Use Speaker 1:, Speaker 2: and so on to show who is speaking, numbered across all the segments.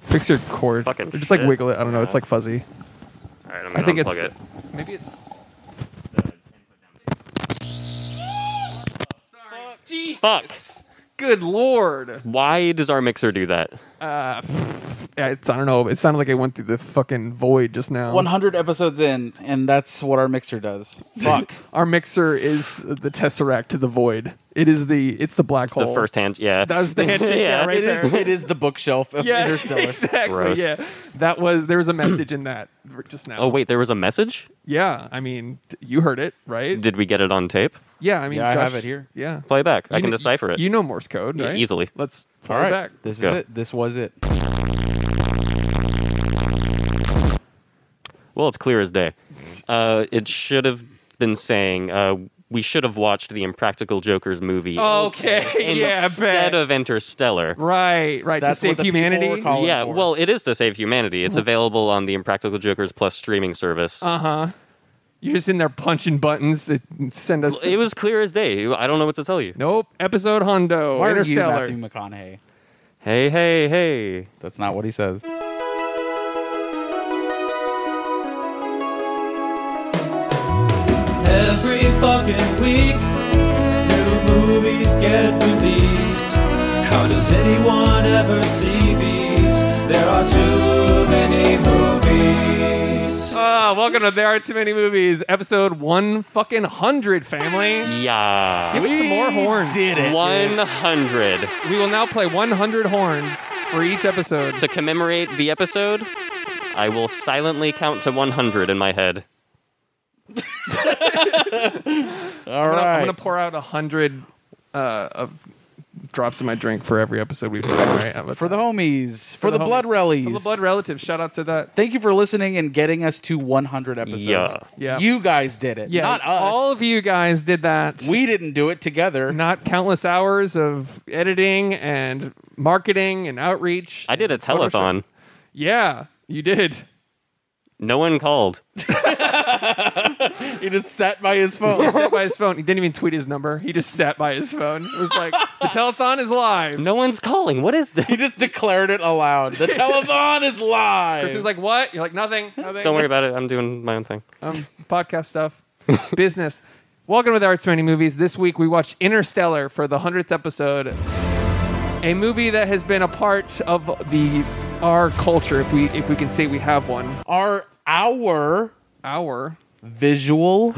Speaker 1: Fix your cord.
Speaker 2: Fucking
Speaker 1: Or just like
Speaker 2: shit.
Speaker 1: wiggle it. I don't know. It's
Speaker 2: Yeah.
Speaker 1: like fuzzy.
Speaker 2: All right, I'm
Speaker 1: I
Speaker 2: gonna
Speaker 1: think
Speaker 2: unplug
Speaker 1: it's.
Speaker 2: it.
Speaker 1: Maybe it's.
Speaker 2: Fuck!
Speaker 1: Good lord.
Speaker 2: Why does our mixer do that?
Speaker 1: Uh, yeah, it's. I don't know. It sounded like it went through the fucking void just now.
Speaker 3: 100 episodes in, and that's what our mixer does. Fuck.
Speaker 1: Our mixer is the tesseract to the void. It is the. It's the black hole.
Speaker 2: The first hand, yeah.
Speaker 1: That was Oh. the handshake. yeah, right
Speaker 3: it,
Speaker 1: there.
Speaker 3: is, it is the bookshelf of
Speaker 1: yeah,
Speaker 3: Interstellar.
Speaker 1: exactly.
Speaker 2: Gross.
Speaker 1: Yeah, that was. There was a message in that just now.
Speaker 2: Oh wait, there was a message.
Speaker 1: Yeah, I mean, t- you heard it, right?
Speaker 2: Did we get it on tape?
Speaker 1: yeah, I mean,
Speaker 3: Yeah, I
Speaker 1: Josh-
Speaker 3: have it here.
Speaker 1: Yeah,
Speaker 2: Play back. I
Speaker 1: You
Speaker 2: can
Speaker 1: kn-
Speaker 2: decipher it.
Speaker 1: You know Morse
Speaker 3: e-
Speaker 1: code,
Speaker 2: Yeah,
Speaker 1: right?
Speaker 2: easily.
Speaker 1: Let's play
Speaker 3: All right.
Speaker 1: back.
Speaker 3: This
Speaker 2: Go.
Speaker 3: is it. This was it.
Speaker 2: well, it's clear as day. Uh, it should have been saying uh, we should have watched the Impractical Jokers movie
Speaker 1: Okay. Oh, yeah,
Speaker 2: instead
Speaker 1: bet.
Speaker 2: of Interstellar.
Speaker 1: right, right.
Speaker 3: That's
Speaker 1: to save
Speaker 3: what the people were
Speaker 1: humanity.
Speaker 3: calling-
Speaker 2: Yeah,
Speaker 3: for.
Speaker 2: well, it is to save humanity. It's available on the Impractical Jokers Plus streaming service.
Speaker 1: Uh huh. You're just in there punching buttons to send us.
Speaker 2: It was clear as day. I don't know what to tell you.
Speaker 1: nope. Episode Hondo.
Speaker 3: Why are you
Speaker 1: Interstellar.
Speaker 3: Matthew McConaughey?
Speaker 2: Hey, hey, hey.
Speaker 3: That's not what he says.
Speaker 4: Every fucking week, new movies get released. How does anyone ever see these? There are too many movies.
Speaker 1: Ah, welcome to There Are Too Many Movies, episode one fucking hundred, family.
Speaker 2: Yeah.
Speaker 1: Give us some more horns. Did
Speaker 2: 100.
Speaker 1: We will now play 100 horns for each episode.
Speaker 2: To commemorate the episode, I will silently count to 100 in my head.
Speaker 3: All
Speaker 1: I'm gonna, I'm
Speaker 3: right.
Speaker 1: gonna pour out a hundred uh, of drops in my drink for every episode we play. Right? How about
Speaker 3: for the
Speaker 1: that?
Speaker 3: homies, for, the,
Speaker 1: homie-
Speaker 3: blood
Speaker 1: for
Speaker 3: rallies.
Speaker 1: the blood relatives. Shout out to that.
Speaker 3: Thank you for listening and getting us to 100 episodes.
Speaker 2: Yeah.
Speaker 1: Yeah.
Speaker 3: You guys did it.
Speaker 1: Yeah,
Speaker 3: Not us.
Speaker 1: all of you guys did that.
Speaker 3: we didn't do it together.
Speaker 1: not countless hours of editing and marketing and outreach.
Speaker 2: I did a
Speaker 1: and Photoshop.
Speaker 2: telethon.
Speaker 1: Yeah, you did.
Speaker 2: No one called.
Speaker 3: He just sat by his phone.
Speaker 1: He sat by his phone. He didn't even tweet his number. He just sat by his phone. It was like the telethon is live.
Speaker 2: No one's calling. What is this?
Speaker 3: he just declared it aloud. The telethon is live.
Speaker 1: Person's like, what? You're like, nothing. nothing.
Speaker 2: Don't worry about it. I'm doing my own thing.
Speaker 1: um, podcast stuff, business. Welcome to the Arts Many Movies. This week we watch Interstellar for the hundredth episode, a movie that has been a part of the our culture, if we if we can say we have one.
Speaker 3: Are our
Speaker 1: Our
Speaker 3: visual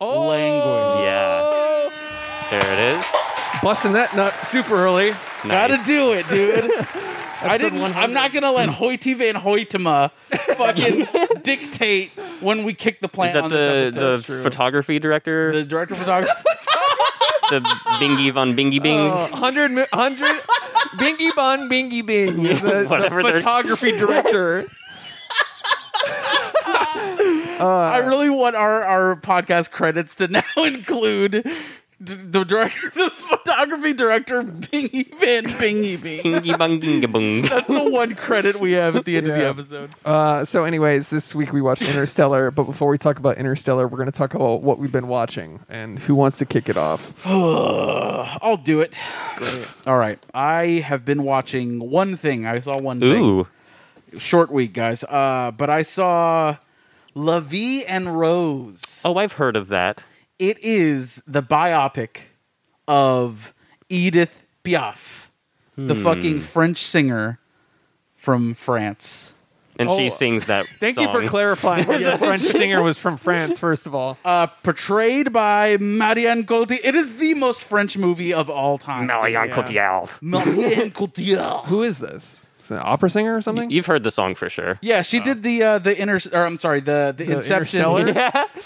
Speaker 3: language.
Speaker 2: Yeah. There it is.
Speaker 1: busting that nut super early.
Speaker 3: Gotta
Speaker 2: Nice.
Speaker 3: do it, dude. I didn't.
Speaker 1: 100.
Speaker 3: I'm not gonna let Hoity Van Hoytema fucking dictate when we kick the
Speaker 2: Is
Speaker 3: plant
Speaker 2: that
Speaker 3: on this
Speaker 2: the,
Speaker 3: episode.
Speaker 2: the photography director?
Speaker 3: the director of photography.
Speaker 2: the Bingy von Bingy Bing?
Speaker 3: Oh.
Speaker 1: Uh, 100, mi- 100 Bingy Bun Bingy Bing, is the,
Speaker 2: Whatever
Speaker 1: the
Speaker 2: they're-
Speaker 1: photography director.
Speaker 2: Uh.
Speaker 3: I really want our, our podcast credits to now include d- the director, the photography director, Bingy Van Bingy Bing.
Speaker 2: Bingy bung ginga bung.
Speaker 3: That's the one credit we have at the end of the
Speaker 1: Yeah.
Speaker 3: episode.
Speaker 1: Uh, so, anyways, this week we watched Interstellar, but before we talk about Interstellar, we're going to talk about what we've been watching and who wants to kick it off.
Speaker 3: I'll do it. All right. I have been watching one thing. I saw one
Speaker 2: Ooh.
Speaker 3: thing. Short week, guys. Uh, but I saw La Vie and Rose.
Speaker 2: Oh, I've heard of that.
Speaker 3: It is the biopic of Edith Piaf, the fucking French singer from France.
Speaker 2: And
Speaker 1: Oh.
Speaker 2: she sings that.
Speaker 1: Thank you
Speaker 2: song.
Speaker 1: for clarifying where the French singer was from France, first of all.
Speaker 3: Uh, portrayed by Marianne Cotillard. It is the most French movie of all time.
Speaker 2: Marion
Speaker 1: Yeah.
Speaker 2: Cotillard.
Speaker 3: Marianne Cotillard.
Speaker 1: Who is this? Is it an opera singer or something?
Speaker 2: You've heard the song for sure.
Speaker 3: Yeah, she did the uh, the inner or I'm sorry, the the,
Speaker 1: The
Speaker 3: Inception.
Speaker 1: Interstellar?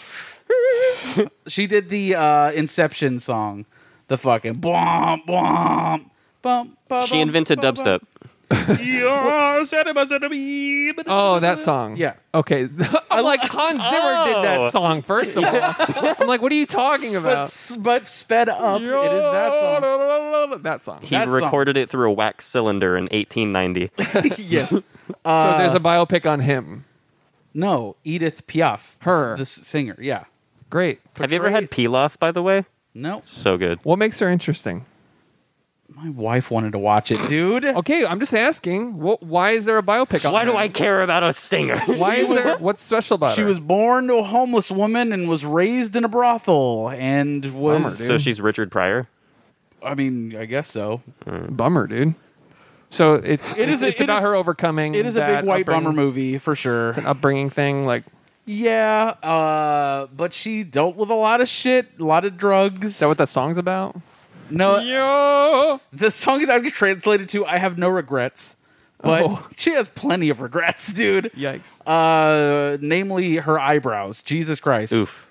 Speaker 3: She did the uh, Inception song, the fucking bwomp bwomp. Bump, bum,
Speaker 2: She invented
Speaker 3: bum, bum.
Speaker 2: dubstep.
Speaker 1: Oh, that song.
Speaker 3: Yeah.
Speaker 1: Okay. I'm like, Hans Zimmer did that song, first of all. I'm like, what are you talking
Speaker 3: But,
Speaker 1: about?
Speaker 3: s- but sped up, it is that song.
Speaker 1: That song.
Speaker 2: He
Speaker 3: That song.
Speaker 2: recorded it through a wax cylinder in 1890.
Speaker 3: yes. Uh,
Speaker 1: so there's a biopic on him.
Speaker 3: No, Edith Piaf,
Speaker 1: Her.
Speaker 3: the s- singer. Yeah.
Speaker 1: Great.
Speaker 2: Have you ever had pilaf, by the way?
Speaker 3: No.
Speaker 2: So good.
Speaker 1: What makes her interesting?
Speaker 3: My wife wanted to watch it, dude.
Speaker 1: Okay, I'm just asking. Wh- why is there a biopic on
Speaker 2: Why
Speaker 1: her?
Speaker 2: do I care about a singer?
Speaker 1: Why is there? What's special about
Speaker 3: She
Speaker 1: her?
Speaker 3: was born to a homeless woman and was raised in a brothel and was.
Speaker 1: Bummer, dude.
Speaker 2: so she's Richard Pryor.
Speaker 3: I mean, I guess so.
Speaker 1: bummer, dude. So it's
Speaker 3: It
Speaker 1: it
Speaker 3: is
Speaker 1: is
Speaker 3: a-
Speaker 1: it's
Speaker 3: it
Speaker 1: about
Speaker 3: is-
Speaker 1: her overcoming.
Speaker 3: It is a big
Speaker 1: that
Speaker 3: white
Speaker 1: upbringing-
Speaker 3: bummer movie for sure.
Speaker 1: An upbringing thing, like
Speaker 3: Yeah, uh, but she dealt with a lot of shit, a lot of drugs.
Speaker 1: is that what that song's about?
Speaker 3: no,
Speaker 1: Yo,
Speaker 3: the song is actually translated to "I have no regrets," but
Speaker 1: Oh.
Speaker 3: she has plenty of regrets, dude.
Speaker 1: yikes!
Speaker 3: Uh, namely her eyebrows. Jesus Christ!
Speaker 2: Oof.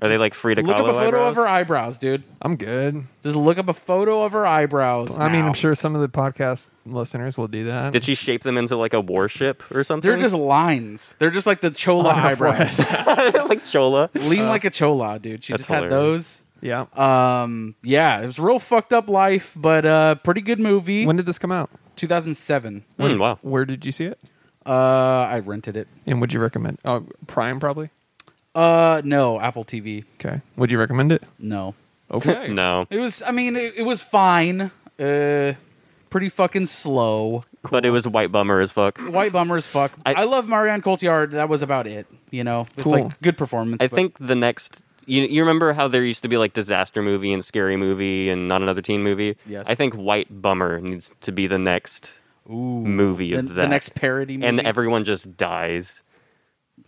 Speaker 2: Are they like Frida
Speaker 3: Look up
Speaker 2: Kahlo
Speaker 3: a photo
Speaker 2: eyebrows?
Speaker 3: of her eyebrows, dude.
Speaker 1: I'm good.
Speaker 3: Just look up a photo of her eyebrows.
Speaker 1: I mean,
Speaker 3: now.
Speaker 1: I'm sure some of the podcast listeners will do that.
Speaker 2: Did she shape them into like a warship or something?
Speaker 3: they're just lines. They're just like the chola
Speaker 1: On her
Speaker 3: eyebrows.
Speaker 2: like Chola.
Speaker 1: Uh,
Speaker 3: Lean like a chola, dude. She
Speaker 2: that's
Speaker 3: just had
Speaker 2: hilarious.
Speaker 3: those.
Speaker 1: yeah.
Speaker 3: Um, yeah, it was a real fucked up life, but uh, pretty good movie.
Speaker 1: when did this come out?
Speaker 3: 2007.
Speaker 2: Mm, wow.
Speaker 1: Where did you see it?
Speaker 3: Uh, I rented it.
Speaker 1: And would you recommend? Oh, Prime probably.
Speaker 3: Uh, no, Apple TV.
Speaker 1: Okay. Would you recommend it?
Speaker 3: No,
Speaker 1: Okay.
Speaker 2: No.
Speaker 3: it was. I mean, it, it was fine. Uh, pretty fucking slow.
Speaker 2: But it was white bummer as fuck.
Speaker 3: White bummer as fuck. I,
Speaker 2: I-
Speaker 3: love Marianne Cotillard. That was about it. You know, it's
Speaker 1: Cool.
Speaker 3: like good performance.
Speaker 2: I
Speaker 3: but-
Speaker 2: think the next. You, you remember how there used to be like disaster movie and scary movie and not another teen movie?
Speaker 3: Yes.
Speaker 2: I think White Bummer needs to be the next movie
Speaker 3: the,
Speaker 2: of
Speaker 3: the
Speaker 2: that.
Speaker 3: next parody movie.
Speaker 2: and everyone just dies.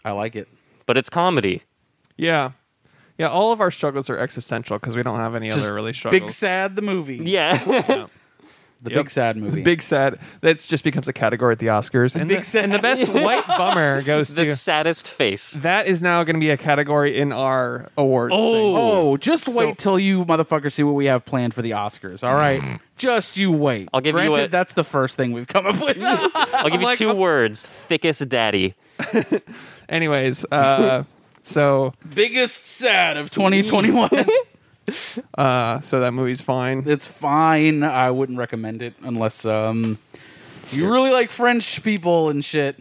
Speaker 3: I like it.
Speaker 2: But it's comedy.
Speaker 1: Yeah. Yeah. All of our struggles are existential because we don't have any
Speaker 3: Just
Speaker 1: other really struggles.
Speaker 3: Big sad the movie.
Speaker 2: Yeah.
Speaker 3: the
Speaker 1: Yep.
Speaker 3: big sad movie.
Speaker 1: Big sad. That just becomes a category at the Oscars. And
Speaker 3: Big
Speaker 1: the,
Speaker 3: sad.
Speaker 1: And the best white bummer goes
Speaker 2: the
Speaker 1: to.
Speaker 2: saddest face.
Speaker 1: That is now going to be a category in our awards. thing.
Speaker 3: Oh, just
Speaker 1: So-
Speaker 3: wait till you motherfuckers see what we have planned for the Oscars. All right, just you wait.
Speaker 2: I'll give you
Speaker 3: Granted,
Speaker 2: a-
Speaker 3: that's the first thing we've come up with.
Speaker 2: I'll give you
Speaker 1: like,
Speaker 2: two
Speaker 1: I'm-
Speaker 2: words: thickest daddy.
Speaker 1: Anyways, uh, so
Speaker 3: biggest sad of 2021.
Speaker 1: uh, so that movie's fine.
Speaker 3: it's fine. I wouldn't recommend it unless um you really like French people and shit.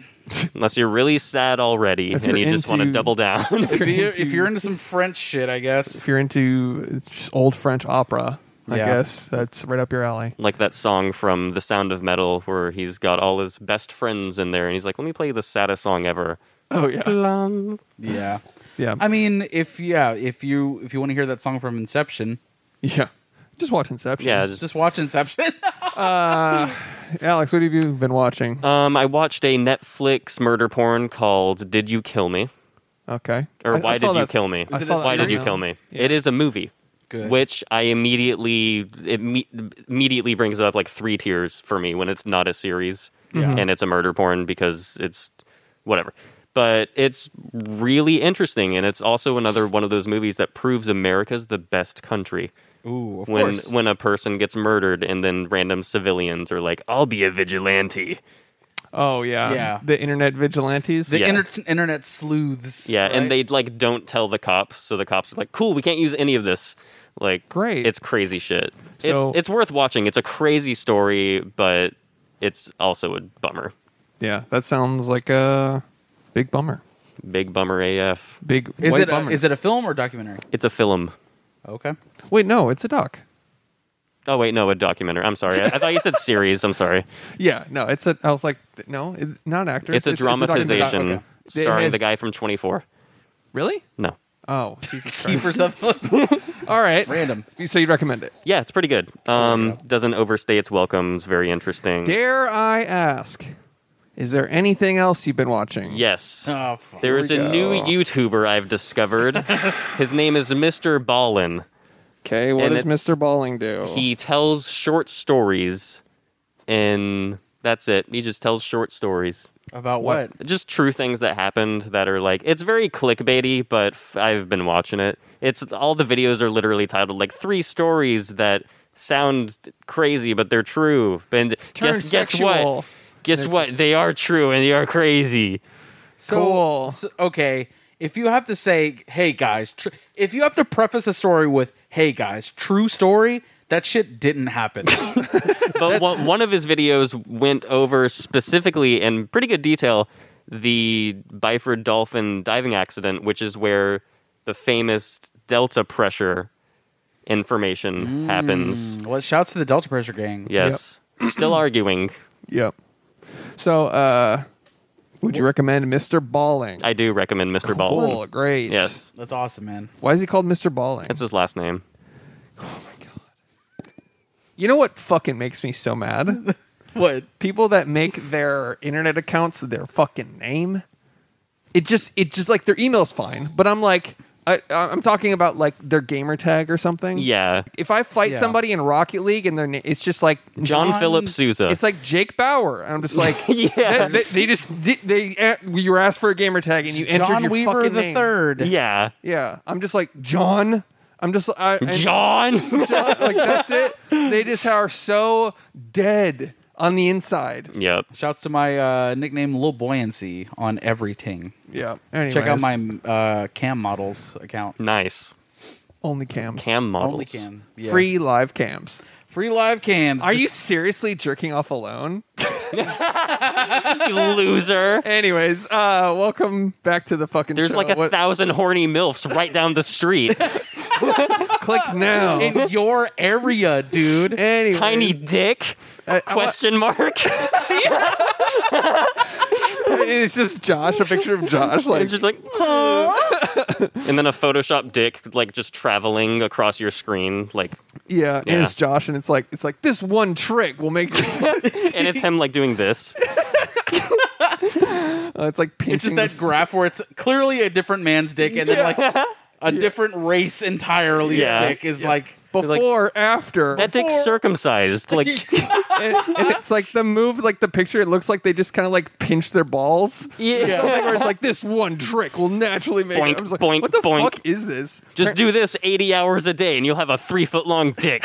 Speaker 2: Unless you're really sad already
Speaker 1: If
Speaker 2: and you
Speaker 1: you're
Speaker 2: just want to
Speaker 1: into-
Speaker 2: double down.
Speaker 3: If you're,
Speaker 1: into-
Speaker 3: if you're into some French shit, I
Speaker 1: If
Speaker 3: guess.
Speaker 1: you're into just old French opera, I
Speaker 3: Yeah.
Speaker 1: guess that's right up your alley.
Speaker 2: like that song from The Sound of Metal where he's got all his best friends in there and he's like, let me play the saddest song ever.
Speaker 1: Oh yeah,
Speaker 2: Long.
Speaker 3: Yeah.
Speaker 1: yeah,
Speaker 3: I mean, if yeah, if you if you want to hear that song from Inception,
Speaker 1: yeah. Just watch Inception.
Speaker 2: Yeah, just,
Speaker 3: just watch Inception.
Speaker 1: Alex, what have you been watching?
Speaker 2: um, I watched a Netflix murder porn called Did You Kill Me?
Speaker 1: okay.
Speaker 2: Uh, Or
Speaker 1: I- I
Speaker 2: Why
Speaker 1: saw
Speaker 2: Did You
Speaker 1: that-
Speaker 2: Kill Me?
Speaker 1: I
Speaker 3: it
Speaker 1: saw
Speaker 3: a
Speaker 1: that
Speaker 2: Why Did You
Speaker 1: video.
Speaker 2: Kill Me? It is a movie.
Speaker 3: Good.
Speaker 2: Which I immediately it me- immediately brings up like three tiers for me when it's not a series
Speaker 3: Yeah.
Speaker 2: and it's a murder porn because it's whatever. But it's really interesting, and it's also another one of those movies that proves America's the best country.
Speaker 3: Ooh, of
Speaker 2: when
Speaker 3: course.
Speaker 2: when a person gets murdered, and then random civilians are like, "I'll be a vigilante."
Speaker 1: Oh yeah,
Speaker 3: Yeah.
Speaker 1: The internet vigilantes.
Speaker 3: the
Speaker 2: Yeah.
Speaker 3: inter- internet sleuths.
Speaker 2: Yeah,
Speaker 3: right?
Speaker 2: and they like don't tell the cops, so the cops are like, "Cool, we can't use any of this." Like,
Speaker 1: Great.
Speaker 2: it's crazy shit.
Speaker 1: So-
Speaker 2: it's it's worth watching. It's a crazy story, but it's also a bummer,
Speaker 1: yeah, that sounds like a big bummer.
Speaker 2: big bummer AF.
Speaker 1: Big
Speaker 3: Is
Speaker 1: white
Speaker 3: it a,
Speaker 1: bummer.
Speaker 3: is it a film or documentary?
Speaker 2: It's a film.
Speaker 3: Okay.
Speaker 1: Wait, no, it's a doc.
Speaker 2: Oh wait, no, a documentary. I'm sorry, I, I thought you said series. I'm sorry.
Speaker 1: Yeah, no, it's a. I was like, th- no, it, not actors.
Speaker 2: It's, a dramatization
Speaker 3: okay.
Speaker 1: It
Speaker 2: starring
Speaker 1: has-
Speaker 2: the guy from 24.
Speaker 1: really?
Speaker 2: No,
Speaker 1: Oh, Jesus Christ!
Speaker 3: Keepers of
Speaker 1: Oh, All right,
Speaker 3: random.
Speaker 1: So you recommend it?
Speaker 2: yeah, it's pretty good. Um, doesn't overstay its welcome. It's very interesting.
Speaker 1: Dare I ask? Is there anything else you've been watching?
Speaker 2: Yes.
Speaker 3: Oh, fuck.
Speaker 2: There is
Speaker 1: we
Speaker 2: a new
Speaker 1: go.
Speaker 2: YouTuber I've discovered. His name is Mr. Ballin.
Speaker 1: Okay, what
Speaker 2: And
Speaker 1: does
Speaker 2: it's-
Speaker 1: Mr. Balling do?
Speaker 2: He tells short stories, and that's it. He just tells short stories.
Speaker 3: About what?
Speaker 1: What?
Speaker 2: Just true things that happened that are like, it's very clickbaity, but f- I've been watching it. It's all the videos are literally titled like three stories that sound crazy, but they're true. And
Speaker 1: Turn
Speaker 2: guess, guess
Speaker 1: sexual.
Speaker 2: what? Guess what? They are true and they are crazy.
Speaker 3: So,
Speaker 1: Cool.
Speaker 3: so- okay, if you have to say, "Hey guys," tr- if you have to preface a story with, "Hey guys, true story," that shit didn't happen.
Speaker 2: but one, one of his videos went over specifically in pretty good detail the Biford dolphin diving accident, which is where the famous delta pressure
Speaker 1: Mm.
Speaker 2: information happens.
Speaker 3: Well, shouts to the Delta Pressure Gang.
Speaker 2: Yes. Still arguing.
Speaker 1: Yep. So, uh, would you recommend Mr. Balling?
Speaker 2: I do recommend Mr. Ball.
Speaker 1: Cool, great.
Speaker 2: Yes.
Speaker 3: That's awesome, man.
Speaker 1: Why is he called Mr. Balling?
Speaker 2: That's his last name.
Speaker 1: You know what fucking makes me so mad?
Speaker 3: What?
Speaker 1: People that make their internet accounts their fucking name. It just, it just like their email's fine, but I'm like, I, I'm talking about like their gamer tag or something.
Speaker 2: Yeah.
Speaker 1: If I fight
Speaker 3: Yeah.
Speaker 1: somebody in Rocket League and their na- it's just like
Speaker 2: John,
Speaker 3: John-
Speaker 2: Philip Sousa.
Speaker 1: It's like Jake Bauer. And I'm just like,
Speaker 2: Yeah.
Speaker 1: They, they, they just did, they uh, you were asked for a gamer tag and you entered
Speaker 3: John
Speaker 1: your
Speaker 3: Weaver
Speaker 1: fucking
Speaker 3: the
Speaker 1: name.
Speaker 3: Third.
Speaker 2: yeah.
Speaker 1: Yeah, I'm just like John. I'm just I, and-
Speaker 2: John.
Speaker 1: John. Like that's it. They just are so dead on the inside.
Speaker 2: yep.
Speaker 3: Shouts to my uh, nickname Lil Buoyancy on everything.
Speaker 1: Yeah. Anyways,
Speaker 3: Check out my uh, cam models account.
Speaker 2: Nice.
Speaker 1: only cams.
Speaker 2: Cam models.
Speaker 3: Only cam. Yeah.
Speaker 1: Free live cams.
Speaker 3: free live cams.
Speaker 1: Are
Speaker 3: Just-
Speaker 1: you seriously jerking off alone?
Speaker 2: You Loser.
Speaker 1: Anyways, uh, welcome back to the fucking.
Speaker 2: There's
Speaker 1: show.
Speaker 2: like a
Speaker 1: What-
Speaker 2: thousand horny milfs right down the street.
Speaker 1: click now.
Speaker 3: in your area, dude?
Speaker 1: Anyways,
Speaker 2: Tiny dick?
Speaker 1: Uh,
Speaker 2: Question mark.
Speaker 1: It's just Josh. A picture of Josh. Like
Speaker 2: and just like, and then a Photoshop dick like just traveling across your screen, like,
Speaker 1: Yeah,
Speaker 2: Yeah.
Speaker 1: and it's Josh, and it's like it's like this one trick will make. uh,
Speaker 2: and it's him like doing this.
Speaker 1: it's like pinching.
Speaker 3: It's just
Speaker 1: the
Speaker 3: that graph where it's clearly a different man's dick, and then like a different race entirely's
Speaker 2: Yeah.
Speaker 3: dick is like
Speaker 1: s- before, after,
Speaker 2: That dick's circumcised. Like,
Speaker 1: and, and it's like the move, like the picture. It looks like they just kind of like pinch their balls.
Speaker 2: yeah.
Speaker 1: Something where it's like this one trick will naturally make.
Speaker 2: Boink,
Speaker 1: it. I'm just like,
Speaker 2: boink,
Speaker 1: what the
Speaker 2: boink.
Speaker 1: fuck is this?
Speaker 2: Just do this 80 hours a day and you'll have a three foot long dick.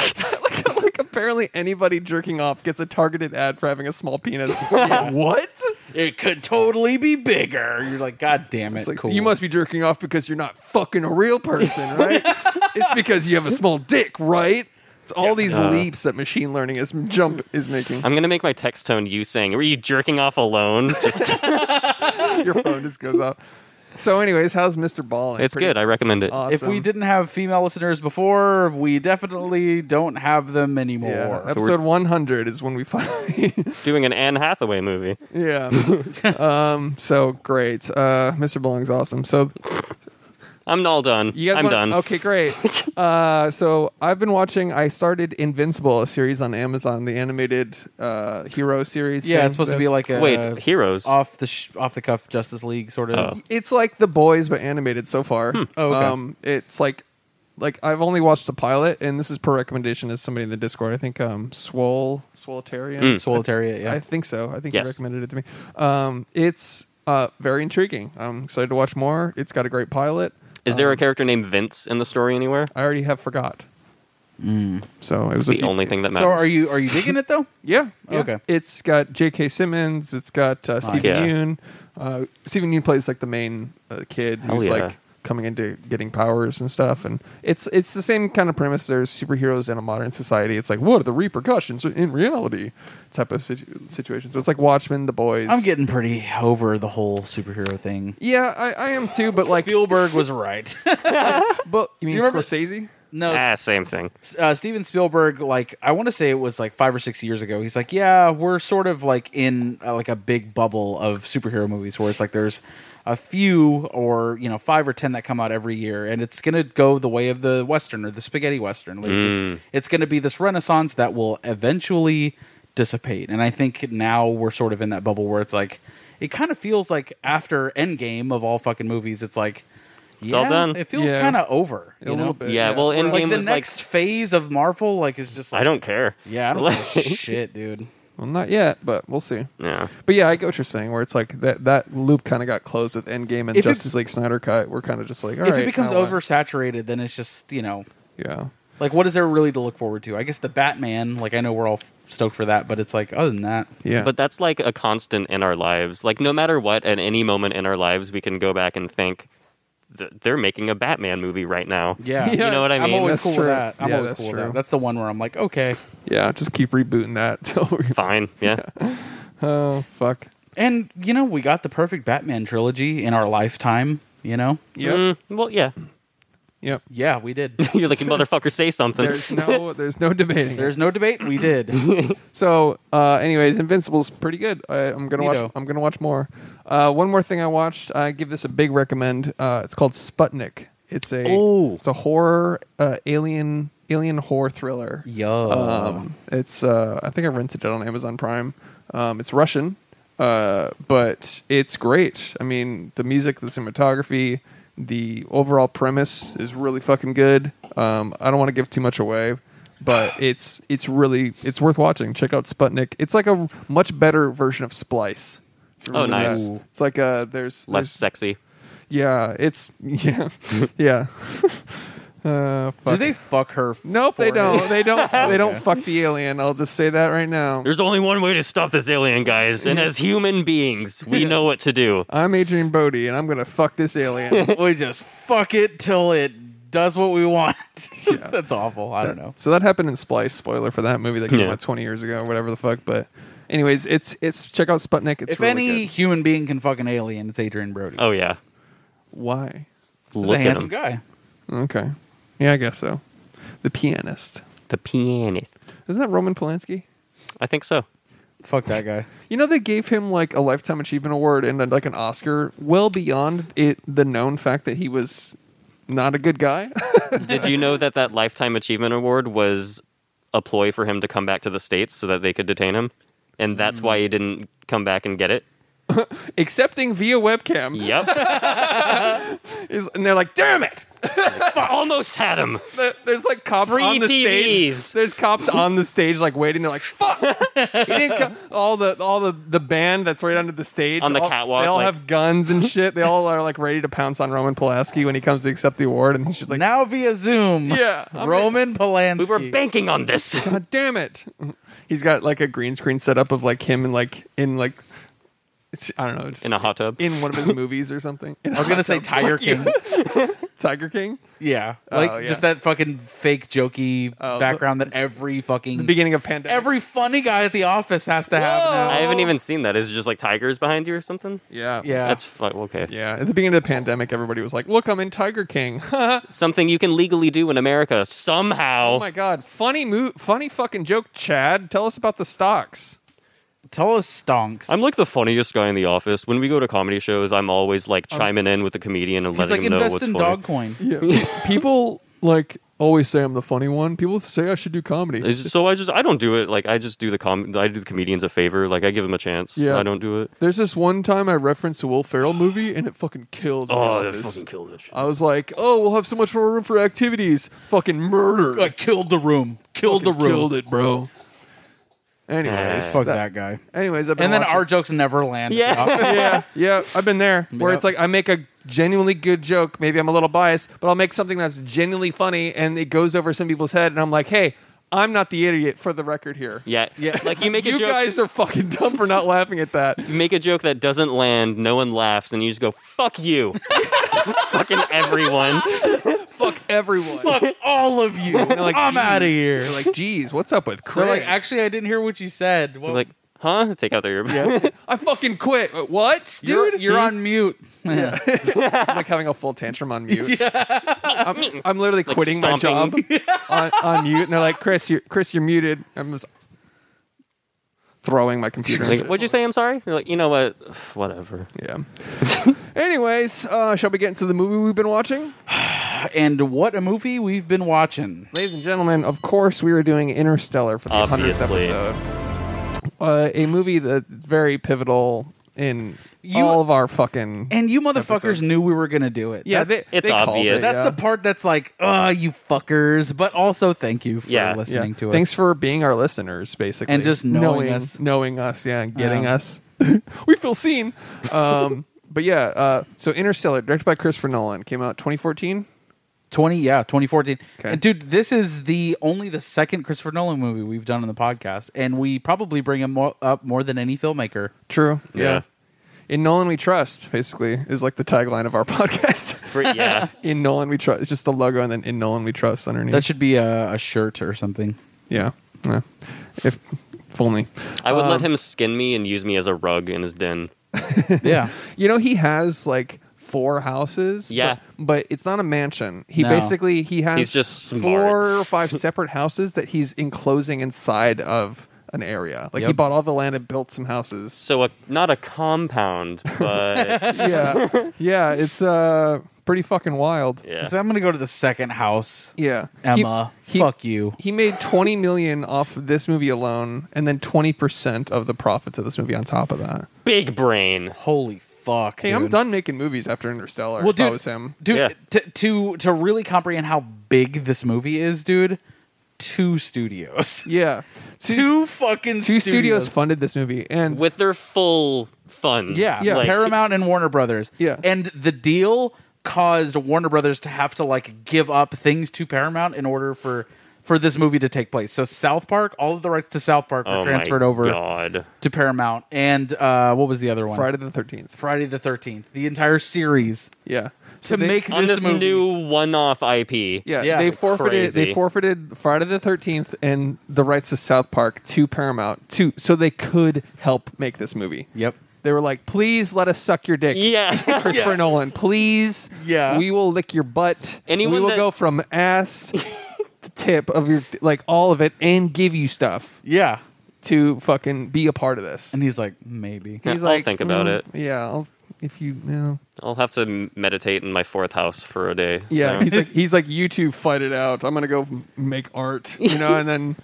Speaker 1: Like apparently anybody jerking off gets a targeted ad for having a small penis. what?
Speaker 3: it could totally be bigger. You're like, God damn it,
Speaker 1: It's like
Speaker 3: cool.
Speaker 1: you must be jerking off because you're not fucking a real person, right? it's because you have a small dick, right? It's all these leaps that machine learning is jump is making.
Speaker 2: I'm going to make my text tone you saying, Were you jerking off alone? Just,
Speaker 1: Your phone just goes off. So, anyways, how's Mr. Balling?
Speaker 2: it's good. I recommend it.
Speaker 1: awesome.
Speaker 3: If we didn't have female listeners before, we definitely don't have them anymore.
Speaker 1: yeah, episode 100 is when we finally.
Speaker 2: Doing an Anne Hathaway movie.
Speaker 1: yeah. um. So great. Uh, Mr. Balling's awesome. So
Speaker 2: I'm all done.
Speaker 1: you guys,
Speaker 2: I'm
Speaker 1: want-
Speaker 2: done.
Speaker 1: Okay, great. uh, so I've been watching. I started Invincible, a series on Amazon, the animated uh, hero series.
Speaker 3: Yeah,
Speaker 1: thing.
Speaker 3: it's supposed to be
Speaker 1: That's-
Speaker 3: like a
Speaker 2: Wait, Heroes.
Speaker 3: off the sh- off the cuff Justice League sort of.
Speaker 2: Oh.
Speaker 1: It's like the boys, but animated so far.
Speaker 3: Oh, okay.
Speaker 1: Um, it's like, like I've only watched the pilot, and this is per recommendation as somebody in the Discord. I think um, Swole, Swoletarian,
Speaker 3: Solitaria, Hmm. yeah.
Speaker 1: I think so. I think
Speaker 2: Yes.
Speaker 1: you recommended it to me. Um, it's uh, very intriguing. I'm excited to watch more. It's got a great pilot.
Speaker 2: Is there a
Speaker 1: um,
Speaker 2: character named Vince in the story anywhere?
Speaker 1: I already have forgot. So it was a
Speaker 2: The
Speaker 1: few-
Speaker 2: only thing that
Speaker 3: so are
Speaker 2: matters.
Speaker 3: you are you digging it though?
Speaker 1: Yeah, yeah.
Speaker 3: Okay.
Speaker 1: It's got J.K. Simmons. It's got uh, Stephen
Speaker 2: Yeah.
Speaker 1: Yoon. Uh, Stephen Yoon plays like the main uh, kid
Speaker 2: Hell
Speaker 1: who's
Speaker 2: yeah.
Speaker 1: like coming into getting powers and stuff. And it's it's the same kind of premise. There's superheroes in a modern society. It's like what are the repercussions in reality type of situ- situation. So it's like Watchmen, The Boys.
Speaker 3: I'm getting pretty over the whole superhero thing.
Speaker 1: Yeah, I, I am too. But like,
Speaker 3: Spielberg was right.
Speaker 1: But you mean
Speaker 3: You remember-
Speaker 1: Scorsese?
Speaker 3: no,
Speaker 2: ah, same thing.
Speaker 3: uh, Steven Spielberg, like I want to say it was like five or six years ago. He's like, yeah, we're sort of like in uh, like a big bubble of superhero movies where it's like there's a few or you know five or ten that come out every year, and it's gonna go the way of the western or the spaghetti western. Like,
Speaker 2: Mm.
Speaker 3: it- It's gonna be this renaissance that will eventually dissipate, and I think now we're sort of in that bubble where it's like it kind of feels like after Endgame of all fucking movies, it's like.
Speaker 2: all
Speaker 3: yeah,
Speaker 2: done.
Speaker 3: It feels
Speaker 1: Yeah.
Speaker 3: kind of over.
Speaker 1: A
Speaker 3: you know?
Speaker 1: little bit.
Speaker 2: Yeah, well,
Speaker 1: We're,
Speaker 2: in-
Speaker 1: like-
Speaker 2: Endgame
Speaker 3: like the
Speaker 2: was, like-
Speaker 3: next phase of Marvel, like is just like,
Speaker 2: I don't care.
Speaker 3: Yeah, I don't
Speaker 2: Like-
Speaker 3: give a shit, dude.
Speaker 1: well, not yet, but we'll see.
Speaker 2: yeah.
Speaker 1: But yeah, I get what you're saying. Where it's like that that loop kind of got closed with Endgame and
Speaker 3: If it-
Speaker 1: Justice League Snyder cut. We're kind of just like, all
Speaker 3: if
Speaker 1: right,
Speaker 3: it becomes
Speaker 1: now what?
Speaker 3: oversaturated, then it's just you know,
Speaker 1: yeah,
Speaker 3: like what is there really to look forward to? I guess the Batman. Like I know we're all stoked for that, but it's like other than that,
Speaker 1: yeah.
Speaker 2: But that's like a constant in our lives. Like no matter what, at any moment in our lives, we can go back and think "Th- they're making a Batman movie right now.
Speaker 3: yeah,
Speaker 1: You
Speaker 2: know what I
Speaker 3: I'm
Speaker 2: mean?
Speaker 3: always
Speaker 1: That's
Speaker 3: cool
Speaker 1: true.
Speaker 3: with that. I'm
Speaker 1: Yeah,
Speaker 3: always
Speaker 1: that's
Speaker 3: cool with
Speaker 1: true.
Speaker 3: that. That's the one where I'm like, okay.
Speaker 1: yeah, just keep rebooting that till we.
Speaker 2: Fine. Yeah.
Speaker 1: Oh fuck.
Speaker 3: And you know, we got the perfect Batman trilogy in our lifetime. You know,
Speaker 1: Yep.
Speaker 2: Mm, well, Mm-hmm. yeah.
Speaker 1: Yep.
Speaker 3: Yeah, we did.
Speaker 2: You're like, motherfucker, say something.
Speaker 1: There's no there's no debating.
Speaker 3: There's no debate. We did.
Speaker 1: So, uh, anyways, Invincible's pretty good. I, I'm gonna watch.
Speaker 3: Neato.
Speaker 1: I'm gonna watch more. Uh, one more thing I watched. I give this a big recommend. Uh, it's called Sputnik. It's a
Speaker 2: Oh.
Speaker 1: it's a horror uh, alien alien horror thriller.
Speaker 3: Yo.
Speaker 1: Um, it's uh, I think I rented it on Amazon Prime. Um, it's Russian, uh, but it's great. I mean, the music, the cinematography, the overall premise is really fucking good. Um, I don't want to give too much away, but it's it's really it's worth watching. Check out Sputnik. It's like a much better version of Splice. If you
Speaker 2: Oh,
Speaker 1: remember
Speaker 2: nice.
Speaker 1: that.
Speaker 3: Ooh.
Speaker 1: It's like uh, there's
Speaker 2: Less
Speaker 1: there's-
Speaker 2: sexy.
Speaker 1: yeah, it's yeah, yeah. uh, fuck.
Speaker 3: Do they fuck her? f-
Speaker 1: Nope, they
Speaker 3: for it?
Speaker 1: don't. They don't. They don't
Speaker 3: Okay.
Speaker 1: fuck the alien. I'll just say that right now.
Speaker 2: There's only one way to stop this alien, guys. And as human beings, we know what to do.
Speaker 1: I'm Adrian Bodie, and I'm gonna fuck this alien.
Speaker 3: we just fuck it till it does what we want. That's awful. I don't know.
Speaker 1: so that happened in Splice. Spoiler for that movie that came
Speaker 2: Yeah.
Speaker 1: out 20 years ago, or whatever the fuck. But, anyways, it's it's check out Sputnik. It's
Speaker 3: if
Speaker 1: really
Speaker 3: any
Speaker 1: good.
Speaker 3: human being can fuck an alien, it's Adrian Brody.
Speaker 2: Oh, yeah.
Speaker 1: Why?
Speaker 3: He's
Speaker 2: Look
Speaker 3: a
Speaker 2: at him.
Speaker 3: handsome guy.
Speaker 1: Okay, yeah, I guess so. The pianist
Speaker 2: The pianist.
Speaker 1: isn't that Roman Polanski?
Speaker 2: I think so.
Speaker 3: Fuck that guy.
Speaker 1: You know they gave him like a lifetime achievement award and uh, like an Oscar, well beyond it the known fact that he was not a good guy.
Speaker 2: Did you know that that Lifetime Achievement Award was a ploy for him to come back to the States so that they could detain him? And that's why he didn't come back and get it?
Speaker 1: Accepting via webcam
Speaker 2: Yep.
Speaker 1: is, and they're like, damn it.
Speaker 2: Almost had him.
Speaker 1: The- There's like cops
Speaker 2: Free
Speaker 1: on the stage.
Speaker 2: TVs.
Speaker 1: There's cops on the stage, like waiting. They're like, "Fuck!" He didn't come. All the all the the band that's right under the stage
Speaker 2: On the
Speaker 1: all-
Speaker 2: catwalk,
Speaker 1: They all
Speaker 2: like-
Speaker 1: have guns and shit. They all are like ready to pounce on Roman Polanski when he comes to accept the award, and he's just like,
Speaker 3: now via Zoom.
Speaker 1: "Yeah, I'm
Speaker 3: Roman Polanski.
Speaker 2: We were banking on this.
Speaker 1: in- God damn it!" He's got like a green screen set up of like him and like in like it's, I don't know just
Speaker 2: In a hot tub.
Speaker 1: in one of his movies or something.
Speaker 3: I was gonna say Tiger King.
Speaker 1: Tiger King,
Speaker 3: yeah, like
Speaker 1: yeah.
Speaker 3: just that fucking fake jokey
Speaker 1: the-
Speaker 3: background that every fucking
Speaker 1: beginning of pandemic.
Speaker 3: every funny guy at the office has to
Speaker 1: Whoa.
Speaker 3: have
Speaker 2: I
Speaker 3: now.
Speaker 2: haven't even seen that. Is it just like tigers behind you or something?
Speaker 1: yeah
Speaker 3: yeah,
Speaker 2: That's fu- okay.
Speaker 1: yeah. At the beginning of the pandemic, everybody was like, "Look, I'm in Tiger King."
Speaker 2: Something you can legally do in America
Speaker 1: Oh
Speaker 2: somehow.
Speaker 1: my god! Funny mo- funny fucking joke, Chad. Tell us about the stocks.
Speaker 3: tell us stonks.
Speaker 2: I'm like the funniest guy in the office. When we go to comedy shows, I'm always like
Speaker 1: Um,
Speaker 2: chiming in with a comedian and
Speaker 3: He's
Speaker 2: letting
Speaker 3: like
Speaker 2: him know
Speaker 3: invest
Speaker 2: what's
Speaker 3: in
Speaker 2: funny.
Speaker 3: Dogcoin.
Speaker 1: People like always say I'm the funny one. People say I should do comedy.
Speaker 2: It's just- so I just I don't do it. Like I just do the com- I do the comedians a favor. Like I give them a chance.
Speaker 1: Yeah.
Speaker 2: I don't do it.
Speaker 1: There's this one time I referenced a Will Ferrell movie and it fucking killed.
Speaker 2: Oh,
Speaker 1: the
Speaker 2: that
Speaker 1: office.
Speaker 2: fucking killed it.
Speaker 1: I was like, oh, we'll have so much more room for activities. Fucking murder.
Speaker 3: Like killed the room. Killed the
Speaker 1: Fucking
Speaker 3: room.
Speaker 1: Killed it, bro. Anyways,
Speaker 2: Ah.
Speaker 3: Fuck that guy.
Speaker 1: Anyways, I've been
Speaker 3: And then
Speaker 1: watching-
Speaker 3: our jokes never land. at
Speaker 2: Yeah.
Speaker 3: the office.
Speaker 1: yeah, yeah, I've been there. Where
Speaker 3: Yeah.
Speaker 1: it's like I make a genuinely good joke. Maybe I'm a little biased, but I'll make something that's genuinely funny, and it goes over some people's head, and I'm like, hey, I'm not the idiot for the record here.
Speaker 2: Yeah.
Speaker 3: Yeah.
Speaker 2: Like you make a
Speaker 1: You
Speaker 2: joke.
Speaker 1: guys are fucking dumb for not laughing at that.
Speaker 2: you make a joke that doesn't land. No one laughs, and you just go fuck you. Fucking everyone.
Speaker 1: Fuck everyone.
Speaker 3: Fuck all of you.
Speaker 1: like,
Speaker 3: I'm
Speaker 1: "Geez."
Speaker 3: out of here.
Speaker 1: They're like, geez, what's up with Chris?
Speaker 3: They're like, actually, I didn't hear what you said. What-
Speaker 2: Like huh? Take out their.
Speaker 1: I fucking quit. Uh, What, dude?
Speaker 3: you're, you're on mute.
Speaker 1: I'm like having a full tantrum on mute. I'm, I'm literally
Speaker 2: Like
Speaker 1: quitting my job
Speaker 2: stomping.
Speaker 1: on, on mute, and they're like, Chris, you're Chris, you're muted. I'm just throwing my computer.
Speaker 2: Like, what'd you say? I'm sorry. You're like, you know what? Whatever.
Speaker 1: Yeah. Anyways, uh, shall we get into the movie we've been watching?
Speaker 3: And what a movie we've been watching.
Speaker 1: Ladies and gentlemen, of course, we were doing Interstellar for the hundredth
Speaker 2: Obviously.
Speaker 1: episode. Uh, a movie that's very pivotal in
Speaker 3: You-
Speaker 1: all of our fucking.
Speaker 3: And you motherfuckers
Speaker 1: Episodes.
Speaker 3: knew we were gonna do it.
Speaker 1: yeah,
Speaker 3: that's,
Speaker 1: they,
Speaker 2: It's
Speaker 1: they called
Speaker 2: obvious.
Speaker 1: it,
Speaker 3: that's
Speaker 1: yeah.
Speaker 3: the part that's like, oh, you fuckers. But also, thank you for
Speaker 2: Yeah.
Speaker 1: Yeah.
Speaker 3: listening to us.
Speaker 1: Thanks for being our listeners, basically,
Speaker 3: And just knowing us.
Speaker 1: knowing us, yeah, and getting
Speaker 3: Yeah.
Speaker 1: us. we feel seen. Um, but yeah, uh, so Interstellar, directed by Christopher Nolan, came out 2014.
Speaker 3: 20 yeah 2014
Speaker 1: Okay.
Speaker 3: and dude this is the only the second christopher nolan movie we've done on the podcast and we probably bring him mo- up more than any filmmaker
Speaker 1: True.
Speaker 2: Yeah.
Speaker 1: In Nolan we trust, basically, is like the tagline of our podcast.
Speaker 2: For- yeah.
Speaker 1: in Nolan we trust. It's just the logo, and then in Nolan we trust underneath.
Speaker 3: that should be a, a shirt or something
Speaker 1: yeah. Yeah. If, if only.
Speaker 2: I would
Speaker 1: Um,
Speaker 2: let him skin me and use me as a rug in his den.
Speaker 3: yeah
Speaker 1: You know, he has like four houses.
Speaker 2: Yeah.
Speaker 1: but, but it's not a mansion. He
Speaker 3: No.
Speaker 1: basically he has
Speaker 2: He's just smart.
Speaker 1: four or five separate houses that he's enclosing inside of an area. Like he
Speaker 3: Yep.
Speaker 1: bought all the land and built some houses.
Speaker 2: So a, not a compound, but
Speaker 1: Yeah, yeah, it's uh pretty fucking wild.
Speaker 2: yeah.
Speaker 3: So I'm gonna go to the second house.
Speaker 1: Yeah. He-
Speaker 3: Emma,
Speaker 1: he-
Speaker 3: fuck you.
Speaker 1: He made 20 million off of this movie alone and then 20% of the profits of this movie on top of that.
Speaker 2: Big brain.
Speaker 3: Holy fuck.
Speaker 1: Hey,
Speaker 3: dude.
Speaker 1: I'm done making movies after Interstellar.
Speaker 3: Well,
Speaker 1: if I
Speaker 3: dude,
Speaker 1: was him.
Speaker 3: dude,
Speaker 2: Yeah.
Speaker 3: to, to to really comprehend how big this movie is, dude, two studios,
Speaker 1: Yeah.
Speaker 3: two, fucking
Speaker 1: two studios.
Speaker 3: studios
Speaker 1: funded this movie and
Speaker 2: with their full funds.
Speaker 3: Yeah,
Speaker 1: Yeah.
Speaker 2: Like,
Speaker 3: Paramount and Warner Brothers.
Speaker 1: Yeah.
Speaker 3: and the deal caused Warner Brothers to have to like give up things to Paramount in order for for this movie to take place. So South Park, all of the rights to South Park were
Speaker 2: oh
Speaker 3: transferred
Speaker 2: my
Speaker 3: over
Speaker 2: God.
Speaker 3: to Paramount, and uh, what was the other one?
Speaker 1: Friday the 13th.
Speaker 3: Friday the Thirteenth, the entire series
Speaker 1: Yeah.
Speaker 3: to
Speaker 1: they-
Speaker 3: make
Speaker 2: On
Speaker 3: this,
Speaker 2: this
Speaker 3: movie.
Speaker 2: new one-off IP.
Speaker 1: yeah,
Speaker 3: yeah,
Speaker 1: they forfeited they
Speaker 2: crazy.
Speaker 1: forfeited Friday the 13th and the rights to South Park to Paramount to so they could help make this movie.
Speaker 3: Yep.
Speaker 1: They were like, "Please let us suck your dick."
Speaker 2: Yeah.
Speaker 1: Christopher Nolan, please.
Speaker 3: Yeah.
Speaker 1: We will lick your butt. we
Speaker 2: Anyone
Speaker 1: will
Speaker 2: that-
Speaker 1: go from ass to tip of your like all of it and give you stuff
Speaker 3: Yeah,
Speaker 1: to fucking be a part of this.
Speaker 3: and he's like, maybe.
Speaker 2: I'll
Speaker 1: he's like,
Speaker 2: think about
Speaker 1: "Mm,
Speaker 2: it.
Speaker 1: Yeah, I'll, if you, you know.
Speaker 2: I'll have to m- meditate in my fourth house for a day.
Speaker 1: yeah,
Speaker 2: so.
Speaker 1: he's like he's like you two fight it out. I'm gonna go m- make art, you know, and then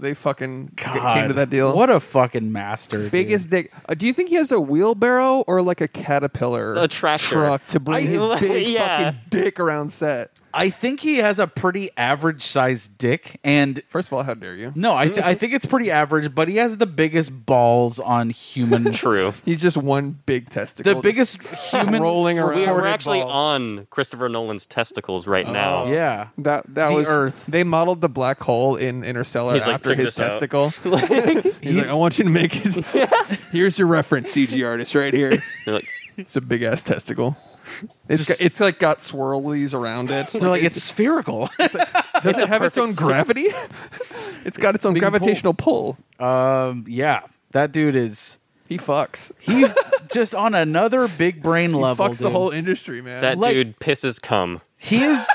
Speaker 1: they fucking g- came to that deal.
Speaker 3: What a fucking master! dude.
Speaker 1: biggest dick? Uh, do you think he has a wheelbarrow or like a caterpillar,
Speaker 2: A tractor.
Speaker 1: truck to bring
Speaker 2: I-
Speaker 1: his big
Speaker 2: Yeah.
Speaker 1: fucking dick around set?
Speaker 3: I think he has a pretty average sized dick, and
Speaker 1: First of all, how dare you?
Speaker 3: no, I th- I think it's pretty average, but he has the biggest balls on human.
Speaker 2: True.
Speaker 1: He's just one big testicle.
Speaker 3: the
Speaker 1: just
Speaker 3: biggest human
Speaker 1: rolling around.
Speaker 2: We
Speaker 3: recorded
Speaker 2: are actually
Speaker 3: ball. Oh,
Speaker 2: on Christopher Nolan's testicles right now.
Speaker 3: Yeah,
Speaker 1: That that
Speaker 3: The
Speaker 1: was
Speaker 3: Earth.
Speaker 1: They modeled the black hole in Interstellar
Speaker 2: He's like,
Speaker 1: after
Speaker 2: "Check
Speaker 1: his
Speaker 2: this out."
Speaker 1: testicle. He's like, I want you to make it. Here's your reference, CG artist, right here.
Speaker 2: They're like,
Speaker 1: It's a big ass testicle. It's got, it's like got swirlies around it.
Speaker 3: they're like it's spherical.
Speaker 1: Does it have its own
Speaker 2: perfect
Speaker 1: gravity? it's got its own
Speaker 3: Being pulled.
Speaker 1: gravitational pull.
Speaker 3: um, yeah, that dude is
Speaker 1: He fucks. He
Speaker 3: he's just on another big brain level.
Speaker 1: fucks the
Speaker 3: dude.
Speaker 1: whole industry, man.
Speaker 2: that
Speaker 3: Like-
Speaker 2: dude pisses cum.
Speaker 3: He is.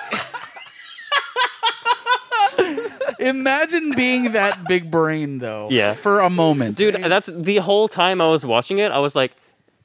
Speaker 3: Imagine being that big brain though.
Speaker 2: Yeah.
Speaker 3: For a moment.
Speaker 2: Dude, that's the whole time I was watching it, I was like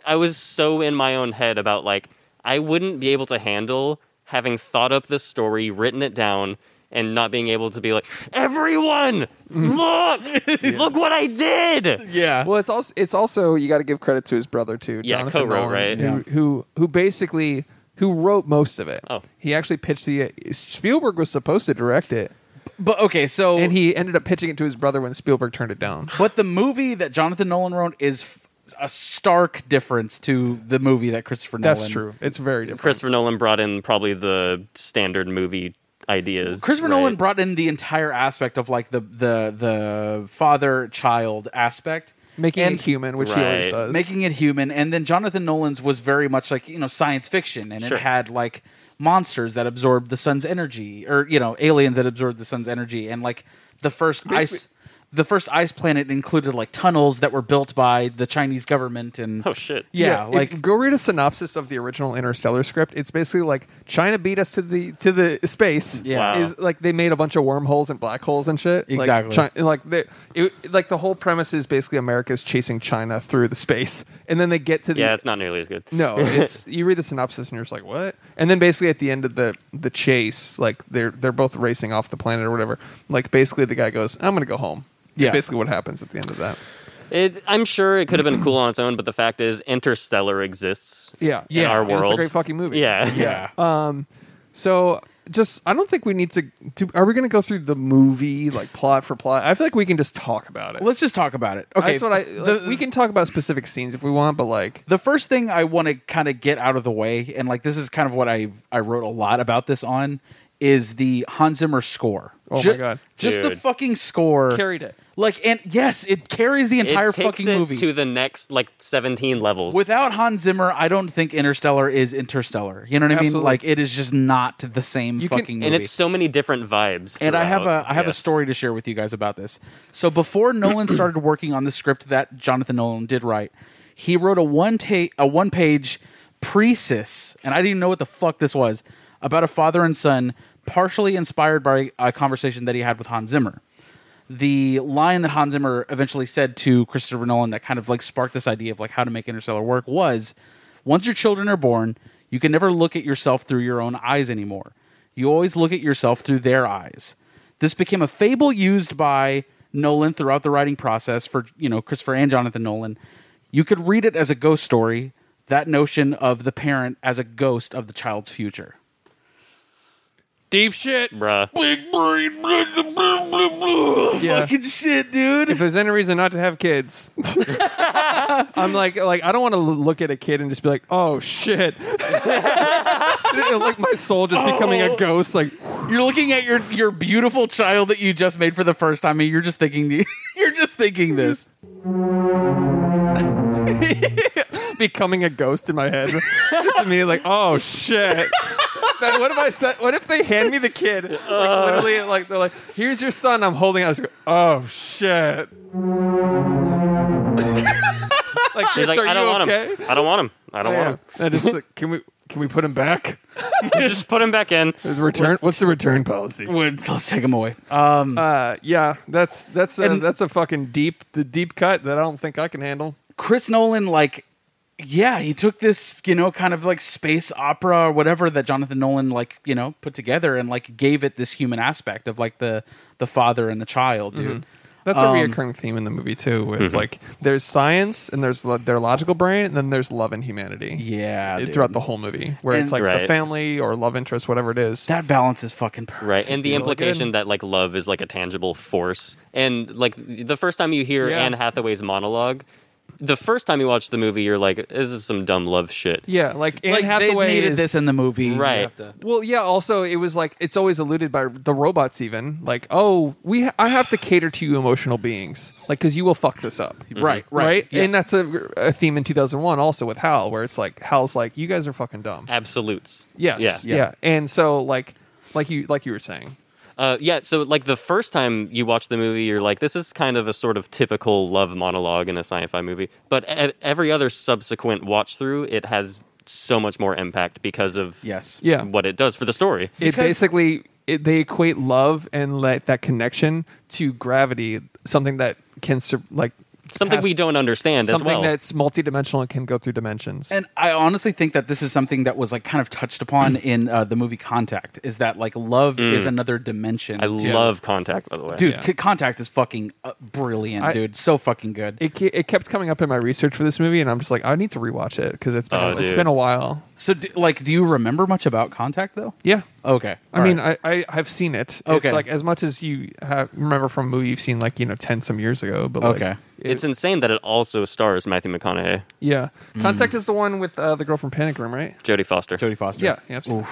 Speaker 2: I was so in my own head about like I wouldn't be able to handle having thought up this story, written it down, and not being able to be like, everyone, look, look what I did.
Speaker 3: Yeah.
Speaker 1: Well, it's also it's also you got to give credit to his brother too,
Speaker 2: Yeah,
Speaker 1: Jonathan
Speaker 2: co-wrote,
Speaker 1: Nolan,
Speaker 2: right?
Speaker 1: Who,
Speaker 3: Yeah.
Speaker 1: who who basically who wrote most of it.
Speaker 2: Oh.
Speaker 1: he actually pitched the Spielberg was supposed to direct it,
Speaker 3: but okay, so
Speaker 1: and he ended up pitching it to his brother when Spielberg turned it down.
Speaker 3: But the movie that Jonathan Nolan wrote is f- a stark difference to the movie that Christopher Nolan.
Speaker 1: That's true. It's very different.
Speaker 2: Christopher Nolan brought in probably the standard movie ideas.
Speaker 3: Christopher
Speaker 2: right?
Speaker 3: Nolan brought in the entire aspect of like the the the father child aspect,
Speaker 1: making
Speaker 3: and
Speaker 1: it human, which he always
Speaker 2: Right.
Speaker 1: does.
Speaker 3: making it human. And then Jonathan Nolan's was very much like you know science fiction, and
Speaker 2: Sure.
Speaker 3: it had like monsters that absorbed the sun's energy, or you know aliens that absorbed the sun's energy, and like the first ice.
Speaker 1: Basically-
Speaker 3: The first ice planet included like tunnels that were built by the Chinese government, and
Speaker 2: Oh shit.
Speaker 3: yeah,
Speaker 1: if-
Speaker 3: like
Speaker 1: go read a synopsis of the original Interstellar script. It's basically like China beat us to the to the space.
Speaker 3: Yeah. Wow.
Speaker 1: is like they made a bunch of wormholes and black holes and shit.
Speaker 3: Exactly.
Speaker 1: Like, China, like they, it, like the whole premise is basically America's chasing China through the space, and then they get to the
Speaker 2: Yeah, it's not nearly as good.
Speaker 1: no, it's you read the synopsis and you're just like, what? And then basically at the end of the the chase, like they're they're both racing off the planet or whatever. Like basically the guy goes, I'm gonna go home.
Speaker 3: Yeah.
Speaker 1: basically what happens at the end of that.
Speaker 2: It, I'm sure it could have been cool on its own, but the fact is, Interstellar exists.
Speaker 1: Yeah,
Speaker 2: in
Speaker 3: Yeah,
Speaker 2: our
Speaker 1: And
Speaker 2: world.
Speaker 1: It's a great fucking movie.
Speaker 2: Yeah,
Speaker 3: Yeah.
Speaker 1: So just I don't think we need to, to are we going to go through the movie like plot for plot? I feel like we can just talk about it.
Speaker 3: Let's just talk about it. Okay.
Speaker 1: That's what I
Speaker 3: the,
Speaker 1: like, we can talk about specific scenes if we want, but like
Speaker 3: the first thing I want to kind of get out of the way, and like this is kind of what I, I wrote a lot about this on, is the Hans Zimmer score.
Speaker 1: Oh my God.
Speaker 3: Just the
Speaker 2: Dude.
Speaker 3: fucking score.
Speaker 1: Carried it.
Speaker 3: Like, and yes, it carries the
Speaker 2: It
Speaker 3: entire
Speaker 2: takes
Speaker 3: fucking
Speaker 2: it
Speaker 3: movie.
Speaker 2: to the next like 17 levels.
Speaker 3: Without Hans Zimmer, I don't think Interstellar is Interstellar. You know what I mean?
Speaker 1: Absolutely.
Speaker 3: Like, it is just not the same
Speaker 1: You can-
Speaker 3: fucking movie.
Speaker 2: and it's so many different vibes.
Speaker 3: and I have
Speaker 2: throughout.
Speaker 3: a I have
Speaker 2: Yes.
Speaker 3: a story to share with you guys about this. So before Nolan started working on the script that Jonathan Nolan did write, he wrote a one take a one page Precis, and I didn't even know what the fuck this was, about a father and son, partially inspired by a conversation that he had with Hans Zimmer. The line that Hans Zimmer eventually said to Christopher Nolan that kind of like sparked this idea of like how to make Interstellar work was once your children are born, you can never look at yourself through your own eyes anymore. You always look at yourself through their eyes. This became a fable used by Nolan throughout the writing process for, you know, Christopher and Jonathan Nolan. You could read it as a ghost story, that notion of the parent as a ghost of the child's future.
Speaker 1: Deep shit.
Speaker 2: bruh.
Speaker 1: Yeah.
Speaker 3: shit, dude.
Speaker 1: If there's any reason not to have kids, I'm like, like I don't want to look at a kid and just be like, oh shit, like my soul just becoming
Speaker 3: Oh.
Speaker 1: a ghost. Like,
Speaker 3: You're looking at your your beautiful child that you just made for the first time, and you're just thinking the, you're just thinking this.
Speaker 1: becoming a ghost in my head. Just to me, like, oh shit. Man, what if I said? What if they hand me the kid? Like, literally, like they're like, "Here's your son." I'm holding out. I just go, "Oh shit!" like,
Speaker 2: He's
Speaker 1: Chris,
Speaker 2: like,
Speaker 1: are
Speaker 2: I don't
Speaker 1: you
Speaker 2: want
Speaker 1: okay?
Speaker 2: him. I don't want him. I don't
Speaker 1: Yeah.
Speaker 2: want
Speaker 1: I just like, can we can we put him back?
Speaker 2: him. Just put him back in.
Speaker 1: His return. What's the return policy?
Speaker 3: Would- Let's take him away. Um,
Speaker 1: Uh, yeah, that's that's a,
Speaker 3: And-
Speaker 1: that's a fucking deep the deep cut that I don't think I can handle.
Speaker 3: Chris Nolan, like, yeah, he took this, you know, kind of like space opera or whatever that Jonathan Nolan, like, you know, put together and like gave it this human aspect of like the the father and the child, dude.
Speaker 1: That's
Speaker 3: Um,
Speaker 1: a reoccurring theme in the movie too, where
Speaker 3: mm-hmm.
Speaker 1: it's like there's science and there's lo- their logical brain, and then there's love and humanity.
Speaker 3: Yeah,
Speaker 1: it-
Speaker 3: dude.
Speaker 1: throughout the whole movie, where
Speaker 3: And-
Speaker 1: it's like the
Speaker 2: Right.
Speaker 1: family or love interest, whatever it is.
Speaker 3: that balance is fucking perfect.
Speaker 2: Right. And the
Speaker 1: Feel good.
Speaker 2: implication that like love is like a tangible force. And like the first time you hear
Speaker 1: Yeah.
Speaker 2: Anne Hathaway's monologue, the first time you watch the movie, you're like, this is some dumb love shit.
Speaker 1: yeah, like Anne
Speaker 3: like
Speaker 1: Hathaway
Speaker 3: they needed
Speaker 1: is-
Speaker 3: this in the movie, You
Speaker 2: Right.
Speaker 3: have to-
Speaker 1: Well, yeah. Also, it was like it's always alluded by the robots, even like, oh, we ha- I have to cater to you, emotional beings, like because you will fuck this up,
Speaker 3: Mm-hmm. Right, right, yeah.
Speaker 1: And that's a, a theme in 2001 also with Hal, where it's like Hal's like, you guys are fucking dumb.
Speaker 2: Absolutes.
Speaker 1: Yes,
Speaker 2: Yeah.
Speaker 1: yeah, And so like, like you like you were saying,
Speaker 2: Uh, yeah, so like the first time you watch the movie, you're like, this is kind of a sort of typical love monologue in a sci fi movie. But e- every other subsequent watch through, it has so much more impact because of
Speaker 3: Yes.
Speaker 1: Yeah.
Speaker 2: what it does for the story.
Speaker 1: it basically it, they equate love and like that connection to gravity, something that can sur- like
Speaker 2: something
Speaker 1: pass-
Speaker 2: we don't understand as
Speaker 1: something
Speaker 2: well.
Speaker 1: that's multidimensional and can go through dimensions.
Speaker 3: And I honestly think that this is something that was like kind of touched
Speaker 1: Mm.
Speaker 3: upon in uh, the movie Contact. Is that like love is another dimension?
Speaker 2: I
Speaker 3: to-
Speaker 2: love Contact, by the way.
Speaker 3: dude.
Speaker 1: Yeah.
Speaker 3: C- Contact is fucking uh, brilliant,
Speaker 1: I-
Speaker 3: dude. So fucking good.
Speaker 1: it, ke- it kept coming up in my research for this movie, and I'm just like, I need to rewatch it because it's been,
Speaker 2: Oh,
Speaker 1: it's
Speaker 2: dude.
Speaker 1: been a while.
Speaker 3: so, do, like, do you remember much about Contact though?
Speaker 1: Yeah.
Speaker 2: Oh,
Speaker 3: Okay,
Speaker 1: I mean, I, I I've seen it.
Speaker 3: Okay.
Speaker 1: It's like as much as you have, remember from a movie you've seen like you know ten some years ago. But
Speaker 3: Okay.
Speaker 1: like, it-
Speaker 2: It's insane that it also stars Matthew McConaughey,
Speaker 1: yeah,
Speaker 2: Hmm.
Speaker 1: Contact is the one with uh, the girl from Panic Room, right?
Speaker 2: Jodie Foster.
Speaker 3: Jodie Foster.
Speaker 1: Yeah, yeah, absolutely.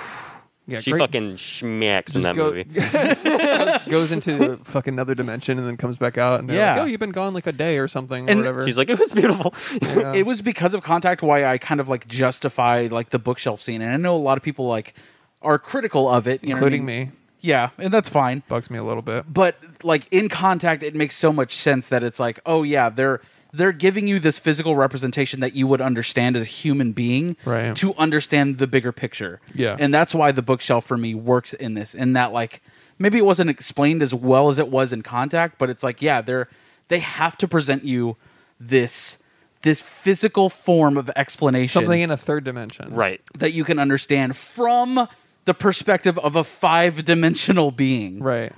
Speaker 1: yeah.
Speaker 2: she
Speaker 1: great-
Speaker 2: fucking schmacks in
Speaker 1: just
Speaker 2: that
Speaker 1: go-
Speaker 2: movie.
Speaker 1: goes, goes into fucking another dimension and then comes back out and they're
Speaker 3: Yeah.
Speaker 1: like, oh, you've been gone like a day or something
Speaker 3: And
Speaker 1: or whatever.
Speaker 2: She's like, it was beautiful.
Speaker 3: it was because of contact why i kind of like justify like the bookshelf scene and i know a lot of people like are critical of it you know what I
Speaker 1: Including
Speaker 3: mean?
Speaker 1: me.
Speaker 3: yeah and that's fine
Speaker 1: bugs me a little bit.
Speaker 3: but like in contact it makes so much sense that it's like oh yeah they're they're giving you this physical representation that you would understand as a human being
Speaker 1: Right.
Speaker 3: to understand the bigger picture
Speaker 1: Yeah.
Speaker 3: and that's why the bookshelf for me works in this in that like maybe it wasn't explained as well as it was in contact but it's like yeah they're they have to present you this this physical form of explanation
Speaker 1: Something in a third dimension,
Speaker 2: right.
Speaker 3: that you can understand from the perspective of a five-dimensional being
Speaker 1: Right.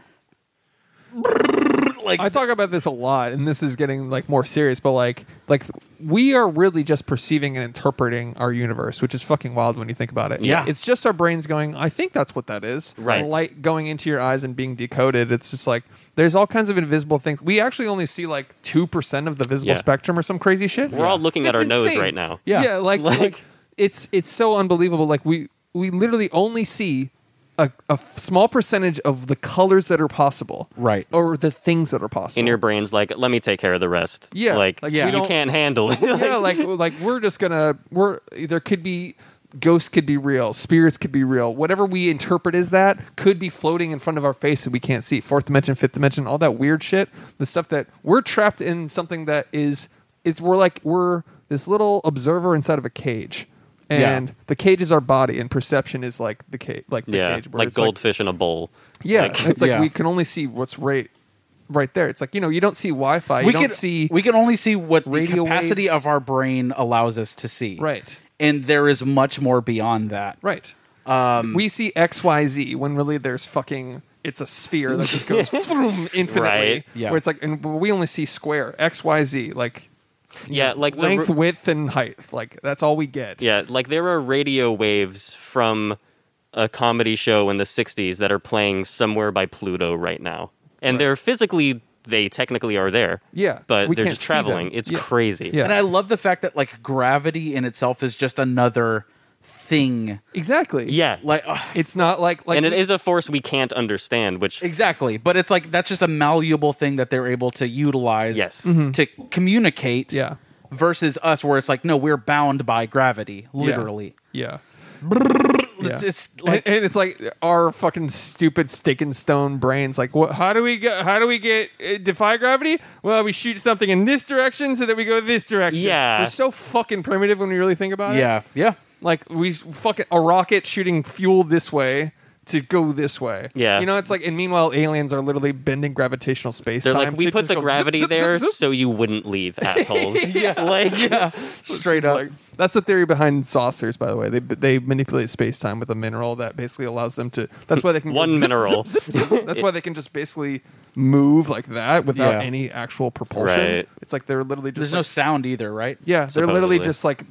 Speaker 3: like
Speaker 1: I talk about this a lot, and this is getting like more serious, but like like we are really just perceiving and interpreting our universe, which is fucking wild when you think about it.
Speaker 3: Yeah.
Speaker 1: It's just our brains going, I think that's what that is.
Speaker 2: Right.
Speaker 1: And light going into your eyes and being decoded. It's just like there's all kinds of invisible things. We actually only see like two percent of the visible
Speaker 2: Yeah.
Speaker 1: spectrum or some crazy shit.
Speaker 2: We're all looking at
Speaker 1: That's
Speaker 2: our nose
Speaker 1: insane.
Speaker 2: right now.
Speaker 3: Yeah.
Speaker 1: Yeah, like,
Speaker 2: Like-
Speaker 1: like it's it's so unbelievable. Like we we literally only see a, a f- small percentage of the colors that are possible.
Speaker 3: Right.
Speaker 1: Or the things that are possible.
Speaker 2: In your brain's like, let me take care of the rest.
Speaker 1: Yeah,
Speaker 2: Like,
Speaker 1: like,
Speaker 3: yeah.
Speaker 2: you
Speaker 1: don't-
Speaker 2: can't handle it.
Speaker 1: yeah, like like we're just gonna we're there could be ghosts could be real, spirits could be real, whatever we interpret as that could be floating in front of our face that we can't see. Fourth dimension, fifth dimension, all that weird shit, the stuff that we're trapped in something that is it's we're like we're this little observer inside of a cage. and
Speaker 3: Yeah.
Speaker 1: the cage is our body, and perception is like the cage, like the
Speaker 2: yeah,
Speaker 1: cage, where
Speaker 2: like
Speaker 1: it's
Speaker 2: goldfish in a bowl.
Speaker 1: yeah,
Speaker 2: Like-
Speaker 1: it's like
Speaker 3: Yeah.
Speaker 1: we can only see what's right, right there. It's like you know you don't see Wi-Fi, you
Speaker 3: we
Speaker 1: don't
Speaker 3: can
Speaker 1: see
Speaker 3: we can only see what the
Speaker 1: radio
Speaker 3: capacity
Speaker 1: waves.
Speaker 3: of our brain allows us to see.
Speaker 1: Right.
Speaker 3: And there is much more beyond that.
Speaker 1: right.
Speaker 2: Um,
Speaker 1: we see X Y Z when really there's fucking it's a sphere that just goes vroom infinitely.
Speaker 2: Right.
Speaker 3: Yeah.
Speaker 1: Where it's like and we only see square X Y Z like
Speaker 2: Yeah, like the
Speaker 1: length,
Speaker 2: ru-
Speaker 1: width, and height. Like that's all we get.
Speaker 2: Yeah, like there are radio waves from a comedy show in the 60s that are playing somewhere by Pluto right now. And they're physically, they technically are there.
Speaker 1: Yeah,
Speaker 2: But
Speaker 1: we
Speaker 2: they're
Speaker 1: can't
Speaker 2: just
Speaker 1: see them.
Speaker 2: traveling. It's
Speaker 1: Yeah.
Speaker 2: crazy.
Speaker 1: Yeah.
Speaker 3: And I love the fact that like gravity in itself is just another thing.
Speaker 1: Exactly.
Speaker 2: Yeah.
Speaker 3: Like ugh,
Speaker 1: It's not like like
Speaker 2: and it
Speaker 1: we-
Speaker 2: is a force we can't understand, which
Speaker 3: exactly, but it's like that's just a malleable thing that they're able to utilize
Speaker 2: Yes.
Speaker 3: to communicate.
Speaker 1: Mm-hmm. Yeah.
Speaker 3: Versus us, where it's like no, we're bound by gravity,
Speaker 1: Yeah.
Speaker 3: literally.
Speaker 1: Yeah.
Speaker 3: It's,
Speaker 1: Yeah.
Speaker 3: it's like
Speaker 1: and, and it's like our fucking stupid stick and stone brains. Like, what? How do we go? How do we get uh, defy gravity? Well, we shoot something in this direction so that we go this direction.
Speaker 2: Yeah.
Speaker 1: we're so fucking primitive when we really think about it.
Speaker 3: yeah, yeah.
Speaker 1: like we s- fucking a rocket shooting fuel this way to go this way.
Speaker 2: Yeah.
Speaker 1: you know, it's like. And meanwhile, aliens are literally bending gravitational space.
Speaker 2: they're
Speaker 1: time
Speaker 2: like, we
Speaker 1: to
Speaker 2: put
Speaker 1: just
Speaker 2: the
Speaker 1: go
Speaker 2: gravity
Speaker 1: zip, zip,
Speaker 2: there
Speaker 1: zip, zip."
Speaker 2: so you wouldn't leave, assholes. yeah. Like,
Speaker 3: Straight
Speaker 1: It's
Speaker 3: up.
Speaker 1: like- that's the theory behind saucers, by the way. They they manipulate space time with a mineral that basically allows them to. That's why they can go
Speaker 2: One
Speaker 1: zip,
Speaker 2: mineral.
Speaker 1: zip, zip, zip. That's why they can just basically move like that without
Speaker 3: Yeah.
Speaker 1: any actual propulsion.
Speaker 2: Right.
Speaker 1: It's like they're literally just
Speaker 3: There's
Speaker 1: like,
Speaker 3: no sound either, right?
Speaker 1: Yeah, they're literally
Speaker 2: Supposedly.
Speaker 1: just like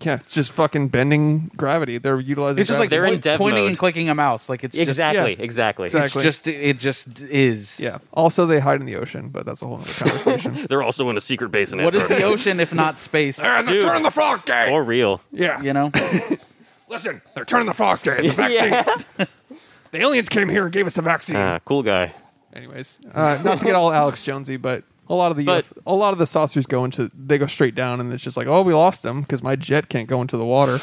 Speaker 1: yeah, just fucking bending gravity. They're utilizing.
Speaker 3: It's just like
Speaker 1: gravity.
Speaker 2: They're in
Speaker 3: point-
Speaker 2: dev
Speaker 3: pointing
Speaker 2: mode.
Speaker 3: and clicking a mouse. Like it's
Speaker 2: exactly,
Speaker 1: yeah.
Speaker 2: exactly.
Speaker 1: Exact-
Speaker 3: Just, it's just it just is.
Speaker 1: yeah. Also, they hide in the ocean, but that's a whole other conversation.
Speaker 2: They're also in a secret base in
Speaker 3: What is the
Speaker 2: Antarctica.
Speaker 3: ocean if not space?
Speaker 1: Ah.
Speaker 2: Dude. turning
Speaker 1: the frogs gay.
Speaker 2: For real.
Speaker 1: yeah,
Speaker 3: You know,
Speaker 1: Listen, they're turning the frogs gay. The
Speaker 2: Yeah.
Speaker 1: The aliens came here and gave us a vaccine.
Speaker 2: Ah, cool guy.
Speaker 1: Anyways, uh, not to get all Alex Jonesy, but a lot of the
Speaker 2: But-
Speaker 1: UF- a lot of the saucers go into they go straight down, and it's just like, oh, we lost them because my jet can't go into the water.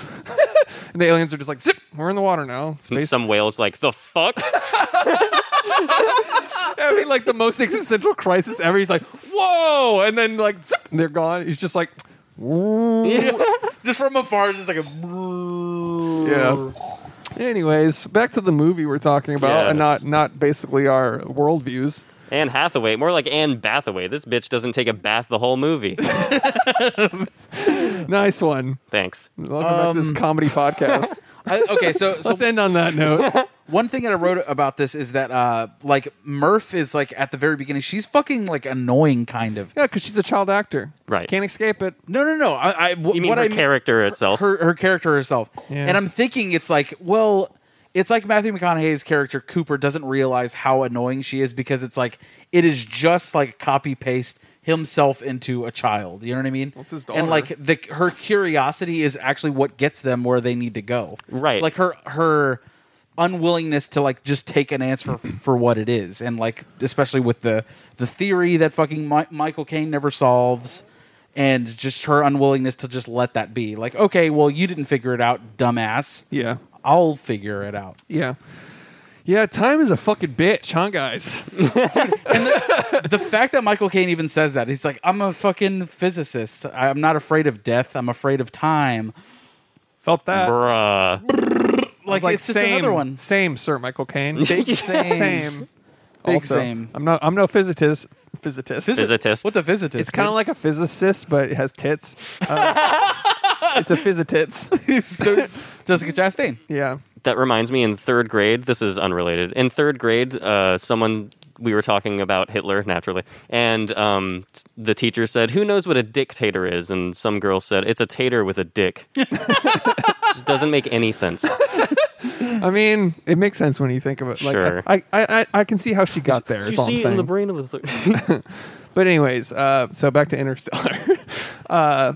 Speaker 1: and the aliens are just like, zip, we're in the water now. Space.
Speaker 2: Some whales like, the fuck?
Speaker 1: I mean, like the most existential crisis ever. He's like, whoa, and then like, zip, and they're gone. He's just like,
Speaker 3: just from afar, just like a
Speaker 1: yeah. Anyways, back to the movie we're talking about, and
Speaker 2: Yes.
Speaker 1: not not basically our worldviews.
Speaker 2: Anne Hathaway, more like Anne Bathaway. This bitch doesn't take a bath the whole movie.
Speaker 1: Nice one.
Speaker 2: Thanks.
Speaker 1: Welcome back to this
Speaker 3: Um.
Speaker 1: comedy podcast.
Speaker 3: I, okay, so, so
Speaker 1: Let's end on that note.
Speaker 3: one thing that I wrote about this is that uh like Murph is like at the very beginning, she's fucking like annoying, kind of.
Speaker 1: Yeah, because she's a child actor.
Speaker 2: Right.
Speaker 1: Can't escape it.
Speaker 3: No, no, no. I, I
Speaker 2: You mean
Speaker 3: what
Speaker 2: her
Speaker 3: I
Speaker 2: character itself?
Speaker 3: her her character herself.
Speaker 1: Yeah.
Speaker 3: And I'm thinking it's like, well, it's like Matthew McConaughey's character Cooper doesn't realize how annoying she is because it's like it is just like copy paste himself into a child. You know what I mean?
Speaker 1: What's his daughter?
Speaker 3: and like the her curiosity is actually what gets them where they need to go.
Speaker 2: Right.
Speaker 3: Like her her unwillingness to like just take an answer for what it is and like especially with the the theory that fucking Mi- Michael Caine never solves and just her unwillingness to just let that be like okay well you didn't figure it out dumbass
Speaker 1: Yeah.
Speaker 3: I'll figure it out
Speaker 1: Yeah. Yeah, time is a fucking bitch, huh, guys?
Speaker 3: the fact that Michael Caine even says that he's like I'm a fucking physicist I'm not afraid of death I'm afraid of time
Speaker 1: Felt
Speaker 3: uh,
Speaker 1: that.
Speaker 2: Bruh.
Speaker 3: like,
Speaker 1: like
Speaker 3: it's just
Speaker 1: same,
Speaker 3: another one
Speaker 1: Same, Sir Michael Caine. Big
Speaker 3: same.
Speaker 1: same.
Speaker 3: Big
Speaker 1: Also,
Speaker 3: same.
Speaker 1: I'm no. I'm no physicist. Physicist.
Speaker 2: Physicist.
Speaker 3: what's a physicist
Speaker 1: It's kind of like a physicist, but it has tits. Uh, it's a physitits.
Speaker 3: like so, Jessica Chastain
Speaker 1: Yeah.
Speaker 2: that reminds me, in third grade, this is unrelated. In third grade, uh, someone, we were talking about Hitler, naturally, and um, t- the teacher said, Who knows what a dictator is? And some girl said, It's a tater with a dick. Just doesn't make any sense.
Speaker 1: I mean, it makes sense when you think of it. Like,
Speaker 2: Sure.
Speaker 1: I, I, I, I can see how she got there. Is all I'm
Speaker 2: see it in
Speaker 1: saying.
Speaker 2: the brain of a third.
Speaker 1: But anyways, uh, so back to Interstellar. uh,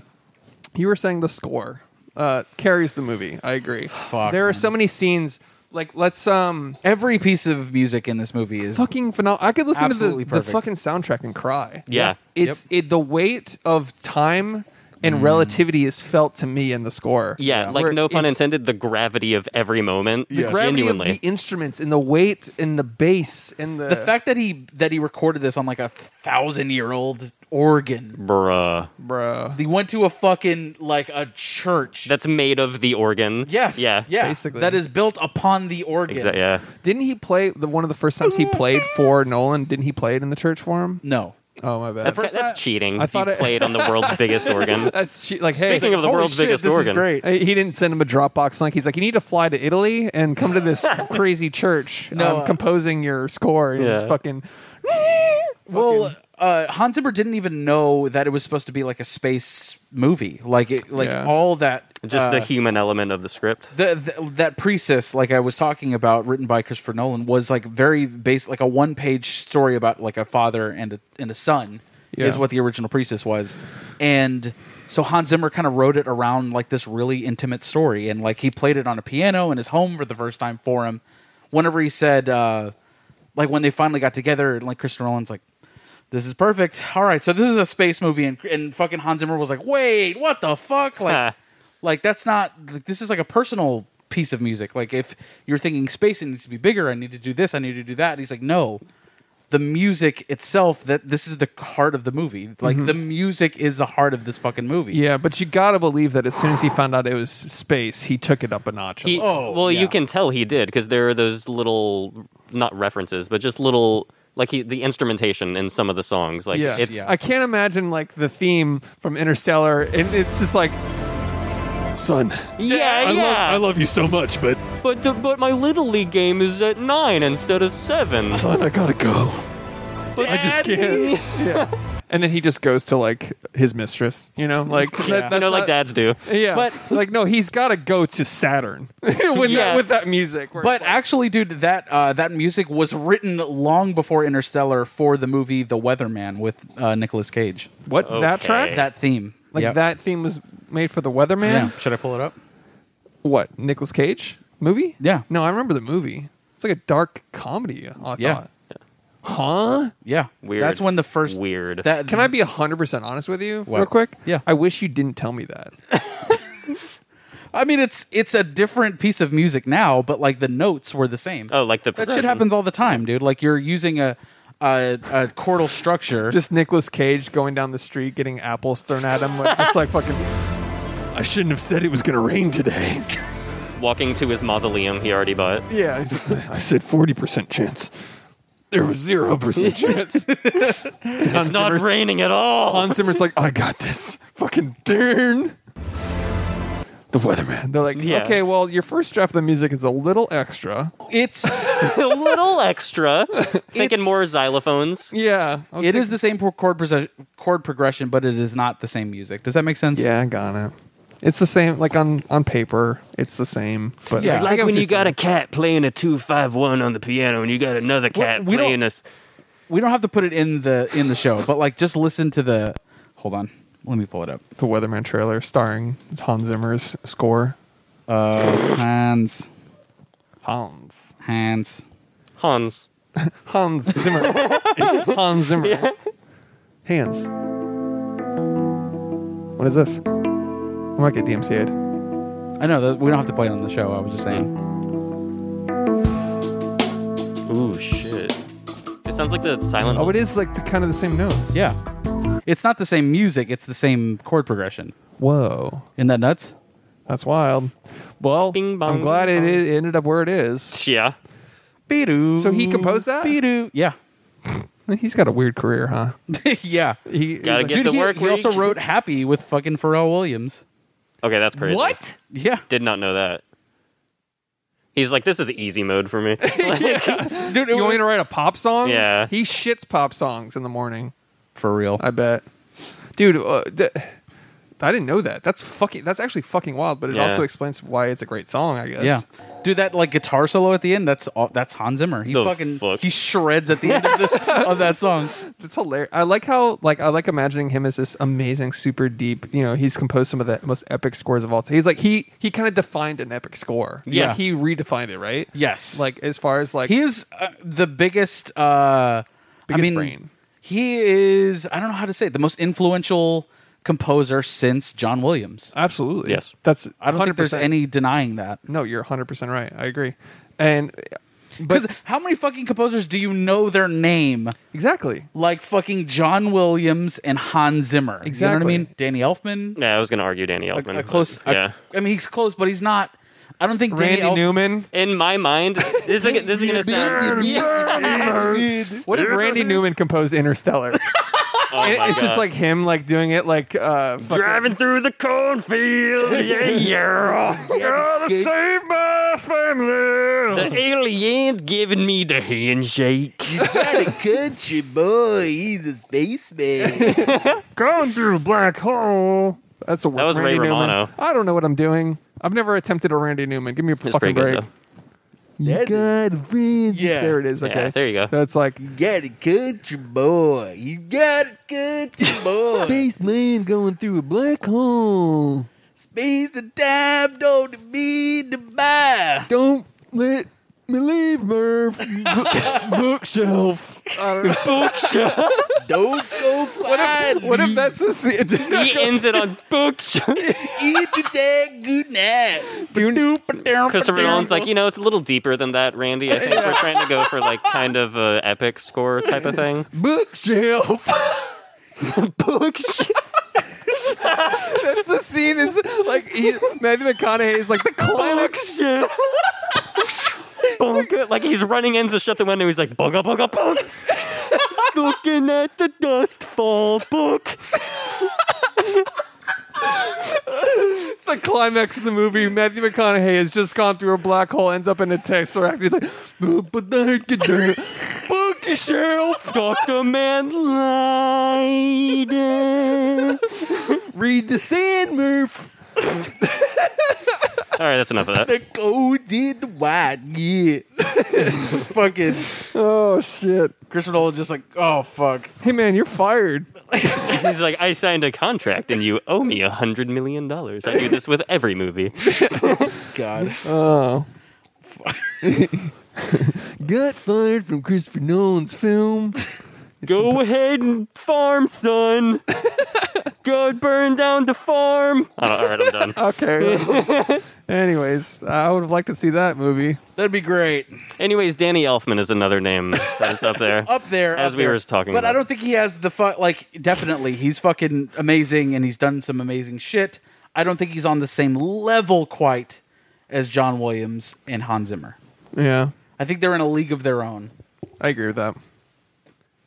Speaker 1: you were saying the score uh, carries the movie. I agree.
Speaker 3: Fuck,
Speaker 1: there are
Speaker 3: man.
Speaker 1: so many scenes. Like let's um
Speaker 3: every piece of music in this movie is
Speaker 1: fucking phenomenal. I could listen
Speaker 3: Absolutely
Speaker 1: to the, the
Speaker 3: perfect.
Speaker 1: fucking soundtrack and cry.
Speaker 2: Yeah.
Speaker 1: it's it the weight of time and relativity is felt to me in the score.
Speaker 2: Yeah, like
Speaker 1: Where
Speaker 2: no pun
Speaker 1: it's-
Speaker 2: intended. The gravity of every moment,
Speaker 1: The gravity
Speaker 2: genuinely.
Speaker 1: of the instruments and the weight and the bass and the,
Speaker 3: The fact that he that he recorded this on like a thousand year old organ.
Speaker 2: Bruh,
Speaker 1: bro.
Speaker 3: He went to a fucking like a church.
Speaker 2: that's made of the organ.
Speaker 3: yes,
Speaker 2: yeah,
Speaker 3: yeah.
Speaker 1: basically.
Speaker 3: that is built upon the organ.
Speaker 2: Exa- yeah.
Speaker 1: Didn't he play the one of the first times he played for Nolan? Didn't he play it in the church for him?
Speaker 3: No,
Speaker 1: Oh my bad.
Speaker 2: That's,
Speaker 3: first
Speaker 2: that's
Speaker 3: time-
Speaker 2: cheating.
Speaker 1: I
Speaker 2: I
Speaker 1: thought
Speaker 2: he
Speaker 1: it-
Speaker 2: played on the world's biggest organ.
Speaker 1: That's che- like hey,
Speaker 2: Speaking of the
Speaker 3: Holy
Speaker 2: world's
Speaker 3: shit,
Speaker 2: biggest
Speaker 3: this is
Speaker 2: organ,
Speaker 3: great.
Speaker 1: Hey, He didn't send him a Dropbox link. He's like, you need to fly to Italy and come to this crazy church.
Speaker 3: No,
Speaker 1: I'm
Speaker 3: uh,
Speaker 1: composing your score. And
Speaker 2: Yeah.
Speaker 1: just fucking.
Speaker 3: Well, uh, Hans Zimmer didn't even know that it was supposed to be like a space movie. Like it, like
Speaker 1: Yeah.
Speaker 3: all that.
Speaker 2: just
Speaker 3: uh,
Speaker 2: the human element of the script.
Speaker 3: the, the that precis like I was talking about, written by Christopher Nolan, was like very based, like a one page story about like a father and a, and a son
Speaker 1: Yeah.
Speaker 3: is what the original precis was, and so Hans Zimmer kind of wrote it around like this really intimate story, and like he played it on a piano in his home for the first time for him. Whenever he said, uh, like when they finally got together, and like Christopher Nolan's like. This is perfect. All right, so this is a space movie, and, and fucking Hans Zimmer was like, "Wait, what the fuck?" Like, like that's not like, this is like a personal piece of music like if you're thinking space it needs to be bigger i need to do this i need to do that and he's like no the music itself that this is the heart of the movie like the music is the heart of this fucking movie
Speaker 1: Mm-hmm. Yeah, but you gotta believe that as soon as he found out it was space, he took it up a notch.
Speaker 2: He,
Speaker 3: Oh,
Speaker 2: well,
Speaker 3: yeah.
Speaker 2: you can tell he did because there are those little, not references, but just little, like he, the instrumentation in some of the songs. Like
Speaker 1: yeah,
Speaker 2: it's
Speaker 1: I can't imagine like the theme from Interstellar, and it's just like, son,
Speaker 2: yeah,
Speaker 1: I,
Speaker 2: yeah.
Speaker 1: Love, I love you so much, but
Speaker 2: but the, but my little league game is at nine instead of seven.
Speaker 1: son, I gotta go.
Speaker 2: But
Speaker 1: I just can't. yeah. And then he just goes to like his mistress, you know, like that-
Speaker 3: You
Speaker 2: You
Speaker 1: that's
Speaker 2: know, like
Speaker 1: not-
Speaker 2: dads do.
Speaker 1: Yeah,
Speaker 3: But-
Speaker 1: like no, he's got to go to Saturn with that
Speaker 2: Yeah.
Speaker 1: with that music. where
Speaker 3: but
Speaker 1: it's like-
Speaker 3: actually dude that uh, that music was written long before interstellar for the movie the weatherman with uh, nicolas cage
Speaker 1: what that
Speaker 2: Okay.
Speaker 1: track,
Speaker 3: that theme
Speaker 1: like
Speaker 3: Yep.
Speaker 1: that theme was made for the Weatherman.
Speaker 3: yeah should i pull it up
Speaker 1: What Nicolas Cage movie?
Speaker 3: Yeah.
Speaker 1: no, I remember the movie. It's like a dark comedy. I
Speaker 3: Yeah.
Speaker 1: thought. Huh?
Speaker 3: yeah
Speaker 2: Weird.
Speaker 3: that's when the first
Speaker 2: Weird.
Speaker 3: that
Speaker 1: Can I be hundred percent honest with you, real
Speaker 3: What?
Speaker 1: quick?
Speaker 3: Yeah.
Speaker 1: I wish you didn't tell me that.
Speaker 3: I mean, it's it's a different piece of music now, but like the notes were the same.
Speaker 2: Oh, like the
Speaker 3: that shit
Speaker 2: progression.
Speaker 3: happens all the time, dude. Like you're using a a, a chordal structure.
Speaker 1: Just Nicolas Cage going down the street getting apples thrown at him, like, just like fucking. I shouldn't have said it was going to rain today.
Speaker 2: Walking to his mausoleum, he already bought.
Speaker 1: yeah,
Speaker 5: I said 40% chance. There was 0% chance.
Speaker 2: It's not raining at all.
Speaker 1: Hans Zimmer's like,
Speaker 5: I got this. Fucking darn. The weatherman.
Speaker 1: They're like,
Speaker 2: Yeah.
Speaker 1: okay, well, your first draft of the music is a little extra.
Speaker 3: It's
Speaker 2: a little extra. Thinking more xylophones.
Speaker 1: Yeah,
Speaker 3: it is the same pro- chord proce- chord progression, but it is not the same music. Does that make sense?
Speaker 1: yeah, I got it. It's the same. Like on on paper, it's the same. But
Speaker 3: Yeah. It's
Speaker 1: I get what you're saying.
Speaker 2: cat playing a two five one on the piano, and you got another
Speaker 3: we don't- We don't have to put it in the in the show, but like just listen to the. Hold on, let me pull it up.
Speaker 1: the Weatherman trailer starring Hans Zimmer's score.
Speaker 3: Uh, hands,
Speaker 1: Hans.
Speaker 3: hands.
Speaker 2: Hans.
Speaker 1: Hans Zimmer. it's Hans Zimmer. Hands. What is this? I might get DMCA'd.
Speaker 3: I know that we don't have to play it on the show. I was just saying.
Speaker 2: Ooh shit. It sounds like the silent.
Speaker 1: Oh, it is like the kind of the same notes.
Speaker 3: Yeah, it's not the same music. It's the same chord progression.
Speaker 1: Whoa.
Speaker 3: Isn't that nuts?
Speaker 1: That's wild. Well,
Speaker 2: Bing, bong,
Speaker 1: I'm glad it,
Speaker 2: bong.
Speaker 1: it ended up where it is.
Speaker 2: Yeah.
Speaker 3: Beedoo.
Speaker 1: So he composed that?
Speaker 3: Beedoo. Yeah.
Speaker 1: He's got a weird career, huh?
Speaker 3: yeah.
Speaker 1: He
Speaker 2: Gotta get
Speaker 3: Dude,
Speaker 2: the
Speaker 3: he,
Speaker 2: work.
Speaker 3: he also
Speaker 2: week.
Speaker 3: wrote Happy with fucking Pharrell Williams.
Speaker 2: Okay, that's crazy.
Speaker 1: What?
Speaker 3: Yeah.
Speaker 2: Did not know that. He's like, this is easy mode for me.
Speaker 1: Dude, you want me to write a pop song?
Speaker 2: Yeah.
Speaker 1: He shits pop songs in the morning.
Speaker 3: For real.
Speaker 1: I bet. Dude, uh, d- I didn't know that. That's fucking. That's actually fucking wild. But it
Speaker 2: Yeah.
Speaker 1: also explains why it's a great song. I guess.
Speaker 3: yeah. Dude, that like guitar solo at the end, that's all, that's Hans Zimmer. He
Speaker 2: The
Speaker 3: fucking
Speaker 2: fuck?
Speaker 3: he shreds at the end of, the, of that song.
Speaker 1: That's hilarious. I like how like I like imagining him as this amazing, super deep. You know, he's composed some of the most epic scores of all time. He's like he he kind of defined an epic score.
Speaker 2: Yeah.
Speaker 1: Like, he redefined it, right?
Speaker 3: Yes.
Speaker 1: Like as far as like
Speaker 3: he is uh, the biggest uh I
Speaker 1: Biggest
Speaker 3: mean
Speaker 1: brain.
Speaker 3: he is I don't know how to say it, the most influential composer since John
Speaker 1: Uh,
Speaker 3: Williams.
Speaker 1: Absolutely.
Speaker 2: Yes.
Speaker 1: That's
Speaker 3: I don't think there's
Speaker 1: 100%.
Speaker 3: any denying that.
Speaker 1: No, you're 100% right. I agree. And
Speaker 3: Because
Speaker 1: but
Speaker 3: how many fucking composers do you know their name?
Speaker 1: exactly.
Speaker 3: Like fucking John Williams and Hans Zimmer. You know what
Speaker 1: Exactly.
Speaker 3: I mean? Danny Elfman.
Speaker 2: Yeah, I was going to argue Danny
Speaker 3: A,
Speaker 2: Elfman.
Speaker 3: a
Speaker 2: but
Speaker 3: close. a-
Speaker 2: yeah.
Speaker 3: I mean, he's close, but he's not. I don't think
Speaker 1: Randy
Speaker 3: Danny Elf-
Speaker 1: Newman.
Speaker 2: In my mind, this is, this is going to sound.
Speaker 1: What if Randy Newman composed Interstellar?
Speaker 2: Oh
Speaker 1: And
Speaker 2: my
Speaker 1: it's just
Speaker 2: God.
Speaker 1: like him like doing it like uh fucking-
Speaker 2: driving through the cornfield. Yeah, yeah.
Speaker 5: Gotta save my family.
Speaker 2: The alien's giving me the handshake.
Speaker 5: Got a country boy. He's a spaceman. Going through a black hole.
Speaker 1: That's a worst
Speaker 2: was
Speaker 1: Randy
Speaker 2: Ray
Speaker 1: Newman.
Speaker 2: Romano.
Speaker 1: I don't know what I'm doing. I've never attempted a Randy Newman. Give me a
Speaker 2: It's
Speaker 1: fucking
Speaker 2: pretty
Speaker 1: break.
Speaker 2: good, though.
Speaker 1: you got friends.
Speaker 5: Yeah.
Speaker 1: There it is. Okay.
Speaker 2: Yeah, there you go.
Speaker 1: That's like
Speaker 5: Got a country boy. You got a country boy. Spaceman going through a black hole. Space and time don't mean to buy.
Speaker 1: don't let
Speaker 5: Me leave Murph. Bookshelf. Don't go quiet.
Speaker 1: What if that's the scene?
Speaker 2: He ends it on books.
Speaker 5: Eat the dang good night.
Speaker 2: Christopher Nolan's like, you know, it's a little deeper than that, Randy. I think we're trying to go for like kind of a epic score type of thing.
Speaker 5: Bookshelf.
Speaker 1: That's the scene. Is like he, Matthew McConaughey is like the climax.
Speaker 2: Bonk. Like he's running in to shut the window. He's like, bunga bunga bonk. Looking at the dust fall, book.
Speaker 1: It's the climax of the movie. Matthew McConaughey has just gone through a black hole, ends up in a tesseract. He's like, bookshelf.
Speaker 2: Doctor Man lied.
Speaker 5: Read the sand, Murph.
Speaker 2: All right, that's enough of that.
Speaker 5: The gold did the white. Yeah.
Speaker 3: Fucking
Speaker 1: Oh shit.
Speaker 3: Christopher Nolan just like, oh fuck.
Speaker 1: Hey man, you're fired.
Speaker 2: He's like, I signed a contract and you owe me a hundred million dollars. I do this with every movie.
Speaker 3: God.
Speaker 5: Got fired from Christopher Nolan's film.
Speaker 2: Go ahead and farm, son. Go burn down the farm. I don't, all right, I'm done.
Speaker 1: Okay. Anyways, I would have liked to see that movie.
Speaker 3: That'd be great.
Speaker 2: Anyways, Danny Elfman is another name that's up there.
Speaker 3: Up there.
Speaker 2: As
Speaker 3: up
Speaker 2: we
Speaker 3: there.
Speaker 2: were talking
Speaker 3: But I
Speaker 2: about.
Speaker 3: don't think he has the fu- like definitely he's fucking amazing and he's done some amazing shit. I don't think he's on the same level quite as John Williams and Hans Zimmer.
Speaker 1: Yeah,
Speaker 3: I think they're in a league of their own.
Speaker 1: I agree with that.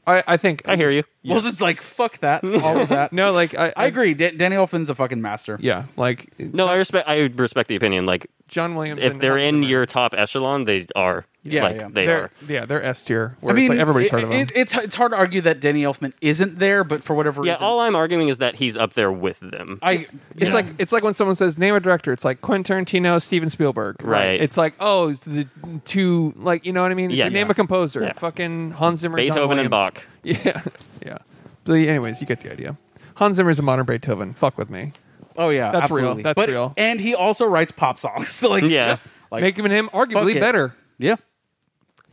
Speaker 1: I I think
Speaker 2: I hear you.
Speaker 3: Wilson's like, fuck that. All of that.
Speaker 1: No, like I
Speaker 3: I agree. Da- Danny Elfman's a fucking master.
Speaker 1: Yeah, like
Speaker 2: No, I respect. I respect the opinion. Like,
Speaker 1: John Williams.
Speaker 2: if
Speaker 1: and
Speaker 2: they're
Speaker 1: Hans
Speaker 2: in
Speaker 1: Zimmer.
Speaker 2: your top echelon, they are.
Speaker 3: Yeah,
Speaker 2: like
Speaker 3: yeah.
Speaker 2: they
Speaker 1: they're,
Speaker 2: are.
Speaker 1: yeah, they're S tier.
Speaker 3: I
Speaker 1: Where
Speaker 3: mean,
Speaker 1: it's like everybody's heard
Speaker 3: it-
Speaker 1: of him.
Speaker 3: It, it's it's hard to argue that Danny Elfman isn't there, but for whatever
Speaker 2: Yeah,
Speaker 3: reason,
Speaker 2: all I'm arguing is that he's up there with them.
Speaker 3: I
Speaker 1: It's
Speaker 2: Yeah.
Speaker 1: like it's like when someone says name a director. It's like Quentin Tarantino, Steven Spielberg.
Speaker 2: Right.
Speaker 1: It's like oh, it's the two like you know what I mean. It's
Speaker 2: Yes.
Speaker 1: like, name a composer.
Speaker 2: Yeah.
Speaker 1: Fucking Hans Zimmer, John
Speaker 2: Beethoven
Speaker 1: Williams.
Speaker 2: and Bach.
Speaker 1: Yeah, yeah. So, anyways, you get the idea. Hans Zimmer's a modern Beethoven. Fuck with me.
Speaker 3: oh yeah,
Speaker 1: That's real.
Speaker 3: absolutely.
Speaker 1: That's
Speaker 3: but,
Speaker 1: real.
Speaker 3: And he also writes pop songs. So like
Speaker 2: Yeah.
Speaker 3: like
Speaker 1: Make him and him arguably
Speaker 3: it.
Speaker 1: better.
Speaker 3: yeah.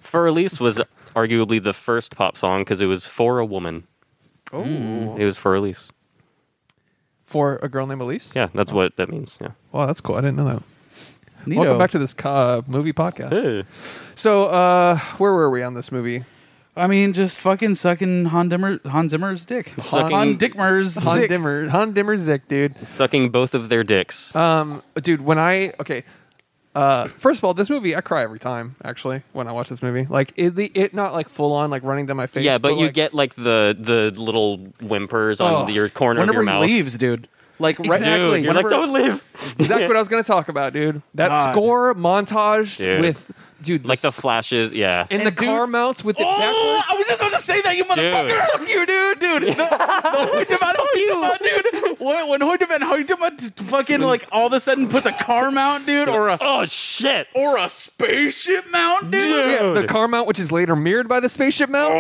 Speaker 2: For Elise was arguably the first pop song because it was for a woman.
Speaker 1: Oh,
Speaker 2: It was for Elise.
Speaker 1: for a girl named Elise.
Speaker 2: Yeah, that's what that means. Yeah.
Speaker 1: Wow, that's cool. I didn't know that.
Speaker 3: Neato.
Speaker 1: Welcome back to this uh, movie podcast. So, uh, where were we on this movie?
Speaker 3: I mean, just fucking sucking Hans Zimmer, Hans Zimmer's dick.
Speaker 2: Sucking-
Speaker 3: Hans Dickmer's
Speaker 1: Han
Speaker 3: dick.
Speaker 1: Dimmer, Han Dimmer Zick, dude.
Speaker 2: Sucking both of their dicks.
Speaker 1: Um, dude, when I okay, uh, first of all, this movie I cry every time. Actually, when I watch this movie, like it, the- it not like full on like running down my face.
Speaker 2: yeah, but, you
Speaker 1: like,
Speaker 2: get like the the little whimpers on
Speaker 1: Oh,
Speaker 2: your corner of your
Speaker 3: Whenever he
Speaker 2: mouth.
Speaker 3: leaves, dude. Like right,
Speaker 1: Exactly.
Speaker 2: Dude, you're like,
Speaker 1: Whenever-
Speaker 2: don't leave.
Speaker 1: exactly what I was gonna talk about, dude. That
Speaker 3: God.
Speaker 1: score montage
Speaker 2: Dude.
Speaker 1: with dude,
Speaker 2: Like the
Speaker 1: sc-
Speaker 2: flashes. Yeah.
Speaker 1: and, the
Speaker 3: and dude-
Speaker 1: car mounts with the
Speaker 3: Oh,
Speaker 1: backwards.
Speaker 3: I was just about to say that you motherfucker.
Speaker 2: Dude.
Speaker 3: Fuck you, dude, dude. The, the Hoytema, dude. When, when Hoytema, Hoytema, fucking like all of a sudden puts a car mount, dude, or a
Speaker 2: Oh shit.
Speaker 3: or a spaceship mount, dude. Oh.
Speaker 1: Yeah, the
Speaker 2: Dude.
Speaker 1: car mount, which is later mirrored by the spaceship mount.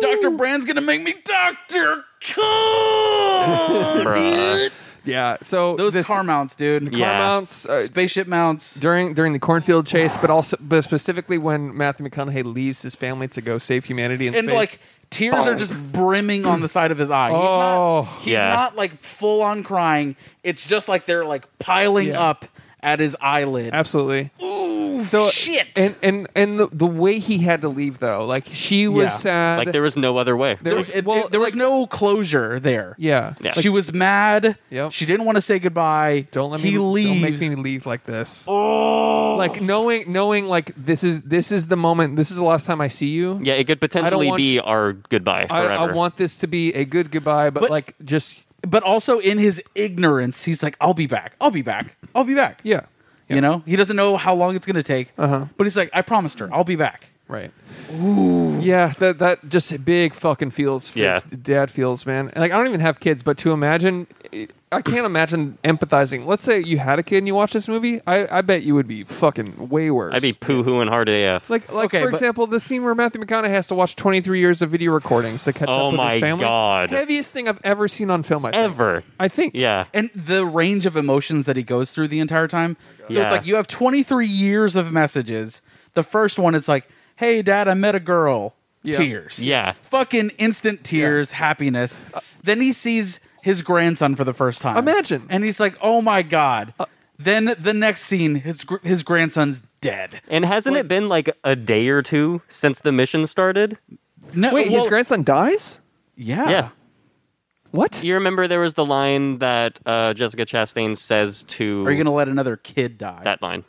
Speaker 3: Dr. Brand's gonna make me Dr. Kong.
Speaker 2: Bruh.
Speaker 1: Yeah. So
Speaker 3: Those
Speaker 1: this
Speaker 3: car mounts, dude.
Speaker 2: Yeah.
Speaker 1: car mounts uh,
Speaker 3: Spaceship mounts.
Speaker 1: during during the cornfield chase, but also but specifically when Matthew McConaughey leaves his family to go save humanity in
Speaker 3: And
Speaker 1: space.
Speaker 3: like tears are just brimming on the side of his eye. He's
Speaker 1: Oh.
Speaker 3: not, he's
Speaker 2: Yeah.
Speaker 3: not like full on crying. It's just like they're like piling
Speaker 1: Yeah.
Speaker 3: up at his eyelid.
Speaker 1: Absolutely. Ooh, so shit. And and and the, the way he had to leave though, like she was
Speaker 3: Yeah.
Speaker 1: sad.
Speaker 2: Like there was no other way.
Speaker 1: There was-
Speaker 3: It- it-
Speaker 1: well,
Speaker 3: there was
Speaker 1: like-
Speaker 3: no closure there.
Speaker 1: yeah.
Speaker 2: Yeah.
Speaker 1: Like,
Speaker 3: she was mad.
Speaker 1: Yep.
Speaker 3: She didn't want to say goodbye.
Speaker 1: don't let
Speaker 3: he
Speaker 1: me
Speaker 3: leaves. Oh.
Speaker 1: don't make me leave like this. Like knowing knowing like this is this is the moment. This is the last time I see you.
Speaker 2: yeah, it could potentially
Speaker 1: want
Speaker 2: be
Speaker 1: you-
Speaker 2: our goodbye
Speaker 1: I,
Speaker 2: forever.
Speaker 1: I want this to be a good goodbye, but,
Speaker 3: But-
Speaker 1: like just
Speaker 3: but also in his ignorance, he's like, "I'll be back. I'll be back. I'll be back."
Speaker 1: yeah. yeah.
Speaker 3: You know, he doesn't know how long it's going to take. Uh-huh. But he's like, "I promised her. I'll be back."
Speaker 1: Right. Ooh. Yeah, that that just big fucking feels. For
Speaker 2: Yeah.
Speaker 1: Dad feels, man. And, Like I don't even have kids, but to imagine, I can't imagine empathizing. Let's say you had a kid and you watch this movie. I, I bet you would be fucking way worse.
Speaker 2: I'd be poo hooing hard AF.
Speaker 1: like like
Speaker 3: Okay,
Speaker 1: for
Speaker 3: but-
Speaker 1: example, the scene where Matthew McConaughey has to watch 23 years of video recordings to catch
Speaker 2: Oh
Speaker 1: up with
Speaker 2: my
Speaker 1: his family.
Speaker 2: God.
Speaker 1: Heaviest thing I've ever seen on film. I think.
Speaker 2: ever.
Speaker 1: I think.
Speaker 2: Yeah.
Speaker 3: And the range of emotions that he goes through the entire time. So
Speaker 2: Yeah.
Speaker 3: it's like you have 23 years of messages. The first one, it's like, "Hey, Dad, I met a girl."
Speaker 1: Yeah.
Speaker 3: Tears.
Speaker 2: Yeah.
Speaker 3: Fucking instant tears, happiness.
Speaker 1: Uh,
Speaker 3: then he sees his grandson for the first time.
Speaker 1: Imagine. Uh,
Speaker 3: And he's like, "Oh my god." then the next scene, his gr- his grandson's dead.
Speaker 2: And hasn't it been like a day or two since the mission started?
Speaker 3: No,
Speaker 1: Wait, his
Speaker 3: well,
Speaker 1: grandson dies.
Speaker 3: Yeah.
Speaker 2: Yeah.
Speaker 1: What?
Speaker 2: You remember there was the line that uh, Jessica Chastain says to
Speaker 3: Are you gonna let another kid die?
Speaker 2: that line?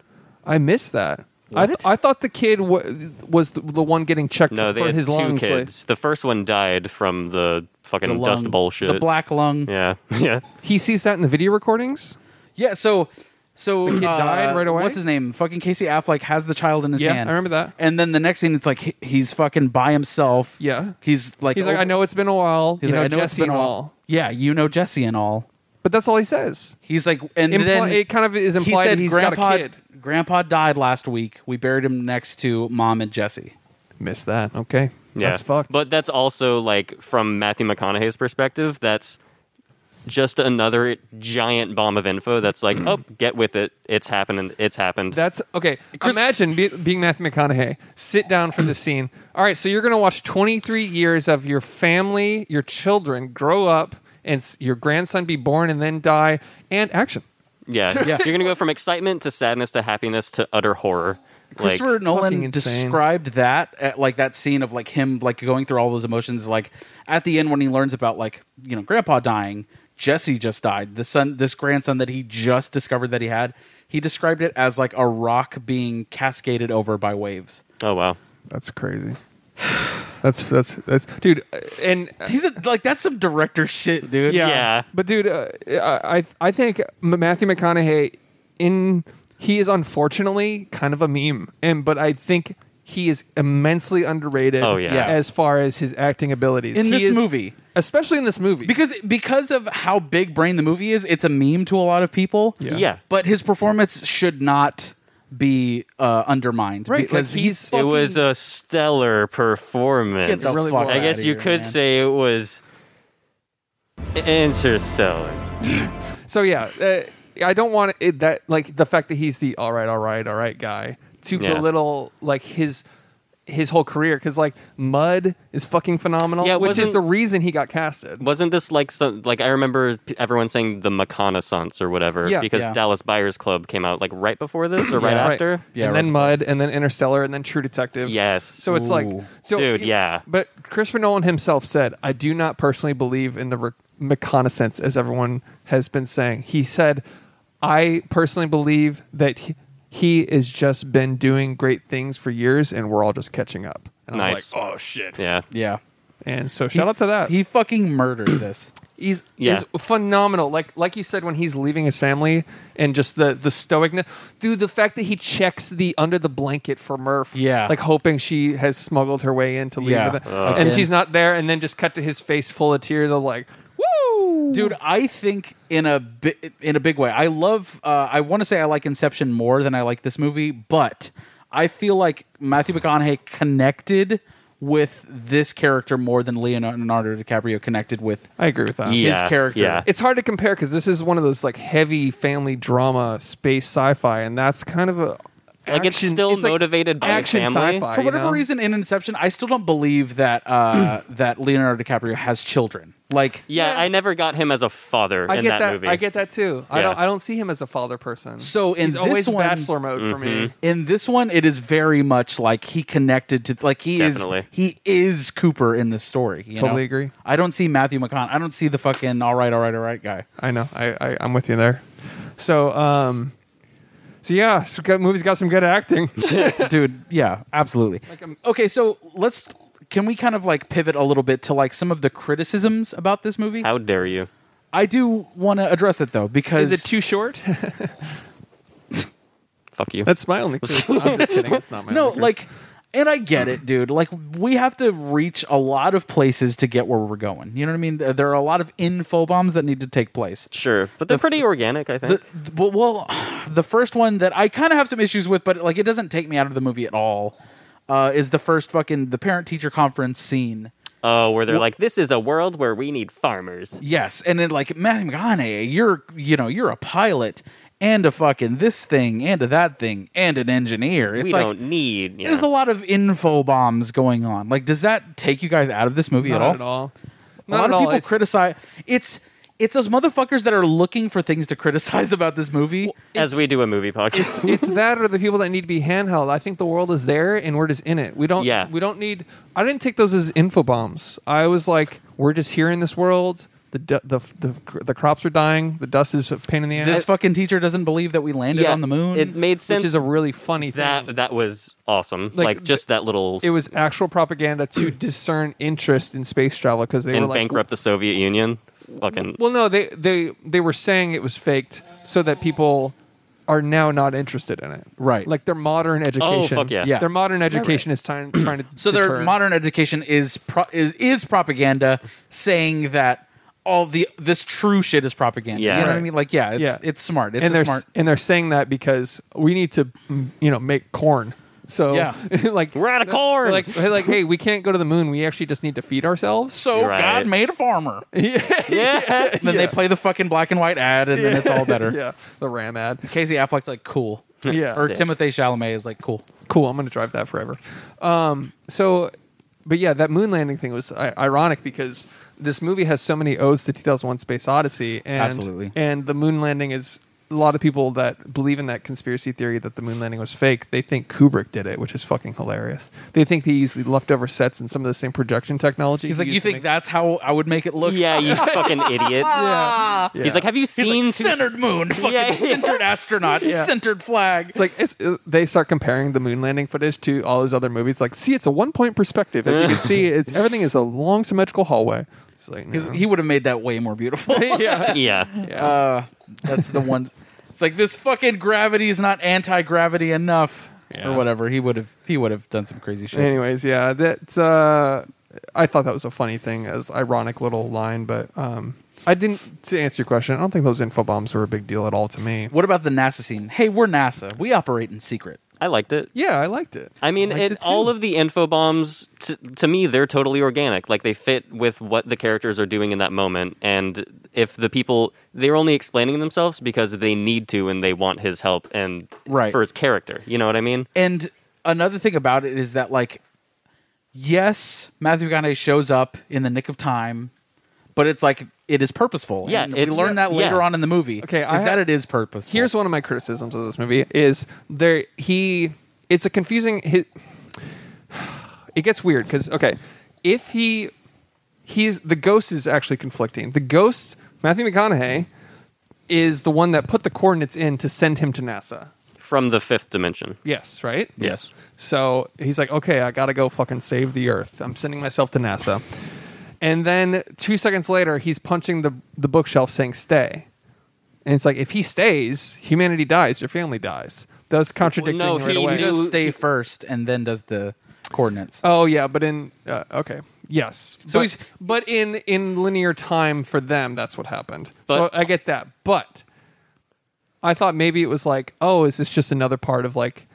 Speaker 1: I missed that. I, th- I thought the kid wa was the, the one getting checked
Speaker 2: No, they
Speaker 1: for
Speaker 2: had
Speaker 1: his
Speaker 2: two
Speaker 1: lungs. like-
Speaker 2: kids. The first one died from the fucking
Speaker 3: the lung,
Speaker 2: dust bullshit.
Speaker 3: The black lung. Yeah.
Speaker 2: Yeah, yeah.
Speaker 1: He sees that in the video recordings.
Speaker 3: so. So
Speaker 1: kid
Speaker 3: uh,
Speaker 1: died right away?
Speaker 3: What's his name? Fucking Casey Affleck has the child in his
Speaker 1: Yeah,
Speaker 3: hand.
Speaker 1: I remember that.
Speaker 3: And then the next scene, it's like he- he's fucking by himself.
Speaker 1: Yeah.
Speaker 3: he's like
Speaker 1: He's like,
Speaker 3: oh-
Speaker 1: I know it's been a while.
Speaker 3: He's
Speaker 1: you
Speaker 3: like,
Speaker 1: know,
Speaker 3: I know it's
Speaker 1: Jesse
Speaker 3: been
Speaker 1: and
Speaker 3: a while."
Speaker 1: all.
Speaker 3: Yeah, you know Jesse and all.
Speaker 1: But that's all he says.
Speaker 3: He's like, and
Speaker 1: Impli-
Speaker 3: then
Speaker 1: it kind of is
Speaker 3: he
Speaker 1: implied
Speaker 3: said,
Speaker 1: he's
Speaker 3: Grandpa,
Speaker 1: got a kid.
Speaker 3: Grandpa died last week. We buried him next to mom and Jesse.
Speaker 1: Missed that. Okay.
Speaker 2: Yeah.
Speaker 1: That's fucked.
Speaker 2: But that's also like from Matthew McConaughey's perspective, that's just another giant bomb of info that's like, oh, get with it. It's happening. It's happened.
Speaker 1: that's okay.
Speaker 3: Chris-
Speaker 1: Imagine be, being Matthew McConaughey. Sit down for the scene. All right, so you're going to watch 23 years of your family, your children grow up, and s- your grandson be born and then die. And action.
Speaker 2: yeah.
Speaker 3: Yeah.
Speaker 2: You're going to go from excitement to sadness to happiness to utter horror. Like,
Speaker 3: Christopher
Speaker 1: fucking
Speaker 3: Nolan
Speaker 1: insane.
Speaker 3: described that at, like that scene of like him like going through all those emotions like at the end when he learns about like you know grandpa dying Jesse just died the son this grandson that he just discovered that he had he described it as like a rock being cascaded over by waves
Speaker 2: oh, wow.
Speaker 1: That's crazy. That's that's that's dude. uh, And
Speaker 3: he's a, like that's some director shit dude
Speaker 1: Yeah.
Speaker 2: Yeah.
Speaker 1: But dude, uh, I I think M- Matthew McConaughey in he is unfortunately kind of a meme, and but I think he is immensely underrated.
Speaker 2: Oh, yeah. Yeah.
Speaker 1: As far as his acting abilities
Speaker 3: In
Speaker 1: He
Speaker 3: this
Speaker 1: is-
Speaker 3: movie.
Speaker 1: especially in this movie,
Speaker 3: because because of how big brain the movie is it's a meme to a lot of people
Speaker 1: Yeah.
Speaker 2: Yeah.
Speaker 3: but his performance should not be uh, undermined
Speaker 1: Right,
Speaker 3: because
Speaker 1: like,
Speaker 3: he's
Speaker 1: he's-
Speaker 2: It was a stellar performance.
Speaker 3: Get the
Speaker 1: really
Speaker 3: fuck
Speaker 1: was.
Speaker 2: I
Speaker 1: outta
Speaker 2: guess you could say it was interstellar.
Speaker 1: so yeah, uh, I don't want it, that like the fact that he's the all right, all right, all right guy to
Speaker 2: Yeah.
Speaker 1: belittle like his. His whole career, because like Mud is fucking phenomenal,
Speaker 2: Yeah,
Speaker 1: which is
Speaker 2: wasn't-
Speaker 1: the reason he got casted.
Speaker 2: Wasn't this like some like I remember p- everyone saying the reconnaissance or whatever
Speaker 1: Yeah.
Speaker 2: because
Speaker 3: Yeah.
Speaker 2: Dallas Buyers Club came out like right before this or right
Speaker 1: Yeah.
Speaker 2: after?
Speaker 3: Yeah,
Speaker 1: and
Speaker 3: right
Speaker 1: then Mud, and then Interstellar, and then True Detective.
Speaker 2: Yes.
Speaker 1: So it's like,
Speaker 3: Ooh.
Speaker 1: so
Speaker 2: Dude, yeah.
Speaker 1: But Christopher Nolan himself said, "I do not personally believe in the re- reconnaissance," as everyone has been saying. He said, "I personally believe that he, he has just been doing great things for years, and we're all just catching up." And I was
Speaker 2: nice.
Speaker 1: like, "Oh."
Speaker 2: oh shit. Yeah.
Speaker 3: yeah
Speaker 1: And so, shout out to that.
Speaker 3: He fucking murdered this.
Speaker 1: he's
Speaker 2: Yeah.
Speaker 1: is phenomenal. Like like you said, when he's leaving his family and just the the stoicness, dude. The fact that he checks the under the blanket for Murph,
Speaker 3: Yeah.
Speaker 1: like hoping she has smuggled her way in to leave,
Speaker 3: Yeah.
Speaker 1: with it,
Speaker 2: Uh,
Speaker 3: Ugh.
Speaker 1: and she's not there, and then just cut to his face full of tears. I was like, woo,
Speaker 3: Dude, I think in a bi- in a big way. I love uh, I want to say I like Inception more than I like this movie, but I feel like Matthew McConaughey connected with this character more than Leonardo DiCaprio connected with
Speaker 1: I agree with that.
Speaker 2: Yeah,
Speaker 3: character.
Speaker 2: Yeah.
Speaker 1: It's hard to compare because this is one of those like heavy family drama, space sci-fi, and that's kind of a
Speaker 2: Like, it's still motivated by the
Speaker 1: action
Speaker 2: family.
Speaker 1: sci-fi.
Speaker 3: for
Speaker 1: Ah, you
Speaker 3: whatever
Speaker 1: know?
Speaker 3: reason in Inception, I still don't believe that uh, that Leonardo DiCaprio has children. Like
Speaker 2: Yeah, I never got him as a father
Speaker 1: I
Speaker 2: in
Speaker 1: get
Speaker 2: that,
Speaker 1: that.
Speaker 2: movie.
Speaker 1: I get that too. I
Speaker 2: Yeah.
Speaker 1: don't. I don't see him as a father person.
Speaker 3: So in
Speaker 1: he's always
Speaker 3: this one-
Speaker 1: bachelor mode for
Speaker 2: Mm-hmm.
Speaker 1: me.
Speaker 3: in this one, it is very much like he connected to like he
Speaker 2: Definitely.
Speaker 3: is he is Cooper in this story. you
Speaker 1: Totally
Speaker 3: know?
Speaker 1: agree.
Speaker 3: I don't see Matthew McConaughey. I don't see the fucking all right, all right, all right guy.
Speaker 1: I know. I, I I'm with you there. So um, so yeah, so got, movie's got some good acting.
Speaker 3: dude yeah absolutely um, okay so let's can we kind of like pivot a little bit to like some of the criticisms about this movie
Speaker 2: How dare you?
Speaker 3: i do want to address it though because
Speaker 1: is it too short?
Speaker 2: Fuck you.
Speaker 1: That's my only. criticism. I'm just kidding. It's not my.
Speaker 3: no
Speaker 1: only
Speaker 3: like and i get it dude like we have to reach a lot of places to get where we're going you know what i mean There- there are a lot of info bombs that need to take place
Speaker 2: sure, but they're pretty organic, I think.
Speaker 3: the, the- well, well, the first one that I kind of have some issues with, but like it doesn't take me out of the movie at all, uh, is the first fucking the parent teacher conference scene.
Speaker 2: oh, where they're like, this is a world where we need farmers.
Speaker 3: Yes, and then like Matthew McConaughey, you're you know you're a pilot and a fucking this thing and a that thing and an engineer. It's
Speaker 2: we
Speaker 3: like
Speaker 2: don't need. Yeah.
Speaker 3: there's a lot of info bombs going on. Like, does that take you guys out of this movie
Speaker 1: criticism.
Speaker 3: at all?
Speaker 1: Not at all.
Speaker 3: A lot
Speaker 1: Not at
Speaker 3: of
Speaker 1: all.
Speaker 3: people
Speaker 1: It's-
Speaker 3: criticize. It's it's those motherfuckers that are looking for things to criticize about this movie.
Speaker 2: as we do a movie podcast.
Speaker 1: it's that or the people that need to be handheld. I think the world is there and we're just in it. We don't
Speaker 2: Yeah.
Speaker 1: we don't need I didn't take those as info bombs. I was like we're just here in this world. The du- the the, the crops are dying. The dust is a pain in the ass.
Speaker 3: this fucking teacher doesn't believe that we landed
Speaker 2: Yeah,
Speaker 3: on the moon.
Speaker 2: It made
Speaker 1: which
Speaker 2: sense.
Speaker 1: is a really funny thing.
Speaker 2: that that was awesome.
Speaker 1: Like,
Speaker 2: Like, just that little
Speaker 1: it was actual propaganda to discern interest in space travel because they
Speaker 2: and
Speaker 1: were like
Speaker 2: bankrupt the Soviet Union. Fucking
Speaker 1: Well, no, they they they were saying it was faked so that people are now not interested in it.
Speaker 3: Right. Oh,
Speaker 1: Like their modern education.
Speaker 2: fuck yeah.
Speaker 3: Yeah.
Speaker 1: Their modern education is trying trying to
Speaker 3: so their
Speaker 1: deter-
Speaker 3: modern education is pro- is is propaganda saying that all the this true shit is propaganda.
Speaker 2: Yeah.
Speaker 3: You know what I
Speaker 2: Right.
Speaker 3: mean? Like yeah, it's
Speaker 1: Yeah.
Speaker 3: it's smart. It's
Speaker 1: and
Speaker 3: a
Speaker 1: they're
Speaker 3: smart.
Speaker 1: and they're saying that because we need to, mm, you know, make corn. So
Speaker 3: Yeah.
Speaker 1: like
Speaker 2: We're out of corn!
Speaker 1: Like they're like hey, we can't go to the moon. We actually just need to feed ourselves.
Speaker 3: So
Speaker 2: Right.
Speaker 3: God made a farmer.
Speaker 2: yeah.
Speaker 3: then they play the fucking black and white ad, and then it's all better.
Speaker 1: yeah, the Ram ad.
Speaker 3: Casey Affleck's like cool.
Speaker 1: Yeah.
Speaker 3: Or
Speaker 2: Sick.
Speaker 3: Timothy Chalamet is like cool.
Speaker 1: cool. I'm going to drive that forever. Um, so, but yeah, that moon landing thing was I- ironic because this movie has so many odes to 2001: Space Odyssey, and
Speaker 3: Absolutely.
Speaker 1: and the moon landing is a lot of people that believe in that conspiracy theory that the moon landing was fake. They think Kubrick did it, which is fucking hilarious. They think they used leftover sets and some of the same projection technology.
Speaker 3: He's
Speaker 1: he
Speaker 3: like, you
Speaker 1: used to
Speaker 3: think
Speaker 1: make-
Speaker 3: that's how I would make it look?
Speaker 2: yeah, you fucking idiots.
Speaker 3: Ah!"
Speaker 1: Yeah.
Speaker 2: He's like, have you
Speaker 3: He's
Speaker 2: seen?
Speaker 3: like,
Speaker 2: two-
Speaker 3: centered moon, fucking
Speaker 2: Yeah, yeah.
Speaker 3: centered astronaut, centered flag.
Speaker 1: It's like it's, uh, they start comparing the moon landing footage to all those other movies. Like, see, it's a one point perspective. As you can see, it's, everything is a long symmetrical hallway. It's like, no.
Speaker 3: he would have made that way more beautiful.
Speaker 1: yeah,
Speaker 2: yeah.
Speaker 3: Uh, that's the one. It's like this fucking gravity is not anti-gravity enough, or whatever. He would have he would have done some crazy shit.
Speaker 1: Anyways, yeah, that uh, I thought that was a funny thing, as ironic little line, but um, I didn't to answer your question. I don't think those info bombs were a big deal at all to me.
Speaker 3: What about the NASA scene? Hey, we're NASA. We operate in secret.
Speaker 2: I liked it.
Speaker 1: Yeah, I liked it.
Speaker 2: I mean,
Speaker 1: liked
Speaker 2: it,
Speaker 1: it too.
Speaker 2: all of the info bombs t- to me, they're totally organic. Like they fit with what the characters are doing in that moment, and if the people they're only explaining themselves because they need to and they want his help and
Speaker 3: Right.
Speaker 2: for his character. You know what I mean?
Speaker 3: And another thing about it is that like, yes, Matthew McConaughey shows up in the nick of time, but it's like it is purposeful.
Speaker 2: Yeah,
Speaker 3: and we
Speaker 2: it's-
Speaker 3: learn that
Speaker 2: yeah.
Speaker 3: later on in the movie.
Speaker 1: Okay,
Speaker 3: is
Speaker 1: I
Speaker 3: that
Speaker 1: ha-
Speaker 3: it is purposeful?
Speaker 1: Here's one of my criticisms of this movie: is there he? It's a confusing. He, it gets weird because okay, if he he's the ghost is actually conflicting. The ghost Matthew McConaughey is the one that put the coordinates in to send him to NASA.
Speaker 2: From the fifth dimension.
Speaker 1: Yes, right?
Speaker 3: Yes.
Speaker 1: So he's like, okay, I gotta go fucking save the Earth. I'm sending myself to NASA. And then two seconds later, he's punching the, the bookshelf saying, stay. And it's like, if he stays, humanity dies, your family dies. That was contradicting
Speaker 2: no,
Speaker 1: right
Speaker 2: he
Speaker 1: away.
Speaker 2: knew-
Speaker 3: Just stay first, and then does the coordinates.
Speaker 1: Oh yeah, but in uh, okay, yes. but,
Speaker 3: So he's-
Speaker 1: but in in linear time for them, that's what happened.
Speaker 2: But-
Speaker 1: so I get that, but I thought maybe it was like, oh, is this just another part of like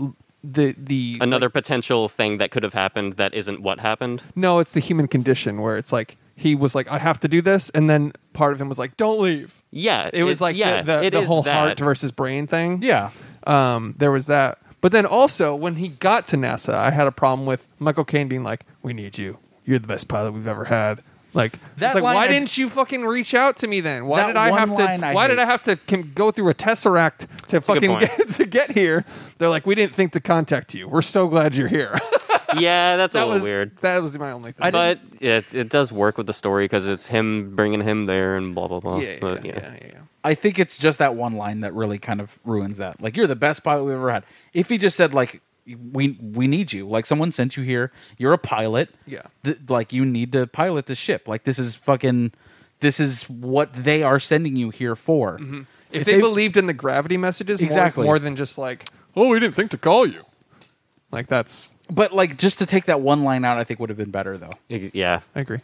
Speaker 1: l- the the
Speaker 2: Another potential thing that could have happened that isn't what happened.
Speaker 1: No, it's the human condition where it's like he was like, I have to do this, and then part of him was like, Don't leave.
Speaker 2: Yeah,
Speaker 1: It was like
Speaker 2: yeah,
Speaker 1: the, the,
Speaker 2: it
Speaker 1: the
Speaker 2: is
Speaker 1: whole
Speaker 2: that.
Speaker 1: heart versus brain thing.
Speaker 3: Yeah.
Speaker 1: Um, there was that. But then also when he got to NASA, I had a problem with Michael Caine being like, "We need you. You're the best pilot we've ever had." Like
Speaker 3: That
Speaker 1: it's like,
Speaker 3: line
Speaker 1: why
Speaker 3: I-
Speaker 1: didn't you fucking reach out to me then? Why
Speaker 3: That
Speaker 1: did I
Speaker 3: one
Speaker 1: have to?
Speaker 3: line I
Speaker 1: why did
Speaker 3: hate.
Speaker 1: I have to com- go through a tesseract to
Speaker 2: a good
Speaker 1: fucking
Speaker 2: point.
Speaker 1: get, to get here? They're like, we didn't think to contact you. We're so glad you're here.
Speaker 2: yeah, that's a
Speaker 1: that
Speaker 2: little
Speaker 1: was
Speaker 2: weird.
Speaker 1: That was my only thing.
Speaker 2: but it it does work with the story because it's him bringing him there and blah blah blah.
Speaker 1: yeah, yeah,
Speaker 2: But,
Speaker 1: yeah, yeah, yeah.
Speaker 3: I think it's just that one line that really kind of ruins that. Like you're the best pilot we've ever had. If he just said like we we need you, like someone sent you here, you're a pilot.
Speaker 1: Yeah.
Speaker 3: Th- like you need to pilot the ship. Like this is fucking this is what they are sending you here for.
Speaker 1: If, they, believed in the gravity messages more-
Speaker 3: Exactly.
Speaker 1: more than just like, oh, we didn't think to call you. Like that's,
Speaker 3: But like just to take that one line out, I think would have been better though.
Speaker 2: yeah. Yeah.
Speaker 1: I agree.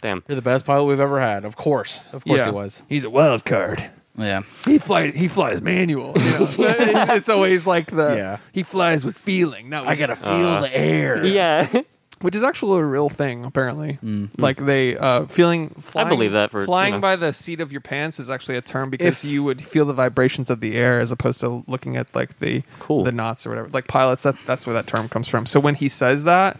Speaker 2: Damn.
Speaker 3: You're the best pilot we've ever had. Of course, of course it was.
Speaker 1: He's a wild card.
Speaker 3: Yeah.
Speaker 1: He flies. He flies manual. You know? it's always like the
Speaker 3: Yeah.
Speaker 1: he flies with feeling. Not with, I gotta feel the air.
Speaker 2: Yeah.
Speaker 1: which is actually a real thing apparently.
Speaker 3: Hmm.
Speaker 1: Like they uh, feeling. Flying,
Speaker 2: Mm. believe that for, you
Speaker 1: flying
Speaker 2: know.
Speaker 1: by the seat of your pants is actually a term because
Speaker 3: If-
Speaker 1: you would feel the vibrations of the air as opposed to looking at like the
Speaker 2: Cool.
Speaker 1: the knots or whatever. Like pilots, that, that's where that term comes from. So when he says that,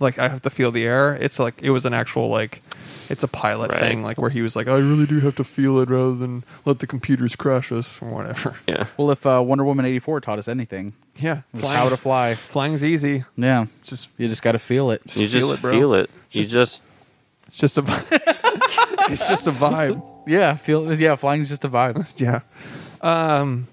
Speaker 1: like I have to feel the air. It's like it was an actual like. It's a pilot
Speaker 2: Right.
Speaker 1: thing, like where he was like, "I really do have to feel it rather than let the computers crash us or whatever."
Speaker 2: yeah.
Speaker 3: Well, if uh, Wonder Woman eighty four taught us anything,
Speaker 1: Yeah,
Speaker 3: it was
Speaker 1: flying-
Speaker 3: how to fly.
Speaker 1: flying's easy.
Speaker 3: Yeah.
Speaker 1: It's just
Speaker 3: You just got to feel it.
Speaker 2: You just
Speaker 1: feel
Speaker 2: feel
Speaker 1: it,
Speaker 2: it.
Speaker 1: bro.
Speaker 2: You just
Speaker 1: it's just a it's just a vibe.
Speaker 3: Yeah, feel. Yeah, flying's just a vibe.
Speaker 1: Yeah. Um.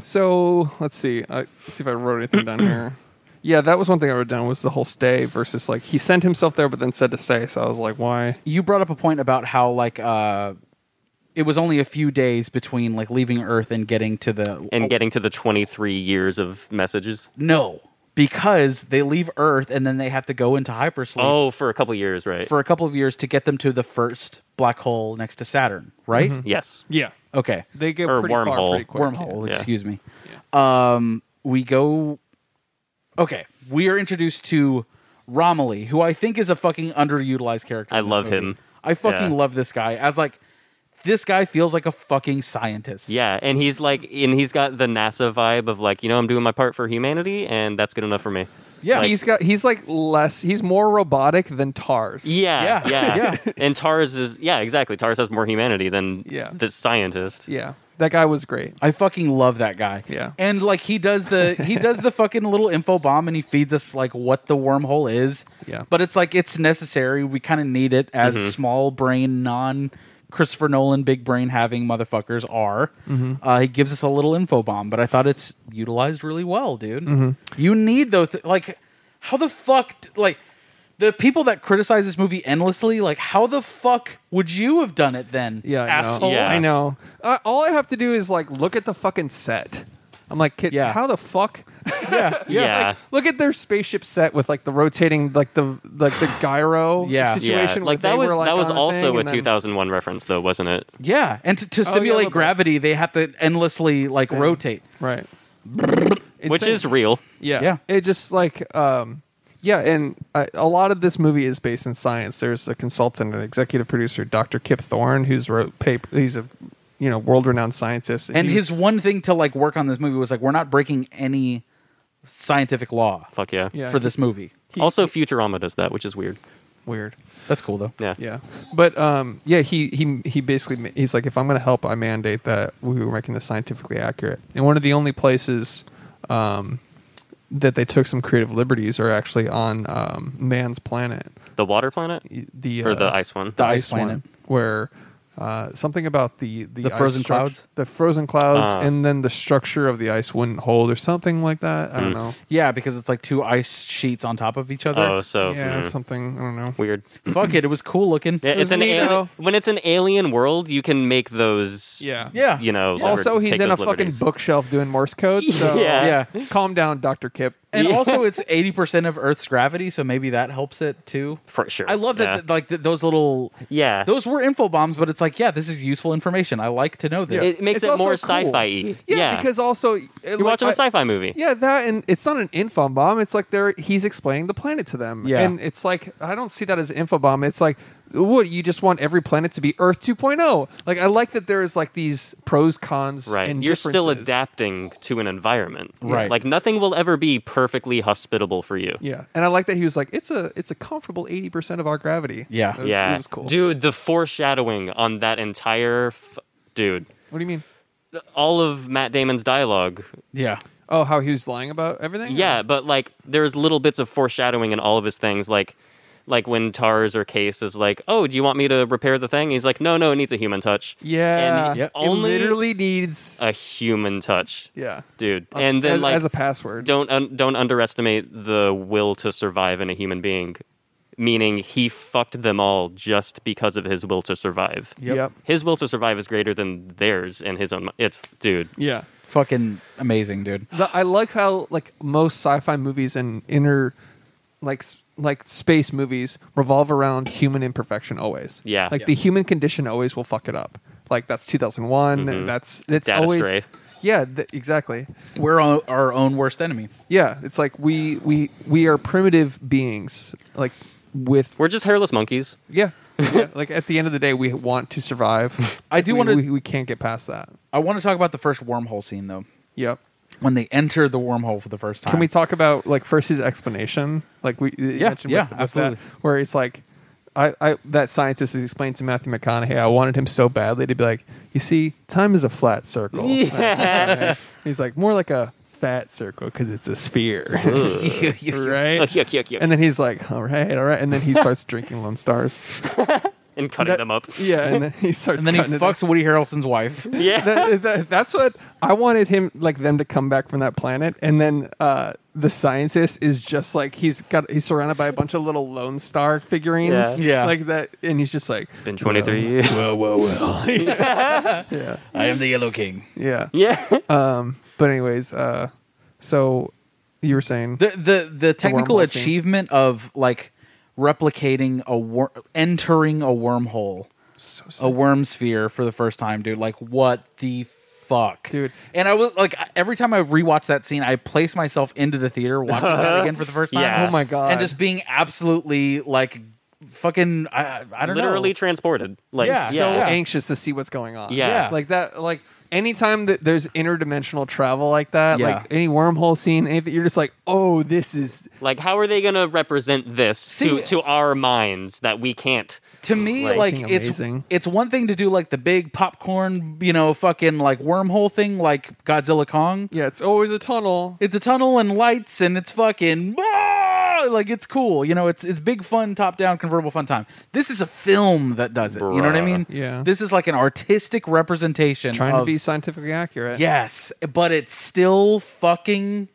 Speaker 1: So let's see. Uh, let's see if I wrote anything down here. Yeah, that was one thing I wrote down was the whole stay versus like he sent himself there, but then said to stay. So I was like, why?
Speaker 3: you brought up a point about how like uh it was only a few days between like leaving earth and getting to the
Speaker 1: oh.
Speaker 2: and getting to the 23 years of messages.
Speaker 3: no because they leave earth and then they have to go into
Speaker 1: Mm-hmm.
Speaker 3: hypersleep
Speaker 2: Oh, for a couple years, right?
Speaker 3: for a couple of years to get them to the first black hole next to saturn right
Speaker 2: yes.
Speaker 1: Yeah,
Speaker 3: okay
Speaker 1: they get
Speaker 2: Or
Speaker 1: pretty far
Speaker 2: wormhole.
Speaker 1: pretty quick.
Speaker 3: wormhole
Speaker 2: Yeah.
Speaker 3: excuse me um we go okay we are introduced to romilly who i think is a fucking underutilized character
Speaker 2: I
Speaker 3: in this
Speaker 2: love
Speaker 3: movie.
Speaker 2: him.
Speaker 3: i fucking
Speaker 2: Yeah.
Speaker 3: love this guy as like this guy feels like a fucking scientist
Speaker 2: Yeah, and he's like, and he's got the NASA vibe of like, you know, I'm doing my part for humanity, and that's good enough for me.
Speaker 3: yeah
Speaker 2: Like-
Speaker 1: he's got he's like less. He's more robotic than Tars.
Speaker 2: Yeah,
Speaker 3: Yeah,
Speaker 2: yeah, And Tars is, yeah, exactly. Tars has more humanity than
Speaker 1: Yeah.
Speaker 2: the scientist.
Speaker 1: yeah. That guy was great.
Speaker 3: I fucking love that guy.
Speaker 1: Yeah.
Speaker 3: And like he does the he does the fucking little info bomb and he feeds us like what the wormhole is.
Speaker 1: Yeah. Mm-hmm.
Speaker 3: But it's like it's necessary. We kind of need it as small brain non Christopher Nolan big brain having motherfuckers are.
Speaker 1: Mm-hmm.
Speaker 3: Uh, he gives us a little info bomb, but I thought it's utilized really well, dude.
Speaker 1: Mm-hmm.
Speaker 3: You need those th- like how the fuck d- like the people that criticize this movie endlessly, like how the fuck would you have done it then?
Speaker 1: Yeah, I know.
Speaker 3: asshole.
Speaker 2: Yeah.
Speaker 1: I know. Uh, all I have to do is like look at the fucking set. I'm like, kid,
Speaker 3: Yeah.
Speaker 1: how the fuck?
Speaker 3: Yeah.
Speaker 2: Yeah,
Speaker 1: Like, look at their spaceship set with like the rotating, like the like the gyro
Speaker 3: Yeah.
Speaker 1: situation.
Speaker 2: yeah.
Speaker 1: where
Speaker 2: Like that
Speaker 1: they
Speaker 2: was
Speaker 1: were, like,
Speaker 2: that was
Speaker 1: on a
Speaker 2: also
Speaker 1: thing
Speaker 2: a
Speaker 1: and then-
Speaker 2: 2001 reference, though, wasn't it?
Speaker 3: Yeah, and to, to
Speaker 1: yeah,
Speaker 3: simulate
Speaker 1: LeBron.
Speaker 3: gravity, they have to endlessly like
Speaker 1: Spin.
Speaker 3: rotate.
Speaker 1: right?
Speaker 2: Which
Speaker 1: Insane.
Speaker 2: is real.
Speaker 1: yeah,
Speaker 3: Yeah.
Speaker 1: It just like um, yeah, and uh, a lot of this movie is based in science. There's a consultant and executive producer, Dr. Kip Thorne, who's wrote paper. He's a you know world renowned scientist,
Speaker 3: And
Speaker 1: he was-
Speaker 3: his one thing to like work on this movie was like we're not breaking any scientific law
Speaker 2: Fuck yeah.
Speaker 1: Yeah.
Speaker 3: for this movie.
Speaker 2: also, Futurama does that, which is weird.
Speaker 1: weird.
Speaker 3: That's cool though.
Speaker 2: Yeah.
Speaker 1: Yeah, but um, yeah, he he he basically ma- he's like, if I'm going to help, I mandate that we were making this scientifically accurate. And one of the only places um, that they took some creative liberties are actually on um, man's planet,
Speaker 2: The water planet
Speaker 1: the
Speaker 2: or the
Speaker 1: uh,
Speaker 2: ice one.
Speaker 3: the ice planet.
Speaker 1: where. Uh, something about the the,
Speaker 3: The
Speaker 1: ice
Speaker 3: frozen
Speaker 1: struct-
Speaker 3: clouds?
Speaker 1: the frozen clouds,
Speaker 2: Ah.
Speaker 1: and then the structure of the ice wouldn't hold, or something like that. I don't
Speaker 2: Mm.
Speaker 1: know.
Speaker 3: Yeah, because it's like two ice sheets on top of each other.
Speaker 2: oh, so
Speaker 1: yeah,
Speaker 2: mhm.
Speaker 1: something I don't know.
Speaker 2: weird.
Speaker 3: Fuck it, it was cool looking.
Speaker 2: Yeah, it's an
Speaker 1: Lino.
Speaker 2: alien, when it's an alien world, you can make those.
Speaker 3: Yeah.
Speaker 2: You know. liber-
Speaker 1: Also, he's
Speaker 2: take
Speaker 1: in a
Speaker 2: those
Speaker 1: fucking
Speaker 2: liberties.
Speaker 1: bookshelf doing Morse code. So
Speaker 2: Yeah.
Speaker 3: Yeah.
Speaker 1: Calm down, Dr. Kip.
Speaker 3: and
Speaker 2: Yeah.
Speaker 3: also it's eighty percent of Earth's gravity, so maybe that helps it too.
Speaker 2: For sure.
Speaker 3: I love that,
Speaker 2: Yeah.
Speaker 3: th- like th- those little,
Speaker 2: yeah.
Speaker 3: those were info bombs, but it's like, yeah, this is useful information. I like to know this.
Speaker 2: it makes
Speaker 1: It's
Speaker 2: it
Speaker 1: also
Speaker 2: more
Speaker 1: cool.
Speaker 2: sci-fi.
Speaker 1: Yeah, because also you're
Speaker 2: you're watching a sci-fi movie.
Speaker 1: Yeah, that and it's not an infobomb. It's like they're he's explaining the planet to them.
Speaker 3: Yeah.
Speaker 1: And it's like I don't see that as infobomb. It's like what you just want every planet to be Earth 2.0. Like I like that there is like these pros cons
Speaker 2: Right.
Speaker 1: and
Speaker 2: You're still
Speaker 1: differences.
Speaker 2: adapting to an environment.
Speaker 3: Right.
Speaker 2: Like nothing will ever be perfectly hospitable for you.
Speaker 1: Yeah. And I like that he was like it's a it's a comfortable 80% of our gravity.
Speaker 3: Yeah.
Speaker 1: It was,
Speaker 2: yeah.
Speaker 1: It was cool.
Speaker 2: Dude, the foreshadowing on that entire f- dude.
Speaker 1: What do you mean?
Speaker 2: All of Matt Damon's dialogue.
Speaker 3: Yeah,
Speaker 1: Oh, how he was lying about everything?
Speaker 2: Yeah, but like there's little bits of foreshadowing in all of his things like like when Tars or Case is like, "Oh, do you want me to repair the thing?" He's like, "No, no, it needs a human touch."
Speaker 1: Yeah.
Speaker 2: And he
Speaker 3: Yep.
Speaker 1: It
Speaker 2: only
Speaker 1: literally needs
Speaker 2: a human touch.
Speaker 1: yeah.
Speaker 2: Dude. And then
Speaker 1: as,
Speaker 2: like
Speaker 1: as a password.
Speaker 2: don't un- don't underestimate the will to survive in a human being. Meaning he fucked them all just because of his will to survive.
Speaker 1: Yep.
Speaker 2: His will to survive is greater than theirs and his own. mi- It's dude.
Speaker 1: Yeah.
Speaker 3: fucking amazing, dude.
Speaker 1: The, I like how like most sci-fi movies and inner like s- like space movies revolve around human imperfection always.
Speaker 2: Yeah.
Speaker 1: Like
Speaker 2: Yeah.
Speaker 1: the human condition always will fuck it up. Like that's 2001. That's it's
Speaker 2: Mm-hmm. Data
Speaker 1: always
Speaker 2: stray.
Speaker 1: yeah th- exactly
Speaker 3: We're our, our own worst enemy.
Speaker 1: yeah. It's like we we we are primitive beings like with
Speaker 2: We're just hairless monkeys.
Speaker 1: yeah. yeah like at the end of the day we want to survive.
Speaker 3: I do
Speaker 1: We-
Speaker 3: wanna-
Speaker 1: we, we can't get past that.
Speaker 3: I want to talk about the first wormhole scene though,
Speaker 1: Yep.
Speaker 3: when they enter the wormhole for the first time.
Speaker 1: Can we talk about like first his explanation? Like we you
Speaker 3: Yeah,
Speaker 1: mentioned
Speaker 3: yeah,
Speaker 1: with, with
Speaker 3: absolutely.
Speaker 1: that, where he's like, I, I that scientist has explained to Matthew McConaughey. I wanted him so badly to be like, you see, time is a flat circle.
Speaker 2: Yeah.
Speaker 1: he's like more like a fat circle because it's a sphere,
Speaker 2: Yuck,
Speaker 1: right?
Speaker 2: yuck, yuck, yuck.
Speaker 1: And then he's like, all right, all right, and then he starts drinking Lone Stars.
Speaker 2: And cutting
Speaker 1: that-
Speaker 2: them up.
Speaker 1: Yeah, and then he starts.
Speaker 3: and then he
Speaker 1: cutting it up.
Speaker 3: fucks Woody Harrelson's wife.
Speaker 2: Yeah.
Speaker 1: that, that- that's what I wanted him like them to come back from that planet, and then uh, the scientist is just like he's got he's surrounded by a bunch of little Lone Star figurines,
Speaker 3: Yeah. Yeah.
Speaker 1: like that, and he's just like,
Speaker 2: Been 23 years.
Speaker 5: Well, Oh, well, well.
Speaker 1: yeah,
Speaker 5: I am the Yellow King.
Speaker 1: yeah.
Speaker 2: Yeah.
Speaker 1: But anyways, uh, so you were saying,
Speaker 3: the the the technical
Speaker 1: wormhole scene.
Speaker 3: achievement of like replicating a wor- entering a wormhole a worm sphere for the first time dude like what the fuck
Speaker 1: Dude.
Speaker 3: and i was like I- every time i rewatch that scene i place myself into the theater watching that again for the first time
Speaker 2: Yeah.
Speaker 1: oh my god,
Speaker 3: and just being absolutely like fucking i, I don't
Speaker 2: Literally
Speaker 3: know
Speaker 2: transported. Like,
Speaker 3: Yeah.
Speaker 2: yeah.
Speaker 1: so anxious to see what's going on,
Speaker 2: Yeah.
Speaker 3: Yeah.
Speaker 1: like that, like. Anytime that there's interdimensional travel like that,
Speaker 3: Yeah.
Speaker 1: like any wormhole scene, anything, you're just like, "Oh, this is
Speaker 2: Like, how are they going to represent this
Speaker 3: See-
Speaker 2: to, to our minds that we can't?
Speaker 3: to me
Speaker 2: Like,
Speaker 3: like,
Speaker 1: fucking
Speaker 3: it's
Speaker 1: amazing.
Speaker 3: it's one thing to do like the big popcorn you know fucking like wormhole thing like godzilla kong
Speaker 1: yeah, it's always a tunnel."
Speaker 3: it's a tunnel and lights and it's fucking "Ah!" like it's cool you know it's it's big fun top down convertible fun time this is a film that does it you know what i
Speaker 2: Bruh.
Speaker 3: mean
Speaker 1: Yeah.
Speaker 3: this is like an artistic representation
Speaker 1: trying to
Speaker 3: of-
Speaker 1: be scientifically accurate.
Speaker 3: yes but it's still fucking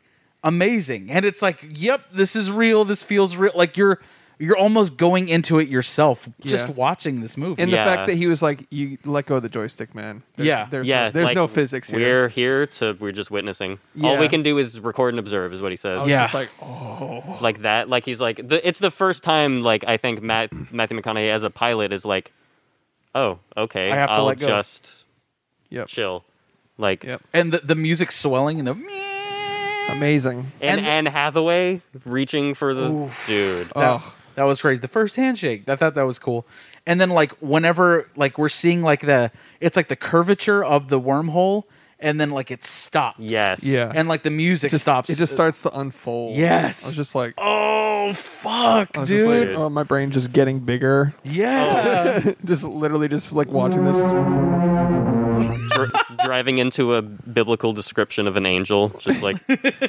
Speaker 3: amazing and it's like yep this is real this feels real like you're you're almost going into it yourself just
Speaker 1: Yeah.
Speaker 3: watching this movie
Speaker 1: And
Speaker 2: Yeah.
Speaker 1: the fact that he was like, "You let go of the joystick, man." There's,
Speaker 3: Yeah.
Speaker 1: there's
Speaker 2: yeah.
Speaker 1: no, there's
Speaker 2: like,
Speaker 1: no physics here.
Speaker 2: We're here to, we're just witnessing. All
Speaker 1: Yeah.
Speaker 2: we can do is record and observe, is what he says.
Speaker 1: I was
Speaker 3: Yeah.
Speaker 1: just like, oh,
Speaker 2: like that. Like he's like the, it's the first time like I think Matt Matthew McConaughey as a pilot is like, oh okay,
Speaker 3: I have to
Speaker 2: will
Speaker 3: let go."
Speaker 2: just
Speaker 1: yep,
Speaker 2: chill, like
Speaker 1: Yep.
Speaker 3: and the, the music swelling and the
Speaker 1: amazing.
Speaker 2: and
Speaker 3: And-
Speaker 2: Anne Hathaway reaching for the dude.
Speaker 3: That,
Speaker 1: Oh.
Speaker 3: that was crazy. The first handshake, I thought that was cool. And then like whenever like we're seeing like the it's like the curvature of the wormhole, and then like it stops.
Speaker 2: Yes.
Speaker 1: Yeah.
Speaker 3: And like the music
Speaker 1: Just,
Speaker 3: stops.
Speaker 1: It just starts to unfold.
Speaker 3: Yes.
Speaker 1: I was just like,
Speaker 3: Oh fuck,
Speaker 1: I was just like,
Speaker 3: dude.
Speaker 2: Dude.
Speaker 1: oh, my brain just getting bigger.
Speaker 3: yeah.
Speaker 2: Oh.
Speaker 1: just literally, just like watching this.
Speaker 2: Dr- driving into a biblical description of an angel, just like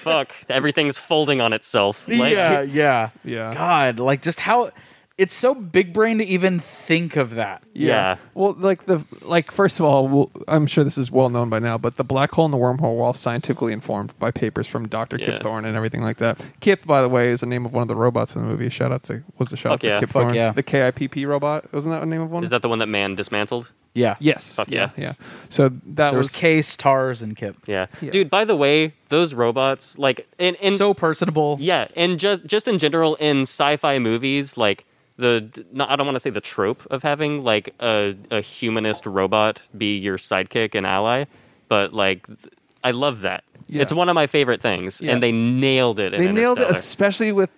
Speaker 2: fuck, everything's folding on itself. Like,
Speaker 3: yeah. Yeah.
Speaker 1: Yeah.
Speaker 3: God, like just how it's so big brain to even think of that.
Speaker 2: Yeah.
Speaker 1: Well, like the like first of all, well, I'm sure this is well known by now, but the black hole and the wormhole were all scientifically informed by papers from Dr.
Speaker 2: Yeah.
Speaker 1: Kip Thorne and everything like that. Kip, by the way, is the name of one of the robots in the movie. Shout out to was the shout out
Speaker 2: Fuck yeah.
Speaker 1: to Kip
Speaker 3: Fuck
Speaker 1: Thorne,
Speaker 3: yeah.
Speaker 1: the KIPP robot. Wasn't that the name of one?
Speaker 2: Is that the one that man dismantled?
Speaker 3: Yeah.
Speaker 1: yes.
Speaker 2: Fuck yeah.
Speaker 1: yeah. So that
Speaker 3: There was
Speaker 1: was
Speaker 3: Case, Tars, and Kip.
Speaker 2: Yeah.
Speaker 1: Yeah.
Speaker 2: Dude, by the way, those robots, like, in, in
Speaker 3: so personable.
Speaker 2: yeah, and just just in general in sci-fi movies, like the no, I don't want to say the trope of having like a a humanist robot be your sidekick and ally, but like th- I love that.
Speaker 1: Yeah.
Speaker 2: It's one of my favorite things,
Speaker 1: Yeah.
Speaker 2: and they nailed it.
Speaker 1: they
Speaker 2: in
Speaker 1: nailed it,
Speaker 2: Interstellar.
Speaker 1: especially with.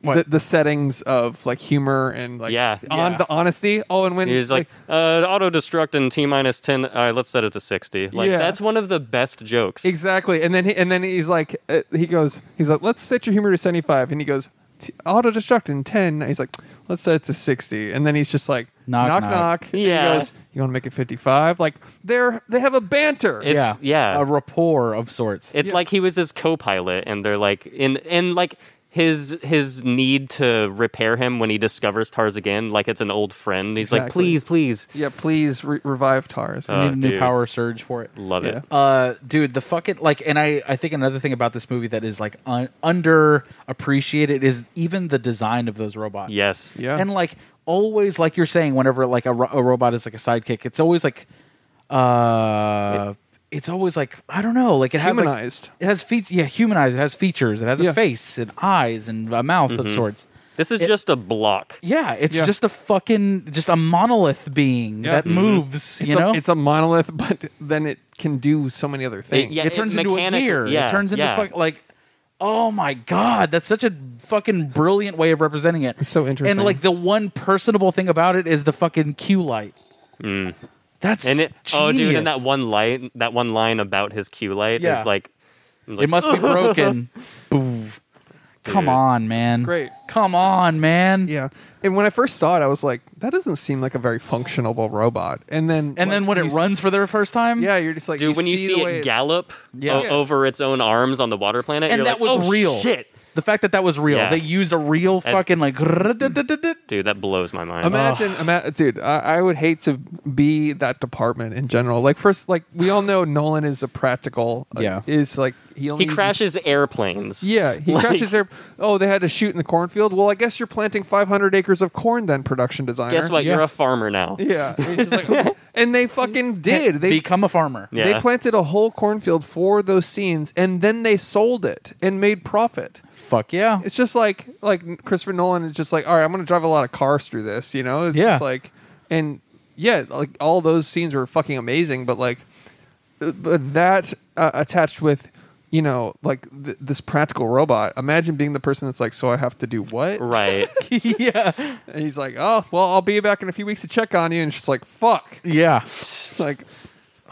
Speaker 3: What?
Speaker 1: The, the settings of like humor and like
Speaker 2: Yeah.
Speaker 1: on
Speaker 3: Yeah.
Speaker 1: the honesty. Oh, and when
Speaker 2: He's like, uh, auto destruct in T minus ten. All right, let's set it to sixty. Like
Speaker 1: Yeah.
Speaker 2: that's one of the best jokes.
Speaker 1: Exactly, and then he, and then he's like, uh, he goes, he's like, let's set your humor to seventy five, and he goes, auto destruct in ten. He's like, let's set it to sixty, and then he's just like,
Speaker 3: Knock,
Speaker 1: knock knock.
Speaker 3: knock.
Speaker 1: And
Speaker 2: Yeah.
Speaker 1: he goes, you want to make it fifty five? Like they're they have a banter.
Speaker 2: It's yeah,
Speaker 3: A rapport of sorts.
Speaker 2: It's
Speaker 1: Yeah.
Speaker 2: like he was his co-pilot, and they're like, and and like his his need to repair him when he discovers Tars again, like it's an old friend. He's like,
Speaker 1: Exactly.
Speaker 2: please, please,
Speaker 1: yeah, please re- revive Tars.
Speaker 2: Uh,
Speaker 3: Need a new
Speaker 2: dude.
Speaker 3: power surge for it.
Speaker 2: love
Speaker 1: Yeah.
Speaker 2: it.
Speaker 3: Uh, dude, the fucking like, and I, I think another thing about this movie that is like un- underappreciated is even the design of those robots.
Speaker 2: Yes,
Speaker 1: Yeah.
Speaker 3: and like always, like you're saying, whenever like a, ro- a robot is like a sidekick, it's always like, uh, it's always like I don't know, like it has like-
Speaker 1: Humanized.
Speaker 3: it has feet, yeah, humanized. It has features. It has
Speaker 1: Yeah.
Speaker 3: a face and eyes and a mouth of sorts.
Speaker 2: this is just a block.
Speaker 3: Yeah, it's
Speaker 1: Yeah.
Speaker 3: just a fucking just a monolith being
Speaker 1: Yeah.
Speaker 3: that
Speaker 1: Mhm.
Speaker 3: moves.
Speaker 1: it's
Speaker 3: you know,
Speaker 1: a, it's a monolith, but then it can do so many other things.
Speaker 2: yeah.
Speaker 3: it turns into a
Speaker 2: mechanic-
Speaker 3: gear.
Speaker 2: yeah,
Speaker 3: it turns into
Speaker 2: yeah.
Speaker 3: fuck, like, oh my god, that's such a fucking brilliant way of representing it.
Speaker 1: It's so interesting.
Speaker 3: And like the one personable thing about it is the fucking cue light. That's
Speaker 2: Mm. and it
Speaker 3: genius.
Speaker 2: oh dude, and that one line that one line about his cue light
Speaker 3: Yeah.
Speaker 2: is like,
Speaker 3: it must be broken. Boo. Come
Speaker 2: Dude.
Speaker 3: on, man.
Speaker 1: great.
Speaker 3: Come on, man.
Speaker 1: Yeah. And when I first saw it, I was like, that doesn't seem like a very functionable robot. And then
Speaker 3: And then when
Speaker 1: you
Speaker 3: it
Speaker 1: s-
Speaker 3: runs for the first time,
Speaker 1: yeah, you're just like,
Speaker 2: dude, when you see,
Speaker 1: the way
Speaker 2: it
Speaker 1: it's-
Speaker 2: gallop
Speaker 3: Yeah.
Speaker 2: o- over its own arms on the water planet,
Speaker 3: and
Speaker 2: you're
Speaker 3: that
Speaker 2: like,
Speaker 3: was
Speaker 2: "Oh,
Speaker 3: real.
Speaker 2: Shit,
Speaker 3: The fact that that was real,
Speaker 2: Yeah.
Speaker 3: they used a real fucking like.
Speaker 2: dude, that blows my mind.
Speaker 1: Imagine, ima- dude. I, I would hate to be that department in general. Like first, like we all know, Nolan is a practical. uh,
Speaker 3: Yeah.
Speaker 1: is like he only
Speaker 2: he
Speaker 1: uses-
Speaker 2: crashes airplanes.
Speaker 1: yeah, he
Speaker 2: Like-
Speaker 1: crashes there. Oh, they had to shoot in the cornfield. Well, I guess you're planting 500 acres of corn then, production designer.
Speaker 2: Guess what? You're a farmer now.
Speaker 1: Yeah, It's just like- and they fucking did. They
Speaker 3: become a farmer.
Speaker 2: Yeah.
Speaker 1: they planted a whole cornfield for those scenes, and then they sold it and made profit.
Speaker 3: Fuck yeah.
Speaker 1: It's just like like Christopher Nolan is just like, all right, I'm going to drive a lot of cars through this, you know? It's
Speaker 3: Yeah.
Speaker 1: just like and yeah, like all those scenes were fucking amazing, but like uh, but that uh, attached with you know like th- this practical robot. Imagine being the person that's like, so I have to do what?
Speaker 2: Right.
Speaker 3: yeah.
Speaker 1: And he's like, oh well, I'll be back in a few weeks to check on you, and she's like, fuck,
Speaker 3: Yeah.
Speaker 1: like.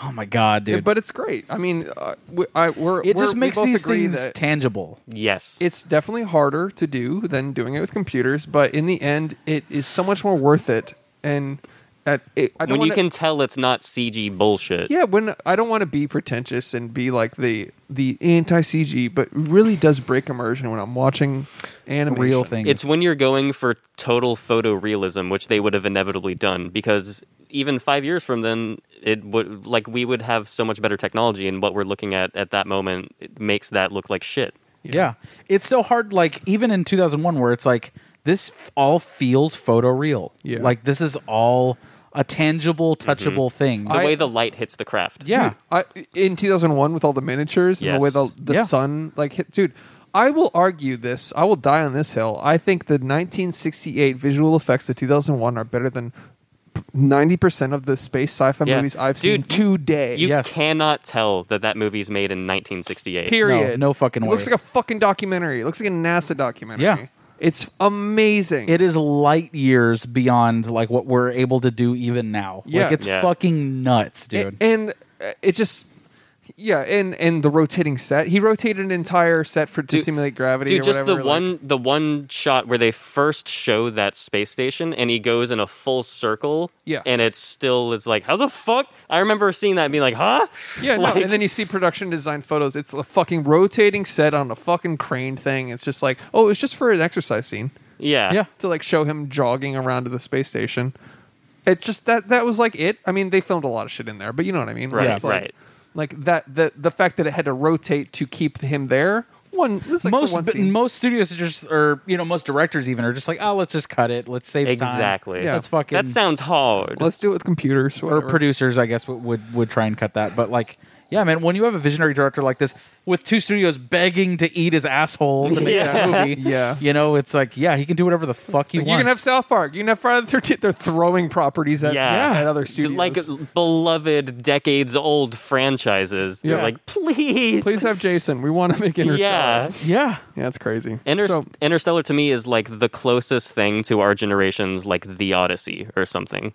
Speaker 3: Oh my god, dude.
Speaker 1: But it's great. I mean, uh, we, I, we're
Speaker 3: it
Speaker 1: we're-
Speaker 3: just
Speaker 1: we
Speaker 3: makes
Speaker 1: both
Speaker 3: these
Speaker 1: agree
Speaker 3: things
Speaker 1: that-
Speaker 3: tangible.
Speaker 2: yes.
Speaker 1: it's definitely harder to do than doing it with computers, but in the end, it is so much more worth it. And at it, I don't
Speaker 2: when
Speaker 1: wanna,
Speaker 2: you can tell it's not CG bullshit.
Speaker 1: yeah, when I don't want to be pretentious and be like the the anti CG, but it really does break immersion when I'm watching animation.
Speaker 3: Real thing.
Speaker 2: It's when you're going for total photorealism, which they would have inevitably done, because even five years from then, it would like we would have so much better technology, and what we're looking at at that moment it makes that look like shit.
Speaker 3: yeah. It's so hard like even in 2001 where it's like this f- all feels photoreal.
Speaker 1: Yeah.
Speaker 3: Like this is all a tangible,
Speaker 2: Mm-hmm.
Speaker 3: touchable thing.
Speaker 2: The
Speaker 1: I-
Speaker 2: way the light hits the craft.
Speaker 3: yeah.
Speaker 1: Dude, I, in 2001 with all the miniatures and
Speaker 2: Yes.
Speaker 1: the way the, the
Speaker 3: Yeah.
Speaker 1: sun like hit dude i will argue this i will die on this hill i think the 1968 visual effects of 2001 are better than 90% of the space sci-fi
Speaker 2: Yeah.
Speaker 1: movies i've
Speaker 2: Dude,
Speaker 1: seen today
Speaker 2: You
Speaker 3: Yes.
Speaker 2: cannot tell that that movie's made in 1968.
Speaker 1: period
Speaker 3: No, no fucking
Speaker 1: it looks
Speaker 3: way.
Speaker 1: like a fucking documentary it looks like a nasa documentary
Speaker 3: Yeah.
Speaker 1: it's amazing
Speaker 3: It is light years beyond like what we're able to do even now.
Speaker 1: Yeah.
Speaker 3: Like it's
Speaker 2: Yeah.
Speaker 3: fucking nuts, dude.
Speaker 1: A- and uh, it just yeah and and the rotating set he rotated an entire set for to
Speaker 2: Dude-
Speaker 1: simulate gravity
Speaker 2: Dude,
Speaker 1: or
Speaker 2: just
Speaker 1: whatever
Speaker 2: the
Speaker 1: like-
Speaker 2: one the one shot where they first show that space station and he goes in a full circle.
Speaker 1: Yeah.
Speaker 2: And it still is like, how the fuck? I remember seeing that and being like, huh?
Speaker 1: Yeah, no.
Speaker 2: Like-
Speaker 1: and then you see production design photos. It's a fucking rotating set on a fucking crane thing. It's just like, oh, it's just for an exercise scene.
Speaker 2: Yeah.
Speaker 3: Yeah.
Speaker 1: to like show him jogging around to the space station. It just that that was like it. I mean, they filmed a lot of shit in there, but you know what I mean.
Speaker 2: Right,
Speaker 1: It's like,
Speaker 2: right.
Speaker 1: Like that the the fact that it had to rotate to keep him there. One this is like the
Speaker 3: most
Speaker 1: one
Speaker 3: but
Speaker 1: scene.
Speaker 3: most studios are just or you know most directors even are just like oh let's just cut it let's save time.
Speaker 2: Exactly.
Speaker 1: Yeah.
Speaker 3: let's fucking
Speaker 2: That sounds hard.
Speaker 1: Let's do it with computers
Speaker 3: or
Speaker 1: whatever.
Speaker 3: producers I guess would, would would try and cut that but like yeah man when you have a visionary director like this with two studios begging to eat his asshole to make
Speaker 2: Yeah.
Speaker 3: that movie
Speaker 1: Yeah.
Speaker 3: you know it's like yeah he can do whatever the fuck he
Speaker 1: You
Speaker 3: wants
Speaker 1: can have South Park. You can have Friday the Thirteenth. They're throwing properties at,
Speaker 2: Yeah.
Speaker 1: at other studios.
Speaker 2: Like beloved decades old franchises. They're
Speaker 1: Yeah.
Speaker 2: like, please.
Speaker 1: please have Jason. We want to make Interstellar.
Speaker 2: yeah.
Speaker 3: yeah
Speaker 1: yeah, it's crazy.
Speaker 2: Inter-
Speaker 1: so,
Speaker 2: Interstellar to me is like the closest thing to our generation's like The Odyssey or something.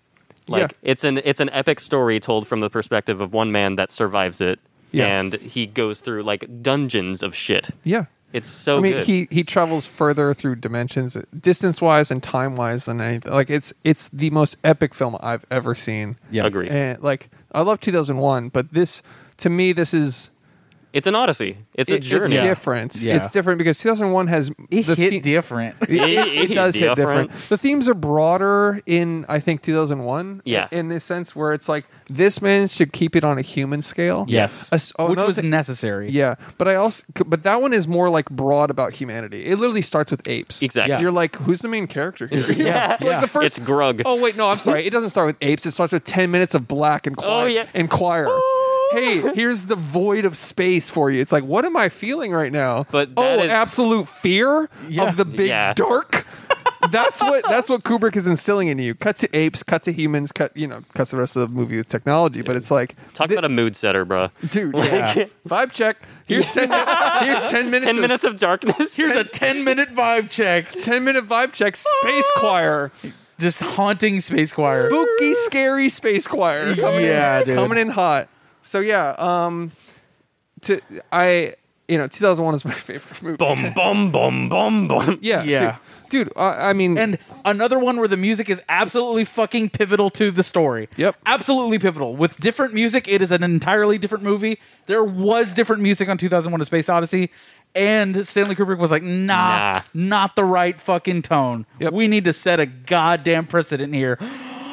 Speaker 2: Like it's an it's an epic story told from the perspective of one man that survives it
Speaker 1: Yeah.
Speaker 2: and he goes through like dungeons of shit.
Speaker 1: yeah.
Speaker 2: It's so
Speaker 1: I mean,
Speaker 2: Oh, good.
Speaker 1: he he travels further through dimensions, distance wise and time wise than anything. Like it's it's the most epic film I've ever seen.
Speaker 3: yeah
Speaker 2: Agree.
Speaker 1: And like I love 2001, but this to me this is
Speaker 2: it's an odyssey. It's a
Speaker 1: it- it's
Speaker 2: journey.
Speaker 1: different.
Speaker 3: Yeah.
Speaker 1: It's different because 2001 has
Speaker 3: it
Speaker 1: the
Speaker 3: hit
Speaker 1: the-
Speaker 3: different
Speaker 1: it, it-
Speaker 2: It
Speaker 1: it does
Speaker 2: hit
Speaker 1: hit different.
Speaker 2: different.
Speaker 1: The themes are broader in I think 2001.
Speaker 2: Yeah.
Speaker 1: in this sense where it's like this man should keep it on a human scale.
Speaker 3: yes
Speaker 1: A s- oh,
Speaker 3: which
Speaker 1: another
Speaker 3: was
Speaker 1: thing-
Speaker 3: necessary
Speaker 1: yeah, but I also but that one is more like broad about humanity. It literally starts with apes.
Speaker 2: Exactly.
Speaker 3: Yeah.
Speaker 1: You're like, who's the main character here?
Speaker 2: Yeah.
Speaker 1: like the first.
Speaker 2: It's Grug.
Speaker 1: Oh wait, no, I'm sorry. It doesn't start with apes. It starts with ten minutes of black and choir.
Speaker 2: Oh, yeah. Oh.
Speaker 1: and choir. Hey, here's the void of space for you. It's like, what am I feeling right now?
Speaker 2: But that
Speaker 1: oh,
Speaker 2: is-
Speaker 1: absolute fear
Speaker 3: Yeah.
Speaker 1: of the big
Speaker 2: Yeah.
Speaker 1: dark. that's what that's what Kubrick is instilling in you. Cut to apes, cut to humans, cut you know, cuts the rest of the movie with technology. But it's like
Speaker 2: Talk
Speaker 1: thi-
Speaker 2: about a mood setter, bro.
Speaker 1: dude. Yeah. Vibe check. Here's ten. mi- here's ten minutes.
Speaker 2: Ten minutes of darkness.
Speaker 3: here's a 10 minute vibe check
Speaker 1: ten minute vibe check. Space choir.
Speaker 3: just haunting space choir
Speaker 1: Spooky, scary space choir. Coming
Speaker 3: Yeah,
Speaker 1: in,
Speaker 3: dude.
Speaker 1: coming in hot. So yeah. Um. To I you know 2001 is my favorite movie.
Speaker 2: bum bum bum bum bum.
Speaker 1: Yeah.
Speaker 3: Yeah.
Speaker 1: Dude. dude I, I mean.
Speaker 3: and another one where the music is absolutely fucking pivotal to the story.
Speaker 1: Yep.
Speaker 3: Absolutely pivotal. With different music, it is an entirely different movie. There was different music on 2001 A Space Odyssey, and Stanley Kubrick was like, nah,
Speaker 2: Nah.
Speaker 3: not the right fucking tone.
Speaker 1: Yep.
Speaker 3: We need to set a goddamn precedent here.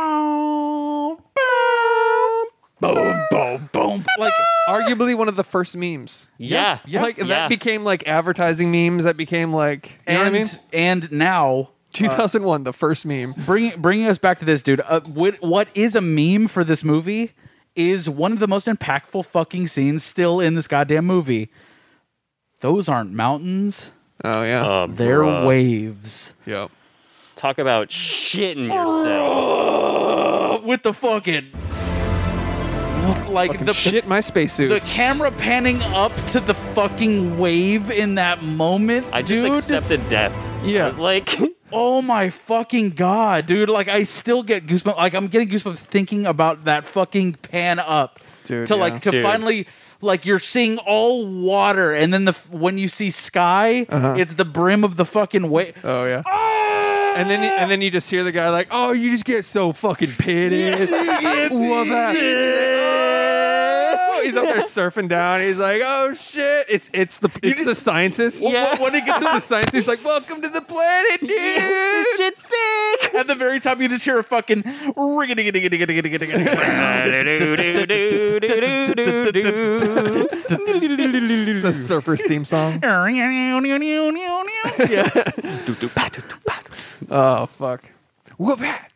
Speaker 3: boom, boom, boom, boom, boom. Like,
Speaker 1: arguably one of the first memes.
Speaker 2: Yeah.
Speaker 3: Yeah.
Speaker 1: Like
Speaker 2: Yeah.
Speaker 1: that became like advertising memes. That became like you
Speaker 3: and,
Speaker 1: know
Speaker 3: uh,
Speaker 1: what I mean.
Speaker 3: and now uh,
Speaker 1: 2001, the first meme.
Speaker 3: bringing bringing us back to this, dude. Uh, what, what is a meme for this movie is one of the most impactful fucking scenes still in this goddamn movie. Those aren't mountains;
Speaker 1: Oh yeah.
Speaker 2: Uh,
Speaker 3: they're
Speaker 2: bruh.
Speaker 3: waves.
Speaker 1: yeah.
Speaker 2: Talk about shitting yourself.
Speaker 3: Uh, with the fucking like
Speaker 1: Fucking
Speaker 3: the
Speaker 1: shit my spacesuit.
Speaker 3: the camera panning up to the fucking wave in that moment.
Speaker 2: I just
Speaker 3: dude.
Speaker 2: accepted death.
Speaker 1: Yeah.
Speaker 2: I was like,
Speaker 3: Oh my fucking god, dude! Like I still get goosebumps. Like I'm getting goosebumps thinking about that fucking pan up,
Speaker 1: Dude,
Speaker 3: To
Speaker 1: yeah.
Speaker 3: like to
Speaker 2: Dude.
Speaker 3: finally, like you're seeing all water, and then the f- when you see sky, it's the brim of the fucking wave.
Speaker 1: Oh yeah. And then and then you just hear the guy like, "Oh, you just get so fucking pitted." Love that. Oh, He's up there surfing down. He's like, "Oh shit!" It's it's the it's the scientist.
Speaker 2: Yeah.
Speaker 1: When he gets to the scientist, he's like, "Welcome to the planet, dude."
Speaker 2: shit's sick.
Speaker 3: At the very top, you just hear a fucking
Speaker 1: It's a surfer's theme song. Oh fuck. Whoop hat.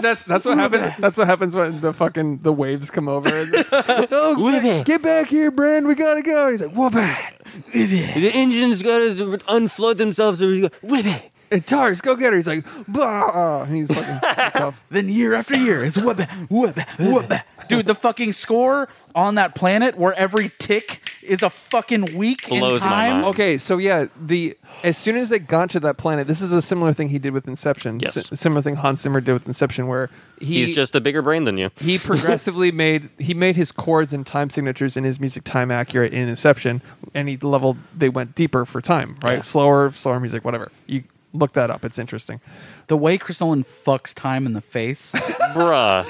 Speaker 1: that's that's what happens. That's what happens when the fucking the waves come over. oh, get, get back here, Brand. We gotta go. And he's like, "Whoop hat."
Speaker 2: The engines gotta unfloat themselves. Whip
Speaker 1: And Tars, go get her. He's like, bah. And he's fucking it's tough.
Speaker 3: Then year after year, it's whoop, whoop, whoop. Dude, the fucking score on that planet where every tick is a fucking week in
Speaker 2: Blows my
Speaker 3: time.
Speaker 2: mind.
Speaker 1: Okay, so yeah, the as soon as they got to that planet, this is a similar thing he did with Inception.
Speaker 2: Yes.
Speaker 1: S- similar thing Hans Zimmer did with Inception, where he
Speaker 2: He's just a bigger brain than you.
Speaker 1: he progressively made he made his chords and time signatures in his music time accurate in Inception, and he leveled they went deeper for time, right?
Speaker 2: Yeah.
Speaker 1: Slower, slower music, whatever. You look that up; it's interesting.
Speaker 3: The way Chris Nolan fucks time in the face
Speaker 2: Bruh.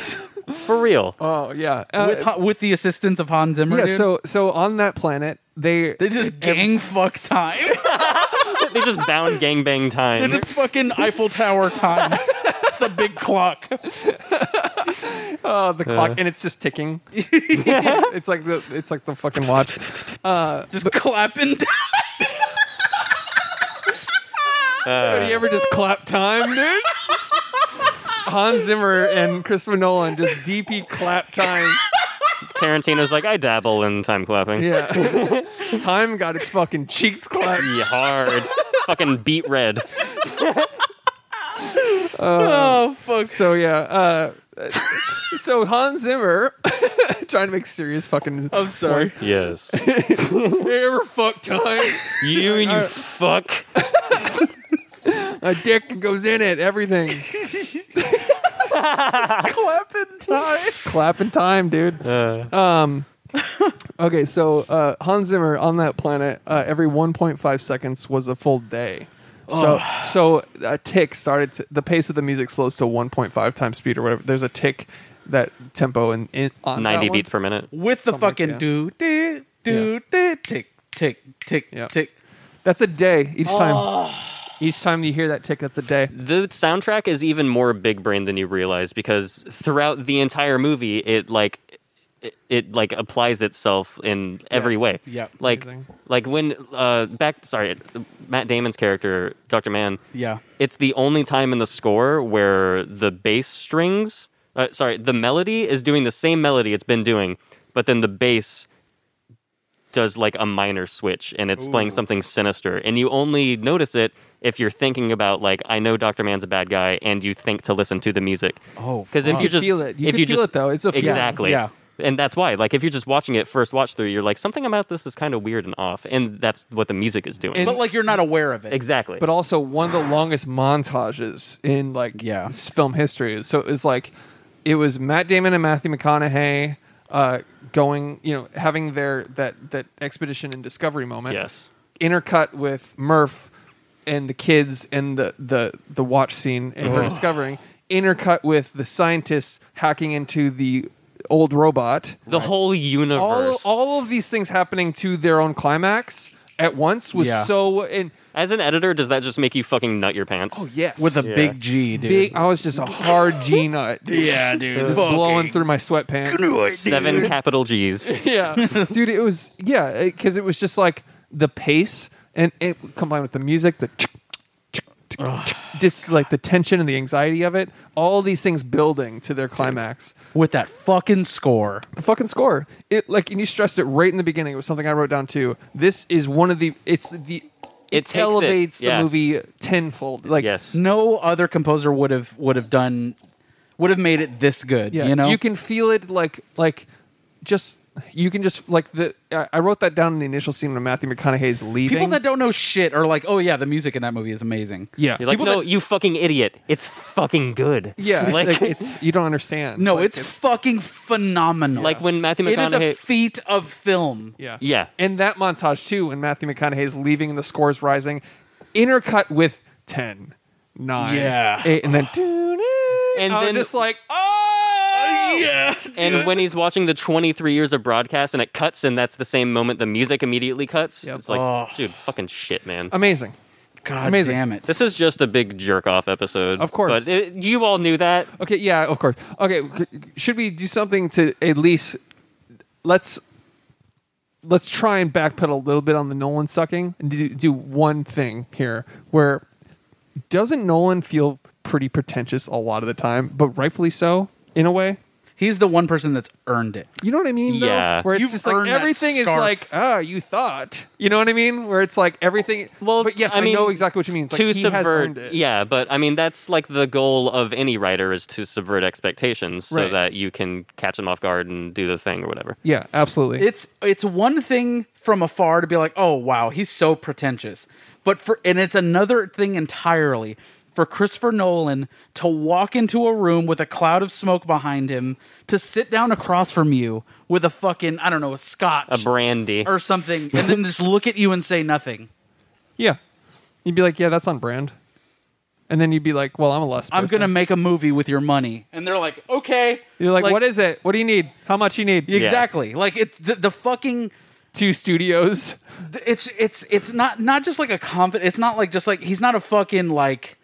Speaker 2: For real.
Speaker 1: Oh yeah,
Speaker 3: with with the assistance of Hans Zimmer.
Speaker 1: Yeah,
Speaker 3: dude.
Speaker 1: so so on that planet, they
Speaker 3: They just gang fuck time.
Speaker 2: They just bound gangbang
Speaker 3: they
Speaker 2: time.
Speaker 3: just fucking Eiffel Tower time. It's a big clock.
Speaker 1: uh, the clock and it's just ticking. it's like the it's like the fucking watch.
Speaker 3: Just clapping.
Speaker 1: Have
Speaker 2: Uh,
Speaker 1: you ever just clap time, dude? Hans Zimmer and Christopher Nolan just DP clap time.
Speaker 2: Tarantino's like, I dabble in time clapping.
Speaker 1: Yeah, time got its fucking cheeks clapped.
Speaker 2: Yeah, hard. Fucking beat red.
Speaker 3: oh, fuck.
Speaker 1: So yeah, uh, so Hans Zimmer trying to make serious fucking.
Speaker 3: I'm sorry.
Speaker 2: Yes.
Speaker 1: They ever fuck time?
Speaker 2: You and you fuck.
Speaker 1: A dick goes in it. Everything.
Speaker 3: clapping time.
Speaker 1: clapping time, dude.
Speaker 2: Uh,
Speaker 1: Um, okay, so uh, Hans Zimmer on that planet, uh, every 1.5 seconds was a full day. So, so a tick started. To, the pace of the music slows to 1.5 times speed or whatever. There's a tick that tempo and in, on that
Speaker 2: 90
Speaker 1: one.
Speaker 2: beats per minute.
Speaker 3: With the
Speaker 1: Something like
Speaker 3: fucking
Speaker 1: that.
Speaker 3: do, do, do, do, tick, tick, tick,
Speaker 1: Yeah.
Speaker 3: tick.
Speaker 1: That's a day each time. Each time you hear that tick, that's a day.
Speaker 2: The soundtrack is even more big brain than you realize because throughout the entire movie, it like it, it like applies itself in every way.
Speaker 3: Yep.
Speaker 2: Like
Speaker 1: Amazing.
Speaker 2: like when uh back sorry, Matt Damon's character, Dr. Mann,
Speaker 3: Yeah.
Speaker 2: it's the only time in the score where the bass strings, uh, sorry, the melody is doing the same melody it's been doing, but then the bass does like a minor switch and it's playing something sinister. And you only notice it if you're thinking about like I know Dr. Man's a bad guy and you think to listen to the music.
Speaker 3: Oh,
Speaker 2: Cuz
Speaker 1: You
Speaker 2: if
Speaker 1: can
Speaker 2: you just
Speaker 1: feel it. You
Speaker 2: if
Speaker 1: can
Speaker 2: you
Speaker 1: feel
Speaker 2: just
Speaker 1: it, though. It's a feeling.
Speaker 2: Exactly.
Speaker 3: Yeah.
Speaker 2: And that's why like if you're just watching it first watch through you're like something about this is kind of weird and off and that's what the music is doing.
Speaker 3: But like you're not aware of it.
Speaker 2: exactly.
Speaker 1: but also one of the longest montages in like
Speaker 3: Yeah.
Speaker 1: s- film history. So it was like it was Matt Damon and Matthew McConaughey uh, going, you know, having their that that expedition and discovery moment.
Speaker 2: Yes.
Speaker 1: intercut with Murph and the kids and the the the watch scene and
Speaker 3: Uh-huh.
Speaker 1: her discovering. Intercut with the scientists hacking into the old robot
Speaker 2: the whole
Speaker 1: all
Speaker 2: universe.
Speaker 1: all of these things happening to their own climax at once was
Speaker 3: Yeah.
Speaker 1: so and
Speaker 2: As an editor, does that just make you fucking nut your pants?
Speaker 1: oh yes
Speaker 3: With a
Speaker 2: Yeah.
Speaker 3: big G, dude.
Speaker 1: big I was just a hard G nut dude.
Speaker 3: yeah, dude.
Speaker 1: just blowing through my sweatpants
Speaker 2: Seven capital G's.
Speaker 1: yeah dude it was yeah because it was just like the pace and it combined with the music the just like the tension and the anxiety of it all these things building to their climax
Speaker 3: With that fucking score.
Speaker 1: the fucking score. It like and you stressed it right in the beginning. It was something I wrote down too. This is one of the it's the
Speaker 2: It
Speaker 1: it,
Speaker 2: takes it,
Speaker 1: elevates
Speaker 2: yeah.
Speaker 1: the movie tenfold. Like
Speaker 2: Yes.
Speaker 3: No other composer would have would have done would have made it this good.
Speaker 1: yeah,
Speaker 3: you know,
Speaker 1: you can feel it like like just you can just like the I I wrote that down in the initial scene when Matthew McConaughey's leaving.
Speaker 3: people that don't know shit are like, oh yeah, the music in that movie is amazing.
Speaker 1: yeah,
Speaker 2: You're like,
Speaker 1: People
Speaker 2: no,
Speaker 1: that-
Speaker 2: you fucking idiot. It's fucking good.
Speaker 1: yeah,
Speaker 2: Like,
Speaker 1: like, it's you don't understand.
Speaker 3: No,
Speaker 1: Like,
Speaker 3: it's, fucking phenomenal.
Speaker 2: like when Matthew
Speaker 3: it is a
Speaker 2: McConaughey.
Speaker 3: feat of film.
Speaker 1: yeah,
Speaker 2: Yeah.
Speaker 1: and that montage too when Matthew McConaughey's leaving and the score's rising, intercut with ten. Nine,
Speaker 3: Yeah.
Speaker 1: eight, and then,
Speaker 2: And
Speaker 1: and then
Speaker 2: then-
Speaker 1: just like, oh,
Speaker 3: Yeah.
Speaker 2: and when he's watching the 23 years of broadcast and it cuts, and that's the same moment the music immediately cuts,
Speaker 1: Yep.
Speaker 2: it's like,
Speaker 3: Oh.
Speaker 2: dude, fucking shit, man.
Speaker 1: amazing.
Speaker 3: God
Speaker 1: Amazing.
Speaker 3: damn it.
Speaker 2: this is just a big jerk off episode.
Speaker 1: Of course.
Speaker 2: But it, you all knew that.
Speaker 1: Okay, yeah, of course. Okay, c- should we do something to at least let's let's try and backpedal a little bit on the Nolan sucking and do, do one thing here where doesn't Nolan feel pretty pretentious a lot of the time, but rightfully so in a way?
Speaker 3: He's the one person that's earned it.
Speaker 1: You know what I mean? though?
Speaker 2: Yeah.
Speaker 1: Where it's
Speaker 3: You've
Speaker 1: just like
Speaker 3: earned that
Speaker 1: everything is
Speaker 3: scarf.
Speaker 1: like, ah, you thought. You know what I mean? Where it's like everything.
Speaker 2: Well,
Speaker 1: but yes,
Speaker 2: I
Speaker 1: I,
Speaker 2: mean,
Speaker 1: know exactly what you mean. It's like
Speaker 2: to
Speaker 1: he has
Speaker 2: subvert,
Speaker 1: earned it.
Speaker 2: yeah, but I mean that's like the goal of any writer is to subvert expectations so
Speaker 1: Right.
Speaker 2: that you can catch them off guard and do the thing or whatever.
Speaker 1: yeah, absolutely.
Speaker 3: It's it's one thing from afar to be like, oh wow, he's so pretentious. But for and it's another thing entirely for Christopher Nolan to walk into a room with a cloud of smoke behind him, to sit down across from you with a fucking, I don't know, a scotch
Speaker 2: A brandy.
Speaker 3: or something, and then just look at you and say nothing.
Speaker 1: Yeah. You'd be like, yeah, that's on brand. And then you'd be like, well, I'm a less.
Speaker 3: I'm gonna
Speaker 1: person.
Speaker 3: make a movie with your money. And they're like, okay.
Speaker 1: You're like, what is it? What do you need? How much you need?
Speaker 3: Exactly. Like it the, the fucking
Speaker 1: two studios.
Speaker 3: it's it's it's not not just like a confident. It's not like just like he's not a fucking like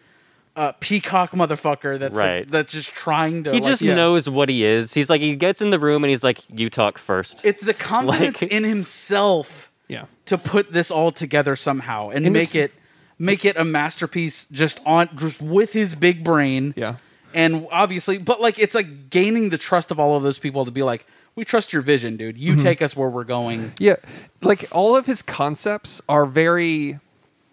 Speaker 3: uh, peacock motherfucker that's like,
Speaker 2: Right.
Speaker 3: that's just trying to.
Speaker 2: He
Speaker 3: like-
Speaker 2: just knows what he is. He's like he gets in the room and he's like, "You talk first.
Speaker 3: It's the confidence
Speaker 2: Like-
Speaker 3: in himself
Speaker 1: Yeah.
Speaker 3: to put this all together somehow and,
Speaker 1: And
Speaker 3: make
Speaker 1: it's-
Speaker 3: it make it a masterpiece just on just with his big brain.
Speaker 1: Yeah.
Speaker 3: And obviously, but like it's like gaining the trust of all of those people to be like, we trust your vision, dude. You take us where we're going.
Speaker 1: Yeah, like all of his concepts are very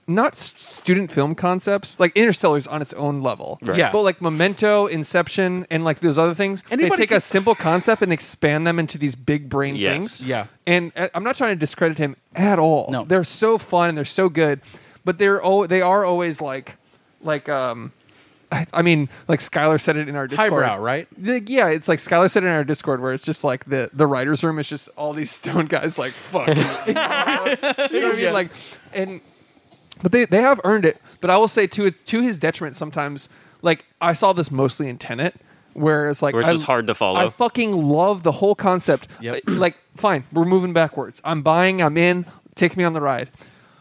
Speaker 1: not s- student film concepts. Like Interstellar's on its own level,
Speaker 3: Right. Yeah.
Speaker 1: But like Memento, Inception, and like those other things, they
Speaker 3: Anybody
Speaker 1: take
Speaker 3: can-
Speaker 1: a simple concept and expand them into these big brain
Speaker 2: Yes.
Speaker 1: things.
Speaker 3: Yeah.
Speaker 1: and uh, I'm not trying to discredit him at all.
Speaker 3: No.
Speaker 1: they're so fun and they're so good, but they're al- they are always like like um. I I mean, like Skylar said it in our Discord.
Speaker 3: Highbrow, right?
Speaker 1: The- yeah, it's like Skylar said it in our Discord, where it's just like the the writers' room is just all these stone guys, like fuck. you know what I mean? Like, and but they they have earned it. But I will say to it to his detriment sometimes. Like I saw this mostly in Tenet, where it's like
Speaker 2: Where it's
Speaker 1: I-
Speaker 2: just hard to follow.
Speaker 1: I fucking love the whole concept. Uh,
Speaker 3: Yep.
Speaker 1: Like, fine, we're moving backwards. I'm buying. I'm in. Take me on the ride.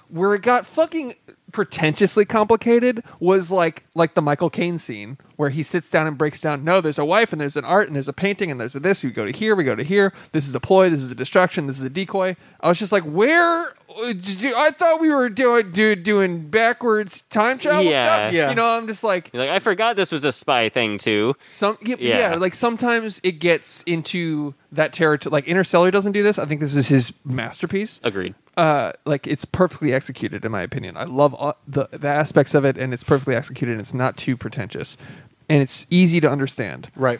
Speaker 1: Where it got fucking pretentiously complicated was like like the Michael Caine scene where he sits down and breaks down. No, there's a wife and there's an art and there's a painting and there's a this. We go to here. We go to here. This is a ploy. This is a distraction. This is a decoy. I was just like, where? uh, I thought we were doing do, doing backwards time travel
Speaker 2: Yeah.
Speaker 1: stuff.
Speaker 3: Yeah.
Speaker 1: You know, I'm just like,
Speaker 2: You're like, I forgot this was a spy thing too.
Speaker 1: some yeah, but
Speaker 2: Yeah.
Speaker 1: yeah, like sometimes it gets into that territory. Like Interstellar doesn't do this. I think this is his masterpiece.
Speaker 2: Agreed.
Speaker 1: Uh, like it's perfectly executed in my opinion. I love all the the aspects of it, and it's perfectly executed, and it's not too pretentious, and it's easy to understand.
Speaker 3: Right.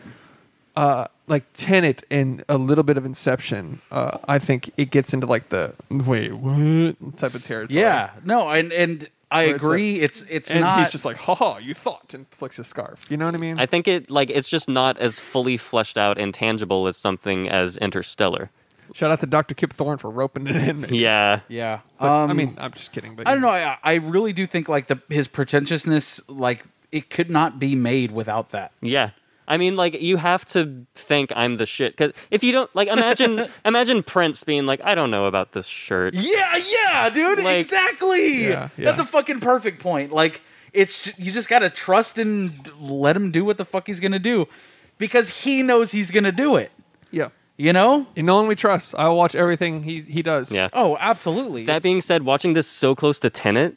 Speaker 1: Uh, like Tenet and a little bit of Inception. Uh, I think it gets into like the wait what type of territory.
Speaker 3: Yeah. No, and and I
Speaker 1: Where it's
Speaker 3: agree.
Speaker 1: like-
Speaker 3: it's it's
Speaker 1: and
Speaker 3: not
Speaker 1: he's just like, ha ha, you thought, and flicks his scarf. You know what I mean?
Speaker 2: I think it like it's just not as fully fleshed out and tangible as something as Interstellar.
Speaker 1: Shout out to Dr. Kip Thorne for roping it in. maybe.
Speaker 2: Yeah.
Speaker 3: yeah.
Speaker 1: But,
Speaker 3: um,
Speaker 1: I mean, I'm just kidding. But
Speaker 3: I don't know. I I really do think like the his pretentiousness like it could not be made without that.
Speaker 2: Yeah. I mean, like you have to think I'm the shit because if you don't, like, imagine imagine Prince being like, I don't know about this shirt.
Speaker 3: Yeah, yeah, dude,
Speaker 2: Like-
Speaker 3: exactly.
Speaker 1: Yeah, yeah.
Speaker 3: That's a fucking perfect point. Like it's ju- you just got to trust and let him do what the fuck he's going to do because he knows he's going to do it,
Speaker 1: Yeah,
Speaker 3: you know?
Speaker 1: in no one we trust. I will watch everything he he does.
Speaker 2: Yeah.
Speaker 3: Oh, absolutely.
Speaker 2: That
Speaker 3: It's-
Speaker 2: being said, watching this so close to Tenet,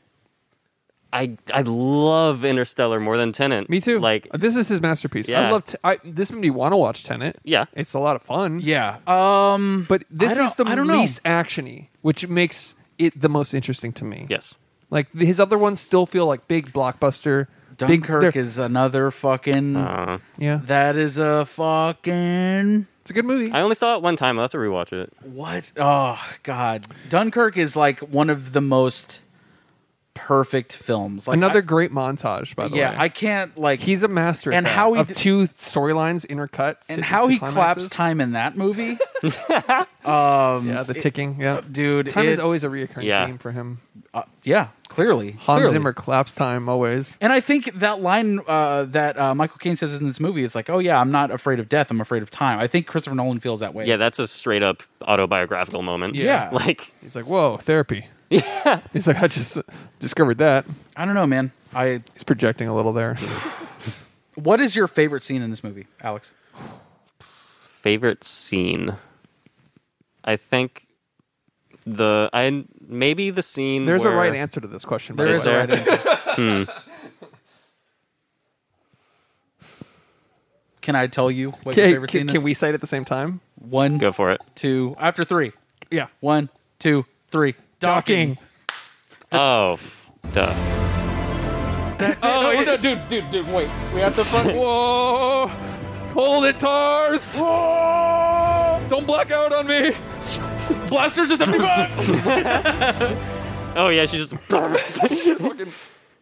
Speaker 2: I I love Interstellar more than Tenet.
Speaker 1: me too. Uh,
Speaker 2: Like,
Speaker 1: this is his masterpiece. I
Speaker 2: Yeah.
Speaker 1: love. T- I, this made me want to watch Tenet.
Speaker 2: Yeah.
Speaker 1: it's a lot of fun.
Speaker 3: yeah. Um
Speaker 1: but
Speaker 3: I
Speaker 1: this
Speaker 3: don't-
Speaker 1: is the
Speaker 3: I don't know.
Speaker 1: least actiony, which makes it the most interesting to me.
Speaker 2: yes.
Speaker 1: like th- his other ones still feel like big blockbuster. big-
Speaker 3: Dunkirk
Speaker 1: they're-
Speaker 3: is another fucking
Speaker 2: Uh,
Speaker 1: yeah,
Speaker 3: That is a fucking
Speaker 1: it's a good movie.
Speaker 2: I only saw it one time. I'll have to rewatch it.
Speaker 3: What? Oh God, Dunkirk is like one of the most perfect films. Like
Speaker 1: Another
Speaker 3: I-
Speaker 1: great montage, by the
Speaker 3: yeah,
Speaker 1: way.
Speaker 3: I can't like
Speaker 1: he's a master.
Speaker 3: And
Speaker 1: at that,
Speaker 3: how he
Speaker 1: of
Speaker 3: d-
Speaker 1: two storylines intercut
Speaker 3: and how he claps time in that movie,
Speaker 1: Yeah, the ticking. Yeah,
Speaker 3: dude.
Speaker 1: time is
Speaker 3: it's-
Speaker 1: always a reoccurring
Speaker 2: Yeah.
Speaker 1: theme for him.
Speaker 3: uh, yeah, clearly
Speaker 1: Hans
Speaker 3: clearly.
Speaker 1: Zimmer claps time always.
Speaker 3: And I think that line uh, that uh, Michael Caine says in this movie is like, "Oh yeah, I'm not afraid of death. I'm afraid of time." I think Christopher Nolan feels that way.
Speaker 2: Yeah, that's a straight up autobiographical moment.
Speaker 3: Yeah.
Speaker 2: Like,
Speaker 1: He's like, "Whoa, therapy." Yeah. He's like, "I just discovered that."
Speaker 3: I don't know, man. I
Speaker 1: He's projecting a little there.
Speaker 3: what is your favorite scene in this movie, Alex?
Speaker 2: favorite scene. I think the I maybe the scene.
Speaker 1: There's a
Speaker 2: where-
Speaker 1: right answer to this question. By
Speaker 3: There
Speaker 1: the
Speaker 2: Is
Speaker 3: is
Speaker 1: way.
Speaker 2: there?
Speaker 3: a right answer. Can I tell you what your
Speaker 1: Can,
Speaker 3: favorite
Speaker 1: can-
Speaker 3: scene
Speaker 1: can
Speaker 3: is?
Speaker 1: we say it at the same time?
Speaker 3: One,
Speaker 2: Go for it.
Speaker 3: two, after three.
Speaker 1: Yeah.
Speaker 3: One, two, three.
Speaker 1: Docking.
Speaker 2: Oh, duh.
Speaker 3: Oh, no, dude, dude, dude, wait. We have to.
Speaker 1: Whoa! Hold it, Tars! Don't black out on me.
Speaker 3: Blasters is
Speaker 2: Oh yeah, she just.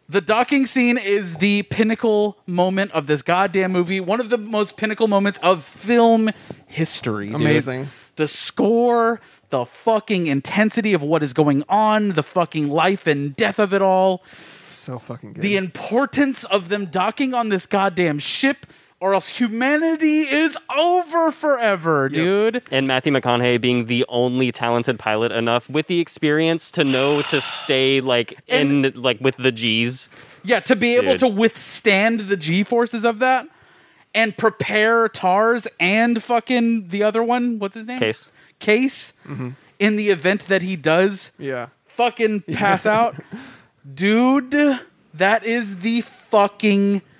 Speaker 3: The docking scene is the pinnacle moment of this goddamn movie. One of the most pinnacle moments of film history. dude.
Speaker 1: Amazing.
Speaker 3: The score, the fucking intensity of what is going on, the fucking life and death of it all,
Speaker 1: So fucking good.
Speaker 3: the importance of them docking on this goddamn ship or else humanity is over forever, dude.
Speaker 2: and Matthew McConaughey being the only talented pilot enough with the experience to know to stay like in like with the G's.
Speaker 3: Yeah, to be able
Speaker 2: Dude.
Speaker 3: to withstand the G forces of that and prepare Tars and fucking the other one, what's his name?
Speaker 2: Case. Mm-hmm.
Speaker 3: Case in the event that he does
Speaker 1: Yeah.
Speaker 3: fucking pass out. Dude, that is the fucking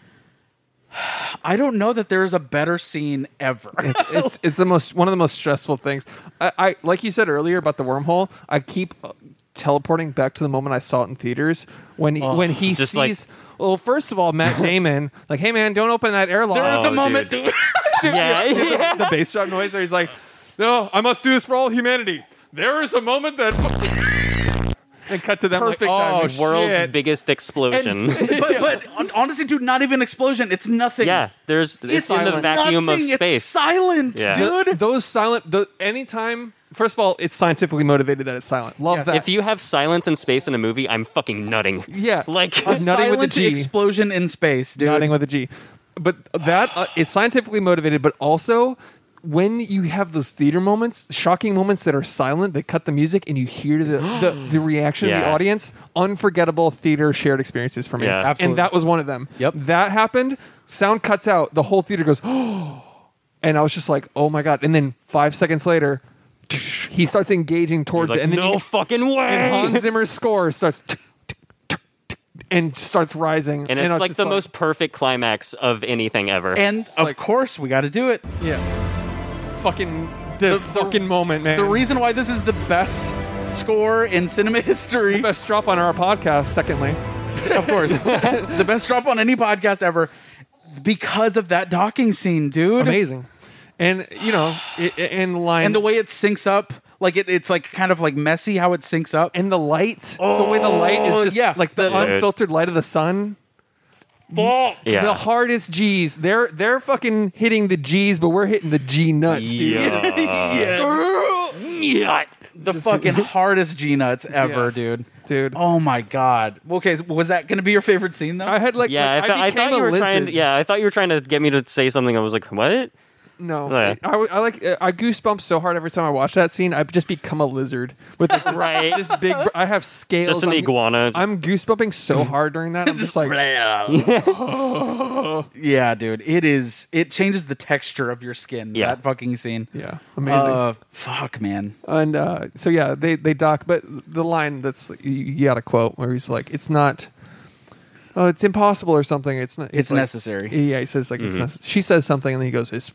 Speaker 3: I don't know that there is a better scene ever.
Speaker 1: it's it's the most one of the most stressful things. I, I like you said earlier about the wormhole. I keep uh, teleporting back to the moment I saw it in theaters when he, when he
Speaker 2: just
Speaker 1: sees.
Speaker 2: like-
Speaker 1: well, first of all, Matt Damon, like, hey man, don't open that airlock.
Speaker 3: There is a
Speaker 2: Oh,
Speaker 3: moment,
Speaker 2: dude.
Speaker 3: dude.
Speaker 2: Yeah, yeah.
Speaker 1: the bass drum noise, or he's like, no, I must do this for all humanity. There is a moment that. and cut to them
Speaker 3: Perfect
Speaker 1: like, oh,
Speaker 3: timing.
Speaker 1: shit.
Speaker 2: World's biggest explosion.
Speaker 3: but, but hon- honestly, dude, not even explosion. It's nothing.
Speaker 2: yeah, there's it's, in the
Speaker 1: silent.
Speaker 2: vacuum
Speaker 3: nothing.
Speaker 2: of
Speaker 3: It's
Speaker 2: space.
Speaker 3: silent,
Speaker 2: Yeah.
Speaker 1: Th-
Speaker 3: dude.
Speaker 1: Those silent. Th- anytime. First of all, it's scientifically motivated that it's silent. Love
Speaker 3: Yes.
Speaker 1: that.
Speaker 2: If you have silence and space in a movie, I'm fucking nutting.
Speaker 1: Yeah.
Speaker 2: Like
Speaker 1: A nutting with a
Speaker 3: silent
Speaker 1: G.
Speaker 3: explosion in space, dude.
Speaker 1: nodding with a G. But that uh, it's scientifically motivated, but also when you have those theater moments, shocking moments that are silent, that cut the music, and you hear the the, the reaction of the
Speaker 2: Yeah.
Speaker 1: audience, unforgettable theater shared experiences for me.
Speaker 2: Yeah.
Speaker 1: And that was one of them.
Speaker 3: Yep.
Speaker 1: That happened. Sound cuts out. The whole theater goes, oh, and I was just like, oh my god. And then five seconds later, he starts engaging towards
Speaker 2: Like,
Speaker 1: it, and then
Speaker 2: no
Speaker 1: you-
Speaker 2: fucking way.
Speaker 1: and Hans Zimmer's score starts. and starts rising,
Speaker 2: And it's
Speaker 1: I was
Speaker 2: like
Speaker 1: just
Speaker 2: the most perfect climax of anything ever.
Speaker 3: And of
Speaker 1: like-
Speaker 3: course, we got to do it.
Speaker 1: Yeah. Fucking the, fucking moment, man.
Speaker 3: The reason why this is the best score in cinema history,
Speaker 1: best drop on our podcast. Secondly,
Speaker 3: of course, the best drop on any podcast ever, because of that docking scene, dude.
Speaker 1: amazing, and you know, i- i- and line
Speaker 3: And the way it syncs up, like it, it's like kind of like messy how it syncs up.
Speaker 1: and the light, the way the light is just
Speaker 3: yeah.
Speaker 1: like the
Speaker 3: Yeah.
Speaker 1: unfiltered light of the sun.
Speaker 2: yeah.
Speaker 1: The hardest G's. They're they're fucking hitting the G's, but we're hitting the G nuts, dude.
Speaker 2: Yeah.
Speaker 3: the fucking hardest G nuts ever,
Speaker 1: Yeah.
Speaker 3: dude.
Speaker 1: Dude.
Speaker 3: Oh my god. Okay, so was that going to be your favorite scene though?
Speaker 1: I had like
Speaker 2: Yeah,
Speaker 1: like,
Speaker 2: I, fe- I
Speaker 1: became
Speaker 2: thought you
Speaker 1: a
Speaker 2: were trying.
Speaker 1: lizard.
Speaker 2: To, yeah, I thought you were trying to get me to say something. I was like, what?
Speaker 1: No,
Speaker 2: Oh, Yeah.
Speaker 1: I, I, I like I goosebumps so hard every time I watch that scene. I've just become a lizard with like this,
Speaker 2: Right.
Speaker 1: this big. br- I have scales.
Speaker 2: Just an
Speaker 1: I'm-
Speaker 2: iguana.
Speaker 1: I'm goosebumping so hard during that. I'm just like,
Speaker 3: yeah, dude. It is it changes the texture of your skin
Speaker 2: Yeah.
Speaker 3: that fucking scene.
Speaker 1: yeah, amazing.
Speaker 3: Uh, fuck, man.
Speaker 1: and uh, so yeah, they they dock. But the line that's you, you got to quote where he's like, "It's not, oh, it's impossible or something. It's not.
Speaker 3: It's
Speaker 1: like-
Speaker 3: necessary.
Speaker 1: Yeah, he says like it's. Nece- she says something, and then he goes, "It's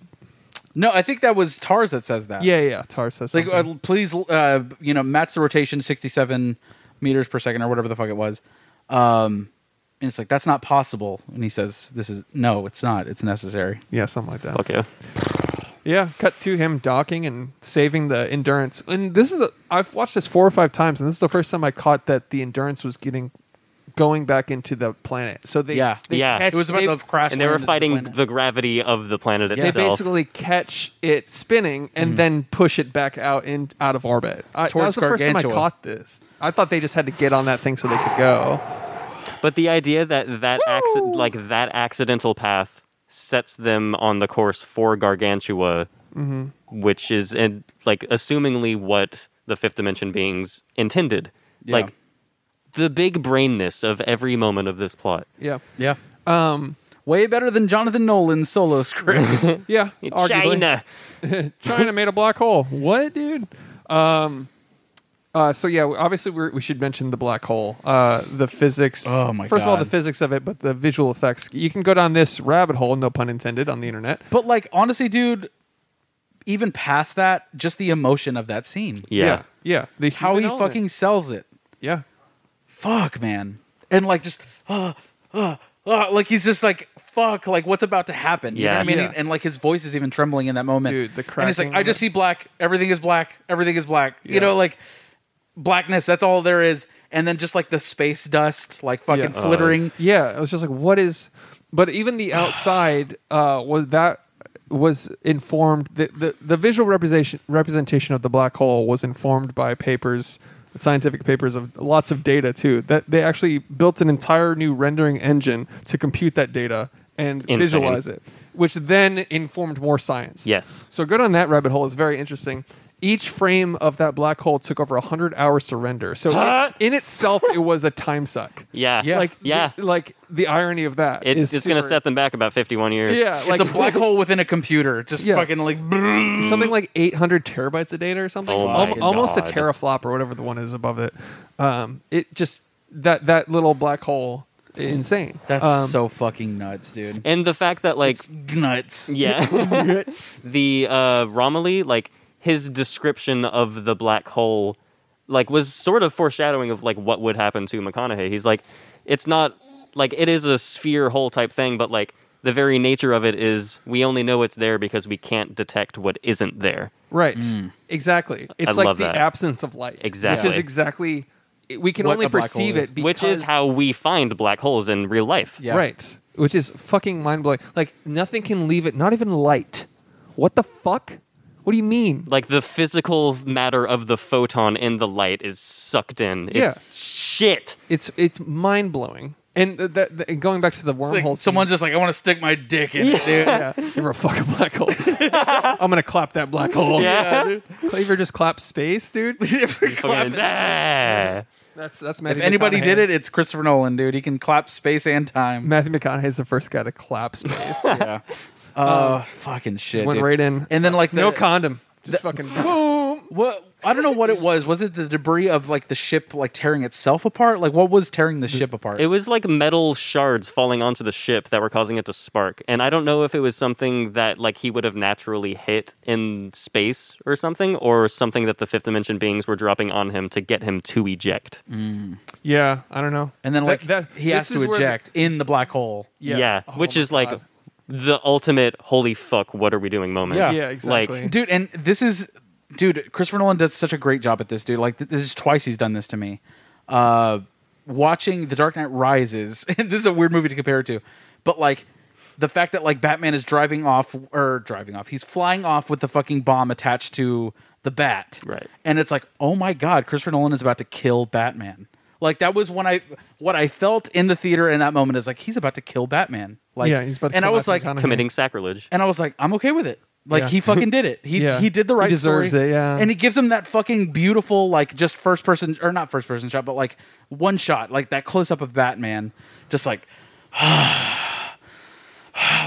Speaker 3: No, I think that was Tars that says that.
Speaker 1: yeah, yeah." Tar says
Speaker 3: It's like,
Speaker 1: something.
Speaker 3: uh, please, uh, you know, match the rotation to 67 meters per second or whatever the fuck it was. Um, and it's like, that's not possible. And he says, this is, no, it's not. It's necessary.
Speaker 1: yeah, something like that.
Speaker 2: Okay.
Speaker 1: Yeah, cut to him docking and saving the endurance. And this is the I've watched this four or five times, and this is the first time I caught that the endurance was getting going back into the planet. So they
Speaker 3: Yeah.
Speaker 1: they
Speaker 2: Yeah.
Speaker 1: catch,
Speaker 2: It was
Speaker 3: about
Speaker 1: they-
Speaker 3: the crash
Speaker 2: And they were
Speaker 3: landed the
Speaker 2: fighting the,
Speaker 3: planet.
Speaker 2: gravity of the planet
Speaker 1: They
Speaker 2: itself.
Speaker 1: basically catch it spinning and then push it back out in out of orbit. I, that
Speaker 3: Mm-hmm. Towards
Speaker 1: was the first time I
Speaker 3: Gargantua.
Speaker 1: caught this. I thought they just had to get on that thing so they could go.
Speaker 2: But the idea that that accident, like that accidental path, sets them on the course for Gargantua,
Speaker 1: Mm-hmm.
Speaker 2: which is and like assumingly what the fifth dimension beings intended.
Speaker 3: Yeah.
Speaker 2: Like the big brainness of every moment of this plot.
Speaker 1: Yeah,
Speaker 3: Yeah. Um, Way better than Jonathan Nolan's solo script.
Speaker 1: yeah. arguably.
Speaker 2: China.
Speaker 1: China made a black hole. What, dude? Um, uh, so yeah, obviously we're, we should mention the black hole, uh, the physics.
Speaker 3: Oh, my
Speaker 1: First of all, the
Speaker 3: God.
Speaker 1: physics of it, but the visual effects. You can go down this rabbit hole, no pun intended, on the internet.
Speaker 3: but like, honestly, dude, even past that, just the emotion of that scene,
Speaker 2: Yeah.
Speaker 1: yeah. yeah. The
Speaker 3: how
Speaker 1: human
Speaker 3: he
Speaker 1: element.
Speaker 3: fucking sells it.
Speaker 1: yeah.
Speaker 3: fuck, man. And like just uh, uh, uh, like he's just like fuck, like what's about to happen. You know
Speaker 2: Yeah.
Speaker 3: what I mean?
Speaker 1: Yeah.
Speaker 3: And, and, like his voice is even trembling in that moment.
Speaker 1: Dude, the
Speaker 3: And it's like
Speaker 1: cracking
Speaker 3: I just
Speaker 1: of it.
Speaker 3: see black, everything is black, everything is black.
Speaker 1: Yeah.
Speaker 3: You know, like blackness, that's all there is. And then just like the space dust, like fucking
Speaker 2: Oh,
Speaker 1: Yeah.
Speaker 3: flittering.
Speaker 1: Yeah, I was just like, what is? But even the outside uh, was that was informed the, the the visual representation representation of the black hole was informed by papers scientific papers of lots of data too that they actually built an entire new rendering engine to compute that data and
Speaker 2: Insane.
Speaker 1: visualize it which then informed more science.
Speaker 2: Yes.
Speaker 1: So good on that rabbit hole. It's very interesting. Each frame of that black hole took over a hundred hour surrender. So
Speaker 2: Huh?
Speaker 1: in, in itself, it was a time suck.
Speaker 2: Yeah.
Speaker 3: Yeah.
Speaker 1: Like
Speaker 2: yeah.
Speaker 1: like the irony of that.
Speaker 2: It-
Speaker 1: is
Speaker 2: it's going to
Speaker 1: super-
Speaker 2: set them back about 51 years.
Speaker 1: Yeah, like
Speaker 3: it's a black hole within a computer, just
Speaker 1: Yeah.
Speaker 3: fucking like. brrrr.
Speaker 1: something like 800 terabytes of data or something.
Speaker 2: Oh
Speaker 1: Al-
Speaker 2: my
Speaker 1: almost a
Speaker 2: God.
Speaker 1: teraflop or whatever the one is above it. Um, it just that that little black hole, insane.
Speaker 3: That's
Speaker 1: Um,
Speaker 3: so fucking nuts, dude.
Speaker 2: And the fact that like
Speaker 3: It's nuts.
Speaker 2: Yeah. the uh, Romilly, like his description of the black hole, like was sort of foreshadowing of like what would happen to McConaughey. He's like, it's not like it is a sphere hole type thing, but like the very nature of it is we only know it's there because we can't detect what isn't there.
Speaker 1: right, exactly. It's like
Speaker 2: Mm. love
Speaker 1: the
Speaker 2: that.
Speaker 1: absence of light,
Speaker 2: Exactly.
Speaker 1: which is exactly it- we can
Speaker 3: What
Speaker 1: only
Speaker 3: a black hole
Speaker 1: perceive
Speaker 3: is.
Speaker 1: it, because,
Speaker 2: Which is how we find black holes in real life.
Speaker 3: Yeah.
Speaker 1: right, which is fucking mind blowing. Like nothing can leave it, not even light. What the fuck? What do you mean?
Speaker 2: Like the physical matter of the photon in the light is sucked in. It's
Speaker 1: Yeah.
Speaker 2: shit.
Speaker 1: It's it's mind blowing. And th- th- th- going back to the
Speaker 3: It's
Speaker 1: wormhole,
Speaker 3: like
Speaker 1: thing-
Speaker 3: someone's just like, I want to stick my dick in it, dude.
Speaker 1: yeah. You're a fucking black hole. I'm gonna clap that black hole.
Speaker 2: Yeah.
Speaker 3: dude.
Speaker 1: Claver just claps space, dude.
Speaker 2: Fucking- Ah.
Speaker 1: That's that's Matthew
Speaker 3: If anybody
Speaker 1: McConaughey.
Speaker 3: did it, it's Christopher Nolan, dude. He can clap space and time.
Speaker 1: Matthew McConaughey's the first guy to clap space. Just
Speaker 3: yeah. Oh, fucking shit.
Speaker 1: Um, went
Speaker 3: dude.
Speaker 1: right in.
Speaker 3: And then like the,
Speaker 1: no condom. Just fucking boom.
Speaker 3: What I don't know what it was. Was it the debris of like the ship like tearing itself apart? Like what was tearing the ship apart?
Speaker 2: It was like metal shards falling onto the ship that were causing it to spark. And I don't know if it was something that like he would have naturally hit in space or something, or something that the fifth dimension beings were dropping on him to get him to eject.
Speaker 1: Mm. Yeah, I don't know.
Speaker 3: and then like
Speaker 1: That- that-
Speaker 3: he has
Speaker 1: this
Speaker 3: to
Speaker 1: is where the-
Speaker 3: eject in the black hole.
Speaker 2: Yeah.
Speaker 1: Oh
Speaker 2: which
Speaker 1: my
Speaker 2: is like
Speaker 1: God.
Speaker 2: the ultimate holy fuck, what are we doing moment.
Speaker 3: Yeah.
Speaker 1: Yeah, exactly.
Speaker 2: Like
Speaker 3: dude and this is dude christopher nolan does such a great job at this dude like th- this is twice he's done this to me uh watching the dark knight rises and this is a weird movie to compare it to but like the fact that like batman is driving off or driving off he's flying off with the fucking bomb attached to the bat
Speaker 2: Right.
Speaker 3: and it's like oh my god christopher nolan is about to kill batman like that was when i what i felt in the theater in that moment is like he's about to kill batman like
Speaker 1: yeah, he's about to
Speaker 3: and i
Speaker 1: come
Speaker 3: was
Speaker 1: after
Speaker 3: like
Speaker 1: his enemy.
Speaker 2: committing sacrilege.
Speaker 3: and I was like, I'm okay with it. Like
Speaker 1: Yeah.
Speaker 3: he fucking did it. He
Speaker 1: Yeah.
Speaker 3: he did the right
Speaker 1: He deserves
Speaker 3: story.
Speaker 1: it, yeah.
Speaker 3: And he gives him that fucking beautiful like just first person or not first person shot, but like one shot, like that close up of Batman, just like.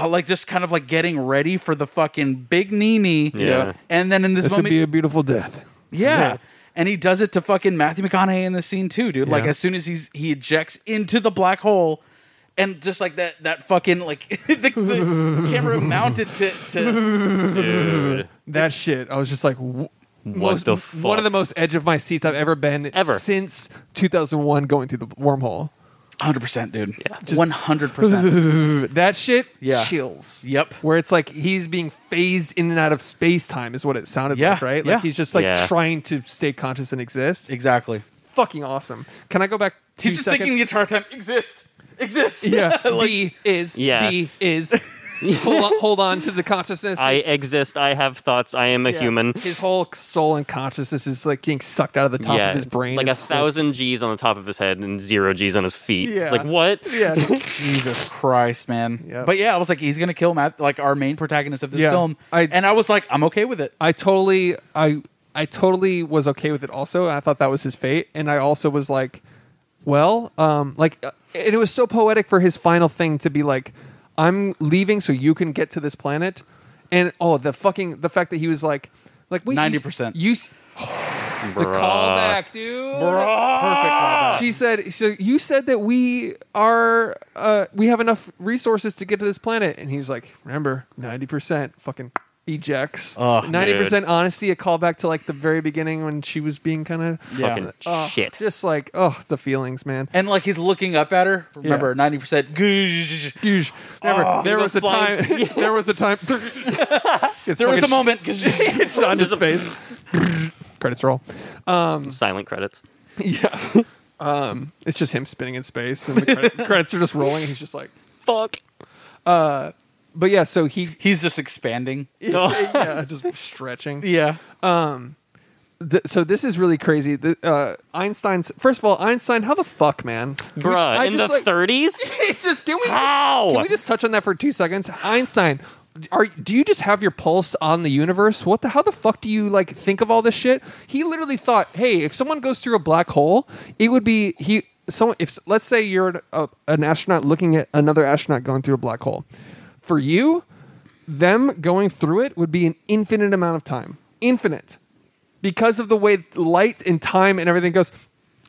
Speaker 3: like just kind of like getting ready for the fucking big Nini,
Speaker 2: Yeah.
Speaker 3: and then in this,
Speaker 1: This would
Speaker 3: moment,
Speaker 1: be a beautiful death.
Speaker 3: yeah.
Speaker 1: Yeah.
Speaker 3: And he does it to fucking Matthew McConaughey in the scene too, dude. Like
Speaker 1: Yeah.
Speaker 3: as soon as he's he ejects into the black hole, and just like that that fucking like the, the camera mounted to, to
Speaker 2: Dude.
Speaker 1: That shit. I was just like, wh- most,
Speaker 2: the
Speaker 1: One
Speaker 2: fuck?
Speaker 1: of the most edge of my seats I've ever been
Speaker 2: Ever.
Speaker 1: since 2001 going through the wormhole.
Speaker 3: hundred percent, dude.
Speaker 2: Yeah.
Speaker 3: Yeah, one hundred percent.
Speaker 1: that shit
Speaker 3: Yeah.
Speaker 1: chills.
Speaker 3: Yep.
Speaker 1: Where it's like he's being phased in and out of space time is what it sounded
Speaker 3: Yeah,
Speaker 1: like, right?
Speaker 3: yeah.
Speaker 1: Like he's just like
Speaker 2: Yeah.
Speaker 1: trying to stay conscious and exist.
Speaker 3: Exactly.
Speaker 1: Fucking awesome. Can I go back two
Speaker 3: He's just
Speaker 1: seconds?
Speaker 3: thinking the entire time exist, exist.
Speaker 1: yeah. B is
Speaker 2: Yeah.
Speaker 1: B is hold, on, hold on to the consciousness.
Speaker 2: I exist, I have thoughts, I am a
Speaker 1: Yeah.
Speaker 2: human.
Speaker 1: His whole soul and consciousness is like getting sucked out of the top
Speaker 2: yeah,
Speaker 1: of his brain.
Speaker 2: like a
Speaker 1: It's
Speaker 2: thousand G's on the top of his head and zero G's on his feet.
Speaker 1: Yeah.
Speaker 2: It's like what?
Speaker 1: Yeah.
Speaker 3: Jesus Christ, man.
Speaker 1: Yep.
Speaker 3: But yeah, I was like, he's gonna kill Matt, like our main protagonist of this
Speaker 1: Yeah.
Speaker 3: film,
Speaker 1: I-
Speaker 3: and I was like, I'm okay with it.
Speaker 1: I totally I I totally was okay with it also and I thought that was his fate and I also was like well um like uh, and it was so poetic for his final thing to be like I'm leaving so you can get to this planet and oh the fucking the fact that he was like like wait you s-
Speaker 3: 90%.
Speaker 1: you s- the
Speaker 2: Bruh.
Speaker 1: callback dude
Speaker 3: Perfect. callback.
Speaker 1: she said so you said that we are uh we have enough resources to get to this planet and he's like remember 90% fucking ejects
Speaker 3: Ugh,
Speaker 1: 90% honesty a callback to like the very beginning when she was being kind of
Speaker 3: Yeah.
Speaker 2: Fucking
Speaker 1: oh,
Speaker 2: shit.
Speaker 1: just like oh the feelings man
Speaker 3: And like he's looking up at her. Remember,
Speaker 1: Yeah.
Speaker 3: ninety percent.
Speaker 1: Yeesh. Remember,
Speaker 3: Oh,
Speaker 1: there
Speaker 2: he
Speaker 1: was
Speaker 2: was
Speaker 1: a time
Speaker 2: flying-
Speaker 1: there was a time
Speaker 3: There was a moment.
Speaker 1: it's on his face credits roll
Speaker 2: Silent credits.
Speaker 1: yeah um it's just him spinning in space and the credit, credits are just rolling he's just like
Speaker 2: Fuck.
Speaker 1: but yeah so he
Speaker 3: He's just expanding.
Speaker 1: yeah, just stretching.
Speaker 3: Yeah.
Speaker 1: Th- so this is really crazy. The, uh, Einstein's first of all, Einstein, how the fuck, man, Can we-
Speaker 2: Bruh,
Speaker 1: I
Speaker 2: in the
Speaker 1: just, like-
Speaker 2: 30s?
Speaker 1: It's just can we just,
Speaker 2: How?
Speaker 1: can we just touch on that for two seconds? Einstein, are do you just have your pulse on the universe? What the how the fuck do you like think of all this shit? He literally thought, hey, if someone goes through a black hole, it would be he. So if let's say you're an, a, an astronaut looking at another astronaut going through a black hole, for you, them going through it would be an infinite amount of time, infinite, because of the way light and time and everything goes.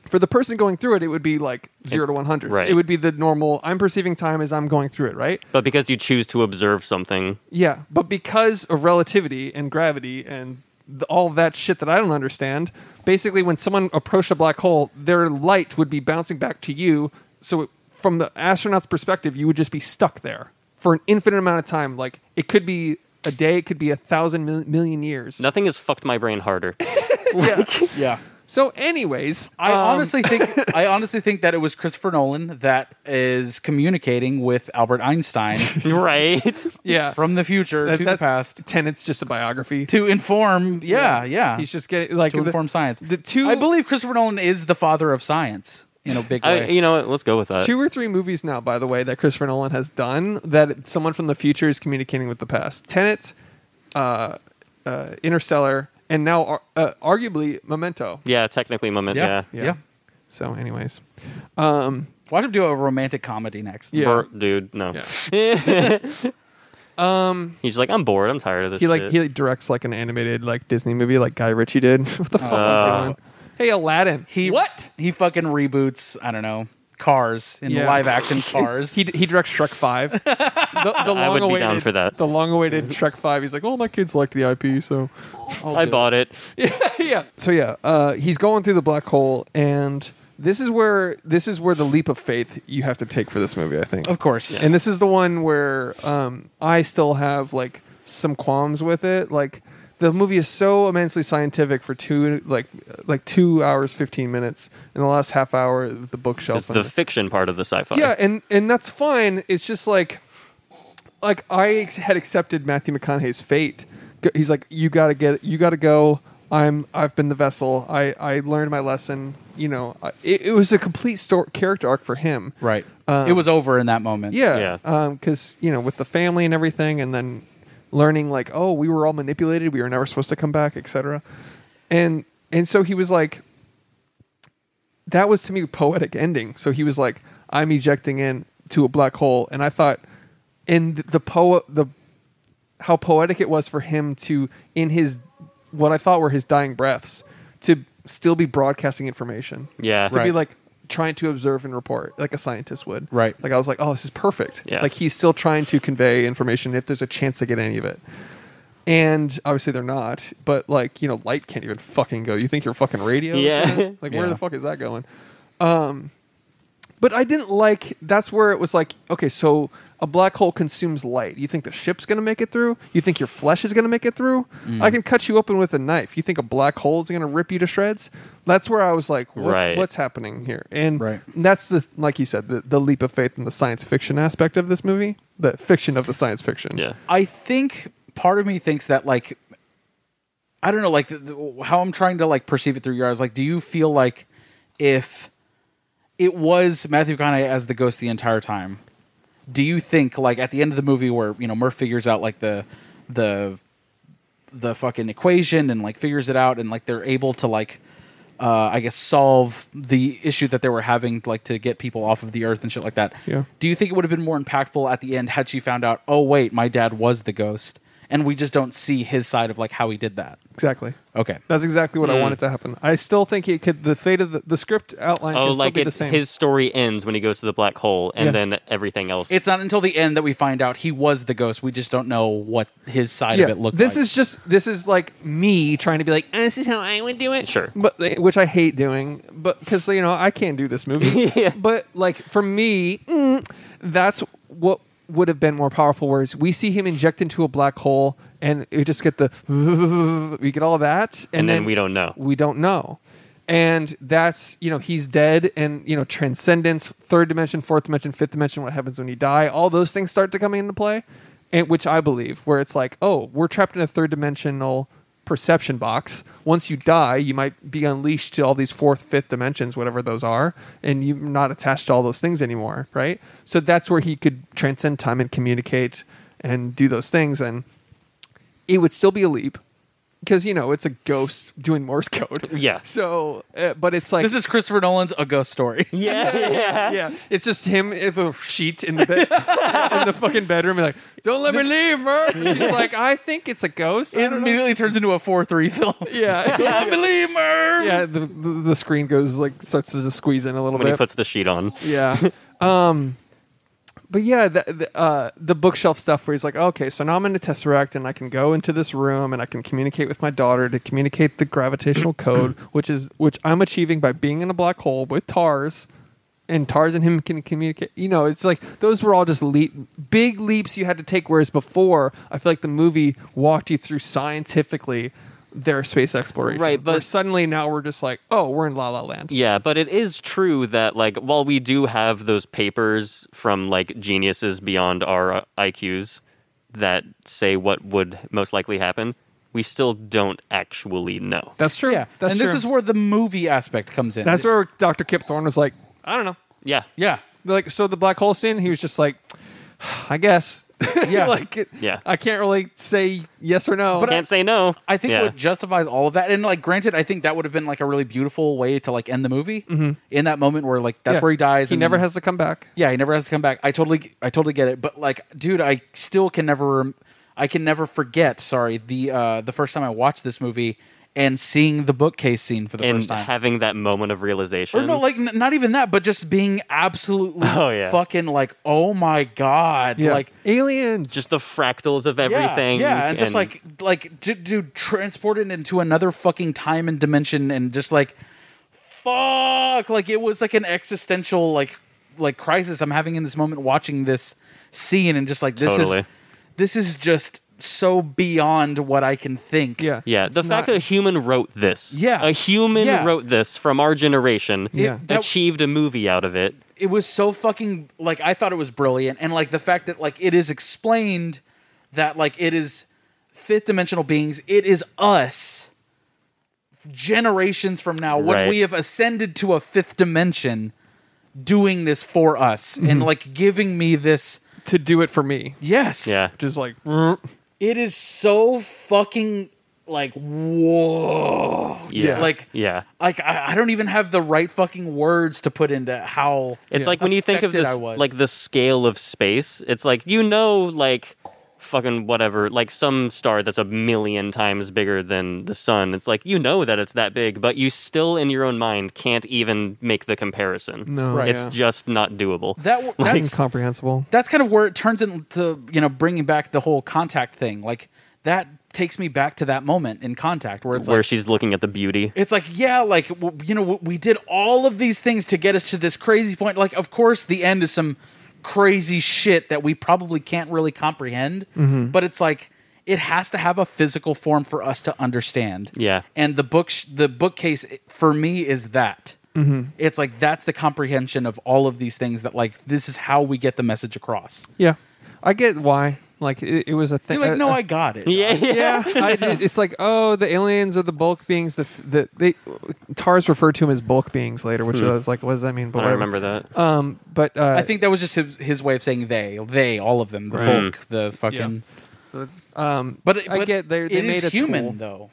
Speaker 1: For the person going through it, it would be like zero to one hundred.
Speaker 2: Right.
Speaker 1: It would be the normal. I'm perceiving time as I'm going through it. Right.
Speaker 2: But because you choose to observe something,
Speaker 1: Yeah, but because of relativity and gravity and th- all that shit that I don't understand, basically, when someone approached a black hole, their light would be bouncing back to you. So, it, from the astronaut's perspective, you would just be stuck there for an infinite amount of time. Like, it could be a day, it could be a thousand mil- million years.
Speaker 2: nothing has fucked my brain harder.
Speaker 3: Yeah.
Speaker 1: So, anyways,
Speaker 3: I
Speaker 1: um,
Speaker 3: honestly think I honestly think that it was Christopher Nolan that is communicating with Albert Einstein
Speaker 2: right?
Speaker 1: yeah,
Speaker 3: from the future
Speaker 1: that-
Speaker 3: to the
Speaker 1: that's-
Speaker 3: past
Speaker 1: Tenet's just a biography.
Speaker 3: to inform. Yeah, yeah.
Speaker 1: He's just getting like
Speaker 3: to
Speaker 1: the-
Speaker 3: inform science.
Speaker 1: The two,
Speaker 3: I believe Christopher Nolan is the father of science in a big
Speaker 2: I,
Speaker 3: way.
Speaker 2: you know what? Let's go with that.
Speaker 1: two or three movies now, by the way, that Christopher Nolan has done that someone from the future is communicating with the past. Tenet, uh, uh, Interstellar, and now ar- uh, arguably Memento.
Speaker 2: yeah, technically, moment. Yeah.
Speaker 3: yeah. yeah.
Speaker 1: So, anyways,
Speaker 3: Watch him do a romantic comedy next.
Speaker 1: Yeah.
Speaker 2: Bur- dude, no. um, he's like, I'm bored. I'm tired of this.
Speaker 1: he like
Speaker 2: shit."
Speaker 1: he like, directs like an animated like Disney movie like Guy Ritchie did. what the fuck? am
Speaker 2: Oh.
Speaker 1: I doing? Hey, Aladdin.
Speaker 3: He
Speaker 1: what?
Speaker 3: He fucking reboots. I don't know. Cars in
Speaker 1: Yeah.
Speaker 3: live action Cars.
Speaker 1: He, he directs Shrek Five. The, the
Speaker 2: I would be
Speaker 1: long-awaited-
Speaker 2: down for that.
Speaker 1: The long-awaited Shrek Five. He's like, oh, my kids like the IP, so
Speaker 2: I bought it.
Speaker 1: yeah. So yeah, uh, he's going through the black hole, and this is where this is where the leap of faith you have to take for this movie, I think.
Speaker 3: of course.
Speaker 1: And this is the one where um, I still have like some qualms with it. Like the movie is so immensely scientific for two like like two hours fifteen minutes, and the last half hour the bookshelf.
Speaker 2: It's
Speaker 1: and
Speaker 2: the fiction part of the sci-fi.
Speaker 1: yeah, and and that's fine. It's just like, like I ex- had accepted Matthew McConaughey's fate. G- He's like, you gotta get, you gotta go. I'm, I've been the vessel. I, I learned my lesson. You know, I, it, it was a complete sto- character arc for him.
Speaker 3: Right.
Speaker 1: Um,
Speaker 3: it was over in that moment.
Speaker 1: Yeah.
Speaker 2: Yeah.
Speaker 1: Because you know, with the family and everything, and then learning like, oh, we were all manipulated. We were never supposed to come back, etc. And and so he was like, that was to me a poetic ending. So he was like, I'm ejecting in to a black hole, and I thought, and the poet the how poetic it was for him to in his what I thought were his dying breaths to still be broadcasting information
Speaker 2: yeah,
Speaker 1: to be
Speaker 3: Right.
Speaker 1: like trying to observe and report like a scientist would.
Speaker 3: Right.
Speaker 1: Like I was like, oh, this is perfect.
Speaker 2: Yeah.
Speaker 1: Like he's still trying to convey information if there's a chance to get any of it. And obviously they're not, but like, you know, light can't even fucking go. You think your fucking radio? is
Speaker 2: Yeah.
Speaker 1: in it? Like where
Speaker 3: Yeah.
Speaker 1: the fuck is that going? Um but I didn't like that's where it was like, okay, so a black hole consumes light. You think the ship's going to make it through? You think your flesh is going to make it through?
Speaker 3: Mm.
Speaker 1: I can cut you open with a knife. You think a black hole is going to rip you to shreds? That's where I was like, what's,
Speaker 2: Right.
Speaker 1: what's happening here? And
Speaker 3: Right.
Speaker 1: that's the like you said, the, the leap of faith in the science fiction aspect of this movie, the fiction of the science fiction.
Speaker 2: yeah.
Speaker 3: I think part of me thinks that like I don't know like the, the, how I'm trying to like perceive it through your eyes like do you feel like if it was Matthew McConaughey as the ghost the entire time do you think like at the end of the movie where you know Murph figures out like the the the fucking equation and like figures it out and like they're able to like uh, I guess solve the issue that they were having like to get people off of the earth and shit like that.
Speaker 1: Yeah.
Speaker 3: Do you think it would have been more impactful at the end had she found out, "Oh wait, my dad was the ghost." And we just don't see his side of like how he did that.
Speaker 1: Exactly.
Speaker 3: Okay.
Speaker 1: That's exactly
Speaker 3: Mm.
Speaker 1: what I wanted to happen. I still think it could the fate of the, the script outline
Speaker 2: Oh,
Speaker 1: could still
Speaker 2: like
Speaker 1: be the
Speaker 2: it's
Speaker 1: same.
Speaker 2: his story ends when he goes to the black hole, and
Speaker 1: Yeah.
Speaker 2: then everything else.
Speaker 3: It's not until the end that we find out he was the ghost. We just don't know what his side of it looked
Speaker 1: this
Speaker 3: like.
Speaker 1: is just this is like me trying to be like, "Eh,
Speaker 6: This is how I would do it.
Speaker 2: sure.
Speaker 1: but which I hate doing, but because you know I can't do this movie. But like for me, mm, that's what would have been more powerful. Whereas we see him inject into a black hole, and you just get the we get all that, and,
Speaker 2: And then we don't know.
Speaker 1: We don't know, and that's you know he's dead, and you know transcendence, third dimension, fourth dimension, fifth dimension. What happens when you die? All those things start to come into play, and which I believe where it's like, oh, we're trapped in a third dimensional perception box. Once you die, you might be unleashed to all these fourth, fifth dimensions, whatever those are, and you're not attached to all those things anymore, right? So that's where he could transcend time and communicate and do those things, and it would still be a leap because you know it's a ghost doing Morse code.
Speaker 2: Yeah.
Speaker 1: So, uh, but it's like
Speaker 3: This is Christopher Nolan's A Ghost Story.
Speaker 2: Yeah, yeah.
Speaker 1: yeah, it's just him with a sheet in the bed, in the fucking bedroom. And like, don't let me leave, Murph. And she's like, I think it's a ghost. I
Speaker 3: It
Speaker 1: don't know.
Speaker 3: immediately turns into a four three film.
Speaker 1: Yeah,
Speaker 3: I believe her.
Speaker 1: yeah. The, the the screen goes like starts to just squeeze in a little
Speaker 2: When he
Speaker 1: bit.
Speaker 2: puts the sheet on.
Speaker 1: yeah. Um, but yeah, the the, uh, the bookshelf stuff where he's like, okay, so now I'm in a tesseract and I can go into this room and I can communicate with my daughter to communicate the gravitational code, which is which I'm achieving by being in a black hole with Tars. And Tars and him can communicate. You know, it's like those were all just leap, big leaps you had to take. Whereas before, I feel like the movie walked you through scientifically their space exploration.
Speaker 2: Right, but-
Speaker 1: where suddenly now we're just like, oh, we're in La La Land.
Speaker 2: Yeah, but it is true that like while we do have those papers from like geniuses beyond our uh, IQs that say what would most likely happen, we still don't actually know.
Speaker 1: That's true.
Speaker 3: Yeah,
Speaker 1: that's
Speaker 3: and
Speaker 1: true.
Speaker 3: this is where the movie aspect comes in.
Speaker 1: That's where Dr. Kip Thorne was like, I don't know.
Speaker 2: Yeah.
Speaker 3: yeah,
Speaker 1: Like, so the black hole scene, he was just like, I guess.
Speaker 3: Yeah.
Speaker 1: like, it-
Speaker 2: Yeah.
Speaker 1: I can't really say yes or no.
Speaker 2: Can't say no.
Speaker 3: I think
Speaker 2: yeah.
Speaker 3: what justifies all of that, and like, granted, I think that would have been like a really beautiful way to like end the movie in that moment where like
Speaker 1: Mm-hmm.
Speaker 3: that's
Speaker 1: Yeah.
Speaker 3: where he dies.
Speaker 1: He
Speaker 3: and
Speaker 1: never
Speaker 3: then-
Speaker 1: has to come back.
Speaker 3: Yeah, he never has to come back. I totally, I totally get it. But like, dude, I still can never, rem- I can never forget. Sorry, the uh the first time I watched this movie and seeing the bookcase scene for the
Speaker 2: and
Speaker 3: first time.
Speaker 2: having that moment of realization.
Speaker 3: or no, like n- not even that, but just being absolutely
Speaker 2: Oh, yeah.
Speaker 3: fucking like, oh my god,
Speaker 1: Yeah.
Speaker 3: like
Speaker 1: aliens.
Speaker 2: just the fractals of everything.
Speaker 3: Yeah, yeah and just like like d- dude transported into another fucking time and dimension, and just like fuck, like it was like an existential like like crisis I'm having in this moment watching this scene, and just like this is
Speaker 2: Totally.
Speaker 3: this is just so beyond what I can think.
Speaker 1: yeah.
Speaker 2: yeah,
Speaker 1: It's
Speaker 2: the fact
Speaker 1: not-
Speaker 2: that a human wrote this.
Speaker 3: Yeah.
Speaker 2: a human
Speaker 3: Yeah.
Speaker 2: wrote this from our generation.
Speaker 1: Yeah.
Speaker 3: that-
Speaker 2: achieved a movie out of it.
Speaker 3: it was so fucking like I thought it was brilliant, and like the fact that like it is explained that like it is fifth dimensional beings, it is us generations from now when
Speaker 2: Right.
Speaker 3: we have ascended to a fifth dimension doing this for us
Speaker 2: Mm-hmm.
Speaker 3: and like giving me this
Speaker 1: to do it for me.
Speaker 3: yes
Speaker 2: Yeah.
Speaker 1: Just like, mm,
Speaker 3: it is so fucking like whoa
Speaker 2: Yeah.
Speaker 3: like
Speaker 2: Yeah.
Speaker 3: like I, I don't even have the right fucking words to put into how
Speaker 2: It's like when you think of
Speaker 3: affected
Speaker 2: this,
Speaker 3: I was.
Speaker 2: like the scale of space. It's like you know, like fucking whatever, like some star that's a million times bigger than the sun. It's like you know that it's that big, but you still, in your own mind, can't even make the comparison.
Speaker 1: No, Right.
Speaker 2: it's
Speaker 1: yeah.
Speaker 2: just not doable.
Speaker 3: that that's
Speaker 1: incomprehensible.
Speaker 3: that's kind of where it turns into you know bringing back the whole contact thing like that takes me back to that moment in contact where it's
Speaker 2: where
Speaker 3: like
Speaker 2: she's looking at the beauty.
Speaker 3: it's like yeah like w- you know w- we did all of these things to get us to this crazy point like of course the end is some crazy shit that we probably can't really comprehend
Speaker 2: Mm-hmm.
Speaker 3: but it's like it has to have a physical form for us to understand
Speaker 2: Yeah.
Speaker 3: and the book sh- the bookcase i- for me is that
Speaker 2: Mm-hmm.
Speaker 3: it's like that's the comprehension of all of these things that like this is how we get the message across
Speaker 1: Yeah. I get why. Like, it, it was a thing.
Speaker 3: You're like,
Speaker 1: a-
Speaker 3: no,
Speaker 1: a-
Speaker 3: I got it.
Speaker 2: Yeah, yeah,
Speaker 1: yeah, I did. It's like, oh, the aliens are the bulk beings. The, the they Tars referred to them as bulk beings later, which I was like, what does that mean? But
Speaker 2: Hmm. I
Speaker 1: whatever.
Speaker 2: remember that.
Speaker 1: Um, but uh,
Speaker 3: I think that was just his, his way of saying they, they, all of them, the
Speaker 1: Right.
Speaker 3: bulk, the fucking.
Speaker 1: um,
Speaker 3: But,
Speaker 1: I
Speaker 3: but
Speaker 1: get they, they
Speaker 3: it
Speaker 1: made
Speaker 3: is
Speaker 1: a
Speaker 3: human
Speaker 1: tool.
Speaker 3: though.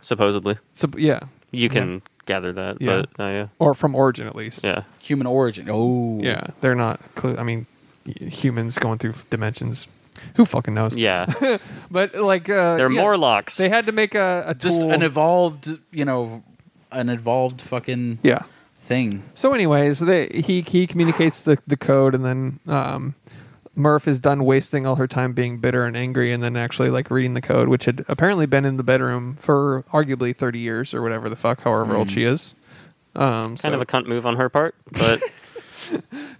Speaker 2: Supposedly,
Speaker 1: So, yeah,
Speaker 2: you can gather that.
Speaker 1: Yeah.
Speaker 2: But uh, yeah,
Speaker 1: or from origin at least.
Speaker 2: yeah.
Speaker 3: Human origin. Oh,
Speaker 1: Yeah, they're not. Clu- I mean, y- humans going through dimensions. Who fucking knows?
Speaker 2: Yeah,
Speaker 1: but like uh,
Speaker 2: they're
Speaker 1: yeah,
Speaker 2: Morlocks.
Speaker 1: They had to make a, a
Speaker 3: Just
Speaker 1: tool.
Speaker 3: an evolved, you know, an evolved fucking
Speaker 1: yeah.
Speaker 3: thing.
Speaker 1: So, anyways, they, he he communicates the the code, and then um, Murph is done wasting all her time being bitter and angry, and then actually like reading the code, which had apparently been in the bedroom for arguably thirty years or whatever the fuck, however old she is. Um,
Speaker 2: Hmm. kind
Speaker 1: so
Speaker 2: of a cunt move on her part, but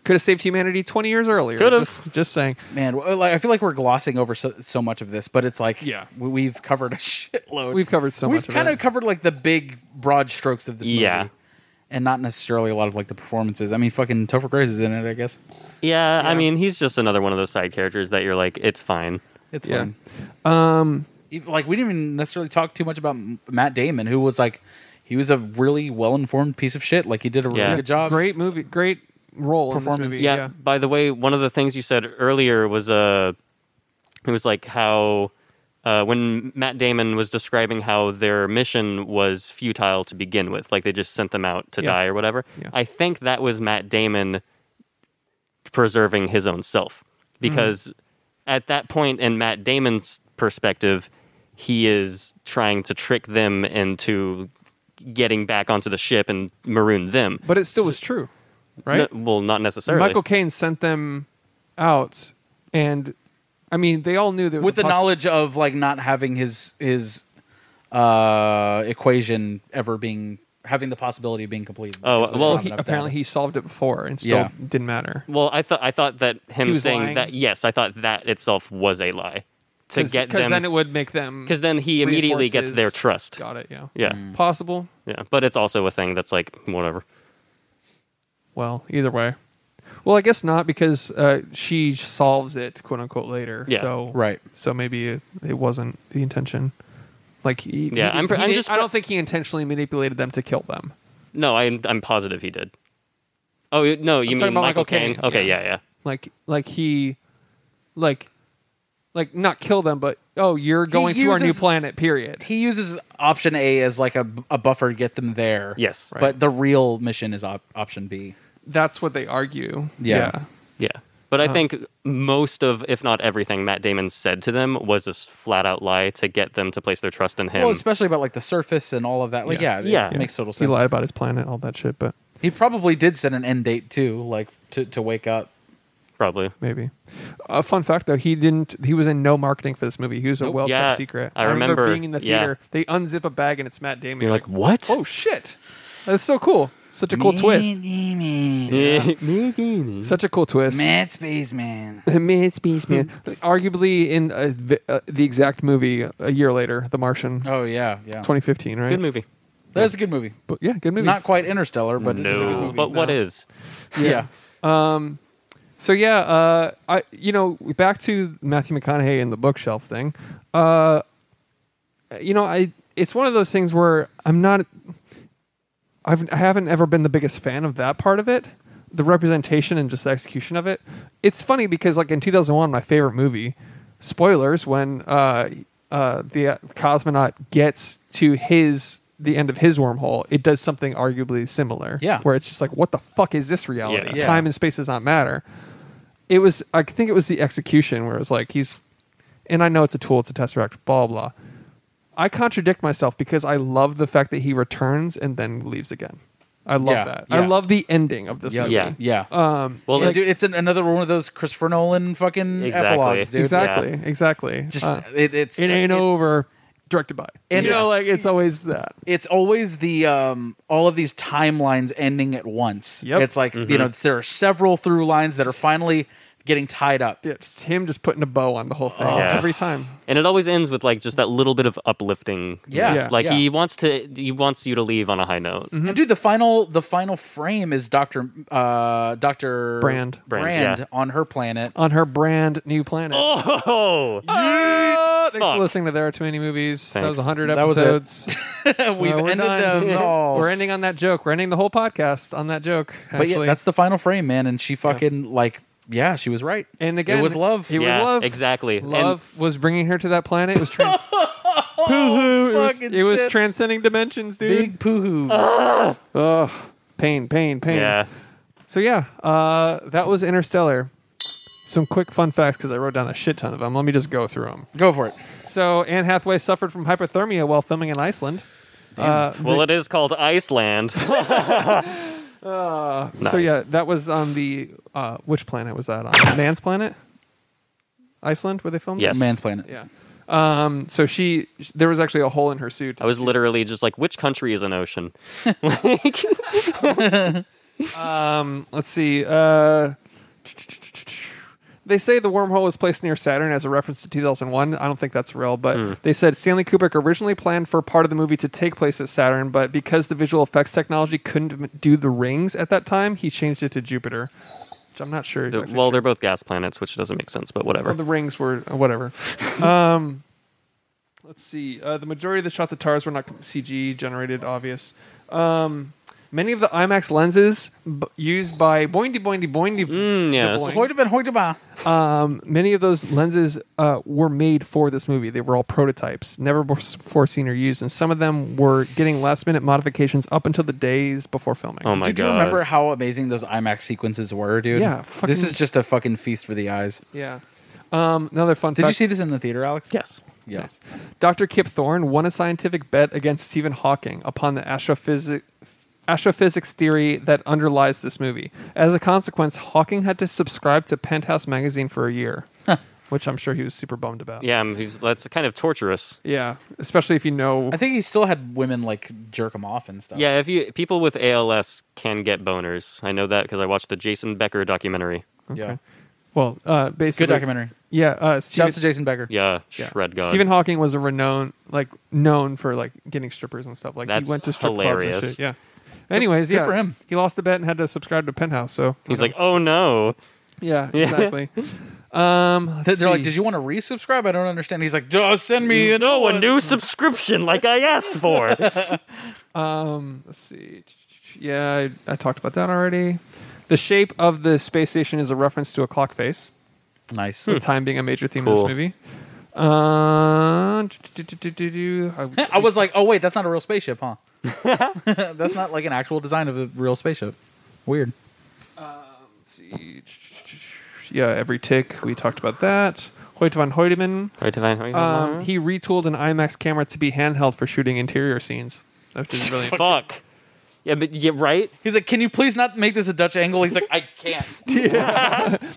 Speaker 1: could have saved humanity twenty years earlier.
Speaker 2: Could've.
Speaker 1: Just, just saying.
Speaker 3: Man, well, like, I feel like we're glossing over so, so much of this, but it's like
Speaker 1: Yeah.
Speaker 3: we- we've covered a shitload.
Speaker 1: We've covered so
Speaker 3: We've
Speaker 1: much of
Speaker 3: kind
Speaker 1: it.
Speaker 3: of covered like the big broad strokes of this movie.
Speaker 2: Yeah.
Speaker 3: And not necessarily a lot of like the performances. I mean, fucking Topher Grace is in it, I guess.
Speaker 2: Yeah, I mean, he's just another one of those side characters that you're like, it's fine.
Speaker 3: It's
Speaker 1: Yeah.
Speaker 3: fun. Um, like we didn't even necessarily talk too much about M- Matt Damon, who was like, he was a really well informed piece of shit. Like he did a really
Speaker 2: Yeah.
Speaker 3: good job.
Speaker 1: Great movie. Great role in this
Speaker 3: Performance.
Speaker 1: movie.
Speaker 2: Yeah. By the way, one of the things you said earlier was uh, It was like how uh, when Matt Damon was describing how their mission was futile to begin with, like they just sent them out to
Speaker 1: Yeah.
Speaker 2: die or whatever.
Speaker 1: Yeah.
Speaker 2: I think that was Matt Damon preserving his own self because
Speaker 1: Mm.
Speaker 2: at that point in Matt Damon's perspective, he is trying to trick them into getting back onto the ship and maroon them.
Speaker 1: But it still was true, right?
Speaker 2: No- well, not necessarily.
Speaker 1: Michael Caine sent them out, and I mean, they all knew there was
Speaker 3: with
Speaker 1: a
Speaker 3: the
Speaker 1: possi-
Speaker 3: knowledge of like not having his his uh equation ever being having the possibility of being completed.
Speaker 2: Oh,
Speaker 3: Because
Speaker 2: well,
Speaker 3: we don't
Speaker 1: Well,
Speaker 3: have
Speaker 1: he,
Speaker 3: enough
Speaker 1: apparently
Speaker 3: data.
Speaker 1: he solved it before, and still
Speaker 3: Yeah.
Speaker 1: didn't matter.
Speaker 2: Well, I thought I thought that
Speaker 1: He
Speaker 2: him
Speaker 1: was
Speaker 2: saying
Speaker 1: lying?
Speaker 2: that yes, I thought that itself was a lie to get
Speaker 1: because
Speaker 2: them
Speaker 1: then it would make them
Speaker 2: because then he immediately
Speaker 1: reinforce
Speaker 2: gets their
Speaker 1: his-
Speaker 2: trust.
Speaker 1: Got it? Yeah.
Speaker 2: Yeah,
Speaker 1: Possible.
Speaker 2: yeah, but it's also a thing that's like whatever.
Speaker 1: Well, either way. Well, I guess not because uh, she solves it, quote unquote, later.
Speaker 2: Yeah.
Speaker 1: So
Speaker 3: Right.
Speaker 1: So maybe it, it wasn't the intention. Like he,
Speaker 2: Yeah,
Speaker 1: he-
Speaker 2: I'm pr-
Speaker 1: he
Speaker 2: I'm
Speaker 1: did-
Speaker 2: just
Speaker 1: I
Speaker 2: pr-
Speaker 1: don't think he intentionally manipulated them to kill them.
Speaker 2: No, I'm I'm positive he did. Oh you- no, you
Speaker 1: talking
Speaker 2: mean
Speaker 1: about Michael
Speaker 2: Michael Caine?
Speaker 1: Caine,
Speaker 2: Okay,
Speaker 1: yeah.
Speaker 2: yeah, yeah.
Speaker 1: Like like he, like, like not kill them, but oh, you're going to our new
Speaker 3: uses-
Speaker 1: planet. Period.
Speaker 3: he uses option A as like a, a buffer to get them there.
Speaker 2: Yes. Right.
Speaker 3: But the real mission is op- option B.
Speaker 1: That's what they argue.
Speaker 3: Yeah.
Speaker 2: Yeah. But I
Speaker 1: Uh-huh.
Speaker 2: think most of, if not everything, Matt Damon said to them was a flat out lie to get them to place their trust in him.
Speaker 3: Well, especially about like the surface and all of that. Like,
Speaker 1: Yeah.
Speaker 3: yeah,
Speaker 2: Yeah.
Speaker 3: it makes total
Speaker 1: He
Speaker 3: sense.
Speaker 1: lied about his planet, all that shit, but
Speaker 3: He probably did set an end date too, like to, to wake up.
Speaker 2: probably.
Speaker 1: maybe. A fun fact though, he didn't. He was in no marketing for this movie. He was a well kept
Speaker 2: Yeah,
Speaker 1: secret.
Speaker 2: I remember,
Speaker 1: being in the
Speaker 2: yeah.
Speaker 1: theater. They unzip a bag and it's Matt Damon.
Speaker 2: You're like, what?
Speaker 1: oh shit, that's so cool. Such a cool twist. Such a cool twist.
Speaker 3: Mad Spaceman.
Speaker 1: Man, space man. Arguably in uh vi- uh, the exact movie a year later, The Martian,
Speaker 3: Oh yeah, yeah.
Speaker 1: 2015, right?
Speaker 2: Good movie.
Speaker 3: That's a good movie.
Speaker 1: But yeah, good movie.
Speaker 3: Not quite Interstellar, but it is a good
Speaker 2: No.
Speaker 3: movie.
Speaker 2: But what is?
Speaker 3: yeah.
Speaker 1: So yeah, uh, I you know back to Matthew McConaughey and the bookshelf thing. Uh, you know, I it's one of those things where I'm not. I've I haven't ever been the biggest fan of that part of it, the representation and just the execution of it. It's funny because like in 2001, my favorite movie, spoilers, when uh, uh, the uh, cosmonaut gets to his the end of his wormhole, it does something arguably similar.
Speaker 3: Yeah.
Speaker 1: where it's just like, what the fuck is this reality?
Speaker 2: Yeah.
Speaker 1: Time and space does not matter it was I think it was the execution where it was like he's and I know it's a tool, it's a tesseract, blah blah. I contradict myself because I love the fact that he returns and then leaves again. I love
Speaker 3: Yeah,
Speaker 1: that. I
Speaker 3: yeah.
Speaker 1: love the ending of this
Speaker 3: Yeah.
Speaker 1: movie.
Speaker 2: Yeah.
Speaker 3: Yeah.
Speaker 1: Um
Speaker 2: Well,
Speaker 3: Yeah,
Speaker 2: like,
Speaker 3: dude, it's an, another one of those Christopher Nolan fucking
Speaker 2: Exactly.
Speaker 3: epilogues, dude.
Speaker 1: exactly, exactly.
Speaker 3: Just
Speaker 1: Uh,
Speaker 3: it, it's
Speaker 1: it ain't
Speaker 3: it-
Speaker 1: over. Directed by.
Speaker 3: And
Speaker 1: you know, like
Speaker 3: it's-
Speaker 1: it's always that.
Speaker 3: It's always the um all of these timelines ending at once.
Speaker 1: Yep.
Speaker 3: It's like you know there are several through lines that are finally getting tied up.
Speaker 1: Yeah, just him just putting a bow on the whole thing
Speaker 2: Oh, Yeah.
Speaker 1: every time.
Speaker 2: and it always ends with like just that little bit of uplifting.
Speaker 3: Yeah.
Speaker 1: Yeah.
Speaker 2: Like
Speaker 3: Yeah. Mm-hmm.
Speaker 2: he wants to, he wants you to leave on a high note.
Speaker 3: And dude, the final the final frame is Doctor uh Doctor
Speaker 1: Brand.
Speaker 2: Brand,
Speaker 3: Brand
Speaker 2: yeah.
Speaker 3: on her planet.
Speaker 1: On her brand new planet.
Speaker 2: Oh,
Speaker 1: Ah, thanks
Speaker 2: Fuck.
Speaker 1: for listening to There Are Too Many Movies. That was
Speaker 2: Thanks.
Speaker 1: 100
Speaker 3: That was it.
Speaker 1: episodes. Well,
Speaker 3: We've
Speaker 1: we're
Speaker 3: ended
Speaker 1: done.
Speaker 3: them all.
Speaker 1: We're ending on that joke. We're ending the whole podcast on that joke.
Speaker 3: but
Speaker 1: Actually.
Speaker 3: yeah, that's the final frame, man. And she fucking like yeah, she was right.
Speaker 1: and again,
Speaker 3: it was love.
Speaker 1: It was
Speaker 2: Yeah,
Speaker 1: love.
Speaker 2: exactly. And-
Speaker 1: Love was bringing her to that planet. It was trans. Pooh-hoo. It was,
Speaker 3: Oh, Fucking
Speaker 1: it was
Speaker 3: shit.
Speaker 1: transcending dimensions, dude.
Speaker 3: Big poohoo.
Speaker 1: Ugh. Pain, pain, pain.
Speaker 2: yeah.
Speaker 1: So yeah, uh, that was Interstellar. Some quick fun facts because I wrote down a shit ton of them. Let me just go through them.
Speaker 3: Go for it.
Speaker 1: So Anne Hathaway suffered from hypothermia while filming in Iceland. Uh,
Speaker 2: Well, it is called Iceland.
Speaker 1: So
Speaker 2: Nice.
Speaker 1: yeah, that was on the uh, which planet was that on? Man's planet, Iceland, where they filmed. it?
Speaker 2: Yes.
Speaker 3: Man's planet.
Speaker 1: Yeah. Um. So she, sh- there was actually a hole in her suit.
Speaker 2: I was literally just like, which country is an ocean?
Speaker 1: Um. Let's see. Uh. They say the wormhole was placed near Saturn as a reference to 2001. I don't think that's real, but
Speaker 2: Hmm.
Speaker 1: they said Stanley Kubrick originally planned for part of the movie to take place at Saturn, but because the visual effects technology couldn't m- do the rings at that time, he changed it to Jupiter, which I'm not sure. is
Speaker 2: well,
Speaker 1: actually true.
Speaker 2: they're both gas planets, which doesn't make sense, but whatever.
Speaker 1: Or the rings were uh, whatever. um, let's see. Uh, the majority of the shots of TARS were not CG generated, obvious. Um, many of the IMAX lenses b- used by Boindy Boindy Boindy.
Speaker 2: Mm, yes.
Speaker 1: boing.
Speaker 3: Hoyt van Hoytema.
Speaker 1: Um, many of those lenses uh, were made for this movie. They were all prototypes, never before seen or used, and some of them were getting last minute modifications up until the days before filming.
Speaker 2: Oh my
Speaker 3: Did
Speaker 2: god!
Speaker 3: you remember how amazing those IMAX sequences were, dude?
Speaker 1: Yeah, fucking-
Speaker 3: this is just a fucking feast for the eyes.
Speaker 1: Yeah. Um, another fun.
Speaker 3: Did you
Speaker 1: fact-
Speaker 3: see this in the theater, Alex?
Speaker 2: Yes.
Speaker 3: Yeah.
Speaker 1: Nice. Dr. Kip Thorne won a scientific bet against Stephen Hawking upon the astrophysic- astrophysics theory that underlies this movie. As a consequence, Hawking had to subscribe to Penthouse magazine for a year, which I'm sure he was super bummed about.
Speaker 2: Yeah, um, he's, that's kind of torturous.
Speaker 1: Yeah, especially if you know.
Speaker 3: I think he still had women like jerk him off and stuff.
Speaker 2: Yeah, if you people with ALS can get boners. I know that because I watched the Jason Becker documentary.
Speaker 3: yeah.
Speaker 1: Well, uh, basically,
Speaker 3: Good documentary.
Speaker 1: Yeah, uh,
Speaker 3: Shouts to
Speaker 1: Stephen,
Speaker 3: Jason Becker.
Speaker 2: Yeah,
Speaker 1: yeah.
Speaker 2: shred god.
Speaker 1: Stephen Hawking was a renowned, like known for like getting strippers and stuff. Like
Speaker 2: That's
Speaker 1: he went to strip clubs and
Speaker 2: hilarious.
Speaker 1: shit. Yeah. Anyways, yeah,
Speaker 3: for him.
Speaker 1: He lost the bet and had to subscribe to Penthouse. So
Speaker 2: he's like, oh no.
Speaker 1: Yeah, exactly. um,
Speaker 3: Th- They're like,
Speaker 1: see.
Speaker 3: "Did you want to resubscribe?" I don't understand. He's like, "Just send me."
Speaker 2: You
Speaker 3: an-
Speaker 2: know, a new subscription like I asked for.
Speaker 1: Let's see. Yeah, I, I talked about that already. The shape of the space station is a reference to a clock face.
Speaker 3: Nice.
Speaker 1: with Time being a major theme of
Speaker 2: Cool.
Speaker 1: this movie. Uh, do, do, do, do, do. I,
Speaker 3: I was like, "Oh wait, that's not a real spaceship, huh?" that's not like an actual design of a real spaceship. Weird.
Speaker 1: let's see. Yeah, every tick we talked about that. Hoyt van Hoyteman.
Speaker 2: Right, Divine, right,
Speaker 1: Um,
Speaker 2: Divine.
Speaker 1: he retooled an IMAX camera to be handheld for shooting interior scenes. Which is really
Speaker 2: Fuck. Yeah, but yeah, right.
Speaker 3: He's like, "Can you please not make this a Dutch angle?" He's like, "I can't."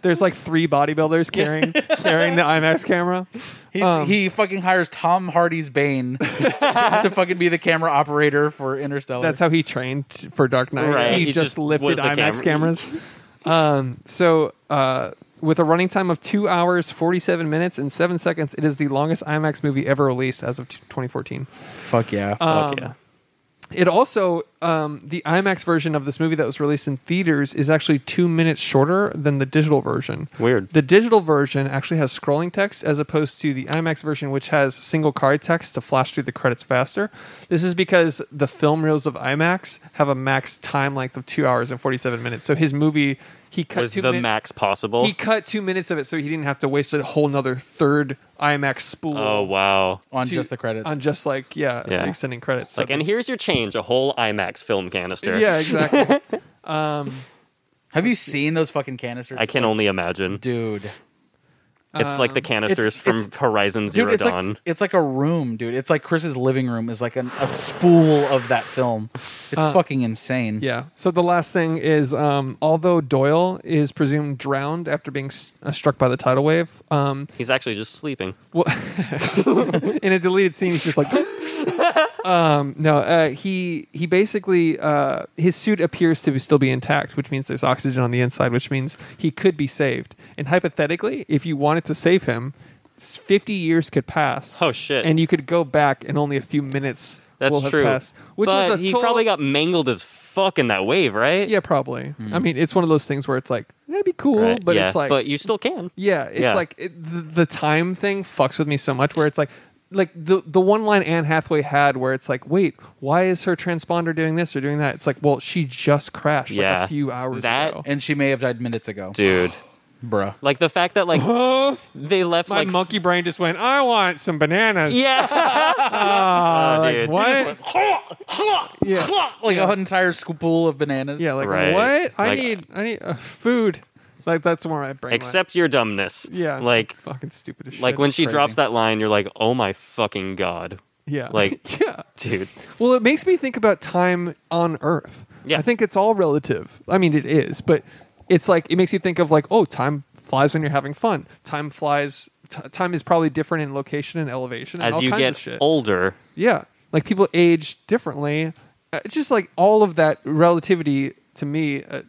Speaker 1: There's like three bodybuilders carrying carrying the IMAX camera.
Speaker 3: He,
Speaker 1: Um,
Speaker 3: he fucking hires Tom Hardy's Bane to fucking be the camera operator for Interstellar.
Speaker 1: That's how he trained for Dark Knight.
Speaker 2: Right,
Speaker 1: He,
Speaker 2: he
Speaker 1: just,
Speaker 2: just
Speaker 1: lifted
Speaker 2: was the
Speaker 1: IMAX
Speaker 2: camera.
Speaker 1: cameras. um, so, uh, with a running time of two hours, 47 minutes, and seven seconds, it is the longest IMAX movie ever released as of t- 2014.
Speaker 3: fuck yeah.
Speaker 1: Um,
Speaker 2: Fuck yeah.
Speaker 1: It also, um, the IMAX version of this movie that was released in theaters is actually two minutes shorter than the digital version.
Speaker 2: Weird.
Speaker 1: The digital version actually has scrolling text as opposed to the IMAX version, which has single card text to flash through the credits faster. This is because the film reels of IMAX have a max time length of two hours and 47 minutes. So his movie, he cut
Speaker 2: Was
Speaker 1: two
Speaker 2: the
Speaker 1: min-
Speaker 2: max possible?
Speaker 1: He cut two minutes of it so he didn't have to waste a whole nother third IMAX spool.
Speaker 2: oh wow.
Speaker 3: on
Speaker 1: to-
Speaker 3: just the credits.
Speaker 1: On just like, yeah,
Speaker 2: Yeah.
Speaker 1: extending credits. So-
Speaker 2: Like, and here's your change: a whole IMAX film canister.
Speaker 1: yeah, exactly.
Speaker 3: Have you seen those fucking canisters?
Speaker 2: I can only imagine.
Speaker 3: dude.
Speaker 2: it's like
Speaker 1: um,
Speaker 2: the canisters
Speaker 3: it's-
Speaker 2: from
Speaker 3: it's-
Speaker 2: Horizon Zero
Speaker 3: Dude, it's
Speaker 2: Dawn.
Speaker 3: like it's like a room, dude. It's like Chris's living room is like an, a spool of that film. It's fucking insane.
Speaker 1: Yeah. So the last thing is, um, although Doyle is presumed drowned after being s- uh, struck by the tidal wave, um,
Speaker 2: He's actually just sleeping.
Speaker 1: in a deleted scene, he's just like, um, no, uh, he he basically uh, his suit appears to still be intact, which means there's oxygen on the inside, which means he could be saved. And hypothetically, if you wanted to save him, s- 50 years could pass.
Speaker 2: Oh, shit.
Speaker 1: And you could go back in only a few minutes.
Speaker 2: That's
Speaker 1: will have
Speaker 2: true.
Speaker 1: passed, which
Speaker 2: but
Speaker 1: was a
Speaker 2: he
Speaker 1: total-
Speaker 2: probably got mangled as fuck in that wave, right?
Speaker 1: Yeah, probably. I mean, it's one of those things where it's like that'd be cool,
Speaker 2: Hmm. Right,
Speaker 1: but
Speaker 2: yeah,
Speaker 1: it's like,
Speaker 2: but you still can.
Speaker 1: yeah, it's
Speaker 2: Yeah.
Speaker 1: like it, the, the time thing fucks with me so much. Where it's like, like the the one line Anne Hathaway had, where it's like, wait, why is her transponder doing this or doing that? It's like, well, she just crashed like
Speaker 2: Yeah.
Speaker 1: a few hours
Speaker 2: That-
Speaker 1: ago.
Speaker 3: And she may have died minutes ago.
Speaker 2: dude.
Speaker 3: Bruh.
Speaker 2: Like the fact that like they left
Speaker 1: My
Speaker 2: like
Speaker 1: monkey brain just went. I want some bananas.
Speaker 2: yeah, Oh, dude.
Speaker 1: What? yeah.
Speaker 3: Like an entire spool of bananas.
Speaker 1: Yeah. Like
Speaker 2: Right.
Speaker 1: what? I
Speaker 2: Like-
Speaker 1: need. I need uh, food. Like that's where my brain. went.
Speaker 2: Accept your dumbness.
Speaker 1: Yeah.
Speaker 2: like
Speaker 1: fucking stupid as shit.
Speaker 2: like when she
Speaker 3: Crazy.
Speaker 2: drops that line, you're like, oh my fucking god,
Speaker 1: Yeah.
Speaker 2: like-
Speaker 1: yeah.
Speaker 2: dude.
Speaker 1: Well, it makes me think about time on Earth.
Speaker 2: Yeah.
Speaker 1: I think it's all relative. I mean, it is, but it's like it makes you think of like, oh, time flies when you're having fun. Time flies. T- time is probably different in location and elevation and
Speaker 2: As
Speaker 1: all
Speaker 2: you
Speaker 1: kinds
Speaker 2: get
Speaker 1: of shit.
Speaker 2: older,
Speaker 1: yeah, like people age differently. Uh, It's just like all of that relativity to me. Uh,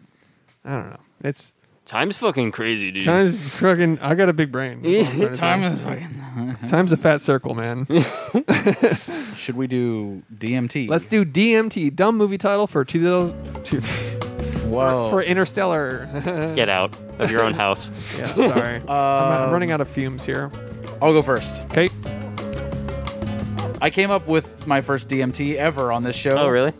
Speaker 1: I don't know. It's
Speaker 2: time's fucking crazy, dude.
Speaker 1: time's fucking. I got a big brain. That's all I'm trying to
Speaker 3: Time is fucking.
Speaker 1: say. Time's a fat circle, man.
Speaker 3: Should we do DMT?
Speaker 1: Let's do DMT, dumb movie title for 2000
Speaker 3: Whoa.
Speaker 1: for Interstellar.
Speaker 2: Get out of your own house.
Speaker 1: Yeah, sorry. I'm, I'm running out of fumes here.
Speaker 3: I'll go first.
Speaker 1: Okay.
Speaker 3: I came up with my first DMT ever on this show.
Speaker 2: oh really?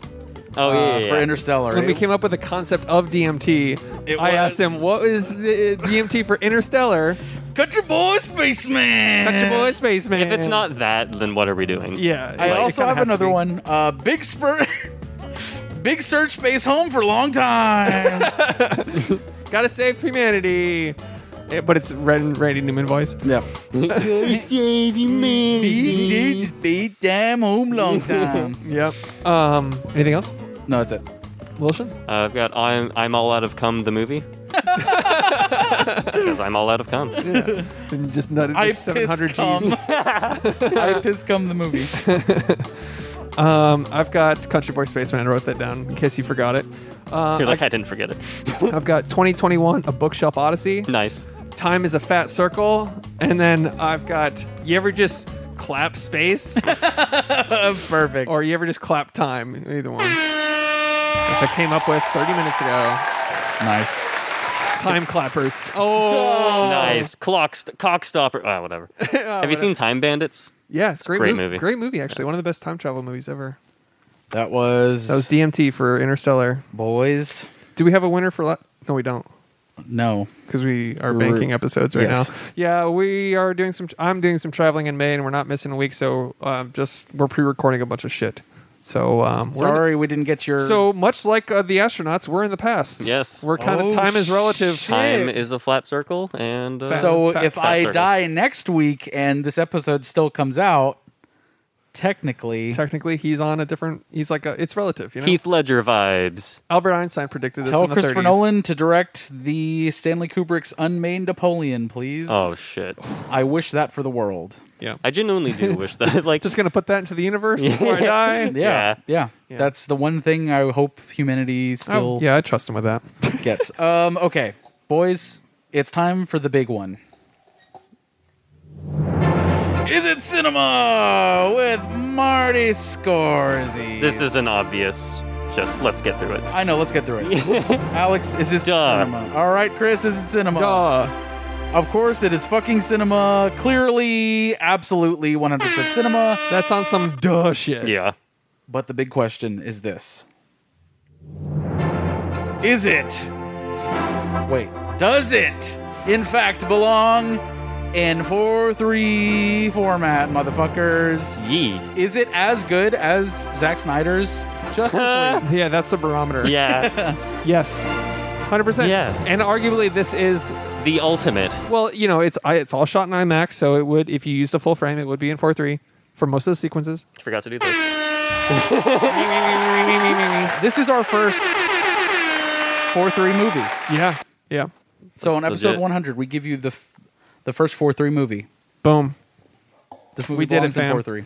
Speaker 2: Oh
Speaker 3: uh,
Speaker 2: yeah, yeah,
Speaker 3: for
Speaker 2: yeah.
Speaker 3: Interstellar.
Speaker 1: When we
Speaker 3: It-
Speaker 1: came up with the concept of DMT,
Speaker 3: It
Speaker 1: I
Speaker 3: was-
Speaker 1: asked him, "What is the DMT for Interstellar?"
Speaker 3: Country boy spaceman.
Speaker 1: Touch your boy, spaceman.
Speaker 2: If it's not that, then what are we doing?
Speaker 1: yeah.
Speaker 3: I
Speaker 1: like, it
Speaker 3: also
Speaker 1: kinda
Speaker 3: have
Speaker 1: has to
Speaker 3: another
Speaker 1: be.
Speaker 3: one. Uh, big spur. big search space home for a long time.
Speaker 1: Gotta save humanity. Eh, But it's Red and Randy Newman voice.
Speaker 3: yep.
Speaker 5: save you,
Speaker 3: Big
Speaker 5: man.
Speaker 3: search space damn home long time.
Speaker 1: Yep. Um. Anything else,
Speaker 3: no, that's it.
Speaker 1: Wilson?
Speaker 2: Uh, I've got I'm I'm all out of cum the movie. 'Cause I'm all out of cum.
Speaker 1: And just nutted
Speaker 3: I
Speaker 1: with 700
Speaker 3: piss
Speaker 1: G's.
Speaker 3: cum. I piss cum the movie.
Speaker 1: Um, I've got Country Boy Spaceman. I wrote that down in case you forgot it. Uh,
Speaker 2: You're like I didn't forget it.
Speaker 1: I've got 2021, A Bookshelf Odyssey.
Speaker 2: Nice.
Speaker 1: Time is a fat circle. And then I've got, you ever just clap space
Speaker 3: Perfect.
Speaker 1: or you ever just clap time? Either one. Which I came up with 30 minutes ago.
Speaker 3: nice.
Speaker 1: Time clappers. Oh,
Speaker 2: Nice. Clock st- cock stopper. Ah, whatever. Have you seen Time Bandits?
Speaker 1: yeah, it's a great,
Speaker 2: Great
Speaker 1: mov-
Speaker 2: movie.
Speaker 1: Great movie, actually. One of the best time travel movies ever.
Speaker 3: That was,
Speaker 1: That was DMT for Interstellar.
Speaker 3: boys.
Speaker 1: Do we have a winner for? La- no, we don't.
Speaker 3: No.
Speaker 1: because we are
Speaker 3: We're-
Speaker 1: banking episodes right
Speaker 3: yes.
Speaker 1: now. Yeah, we are doing some. I'm doing some traveling in May, and we're not missing a week. So um, just we're pre-recording a bunch of shit. So um, we're in the-
Speaker 3: Sorry, we didn't get your.
Speaker 1: so much like uh, the astronauts, we're in the past.
Speaker 2: Yes.
Speaker 1: we're kind
Speaker 3: Oh,
Speaker 1: of time is relative.
Speaker 2: Time is a flat circle, and uh,
Speaker 3: So
Speaker 1: Fat-
Speaker 3: if
Speaker 1: fat
Speaker 3: I
Speaker 2: circle.
Speaker 3: die next week and this episode still comes out, technically,
Speaker 1: Technically, he's on a different. He's like a. It's relative. You know,
Speaker 2: Heath Ledger vibes.
Speaker 1: Albert Einstein predicted this
Speaker 3: tell
Speaker 1: in the
Speaker 3: Christopher
Speaker 1: 30s.
Speaker 3: Nolan to direct the Stanley Kubrick's Unmade Napoleon, please.
Speaker 2: Oh shit.
Speaker 3: I wish that for the world.
Speaker 1: Yeah,
Speaker 2: I genuinely do wish that. Like
Speaker 1: just gonna put that into the universe before I die.
Speaker 3: Yeah,
Speaker 2: Yeah.
Speaker 3: yeah, That's the one thing I hope humanity still
Speaker 1: Oh, yeah, I trust him with that.
Speaker 3: gets. Um, okay, boys, it's time for the big one. Is it cinema with Marty Scorsese?
Speaker 2: this is an obvious. Just let's get through it.
Speaker 3: I know. Let's get through it. Alex, is this
Speaker 2: Duh.
Speaker 3: cinema? All right, Chris, is it cinema?
Speaker 1: Duh.
Speaker 3: Of course, it is fucking cinema. Clearly, absolutely, 100% cinema.
Speaker 1: That's on some duh shit.
Speaker 2: Yeah.
Speaker 3: But the big question is this: Is it? Wait, does it in fact belong in four-three format, motherfuckers?
Speaker 2: Yee.
Speaker 3: Is it as good as Zack Snyder's Justice League?
Speaker 1: Yeah, that's the barometer.
Speaker 2: Yeah.
Speaker 1: Yes. 100%.
Speaker 2: Yeah.
Speaker 1: And arguably this is
Speaker 2: the ultimate.
Speaker 1: well, you know, it's I- it's all shot in IMAX, so it would if you used a full frame, it would be in 4:3 for most of the sequences.
Speaker 2: Forgot to do this.
Speaker 3: This is our first four-three movie.
Speaker 1: Yeah. Yeah.
Speaker 3: So on episode
Speaker 2: Legit.
Speaker 3: 100, we give you the f- the first four-three movie.
Speaker 1: Boom.
Speaker 3: This movie
Speaker 1: We did it,
Speaker 3: belongs in
Speaker 1: fam.
Speaker 3: four-three.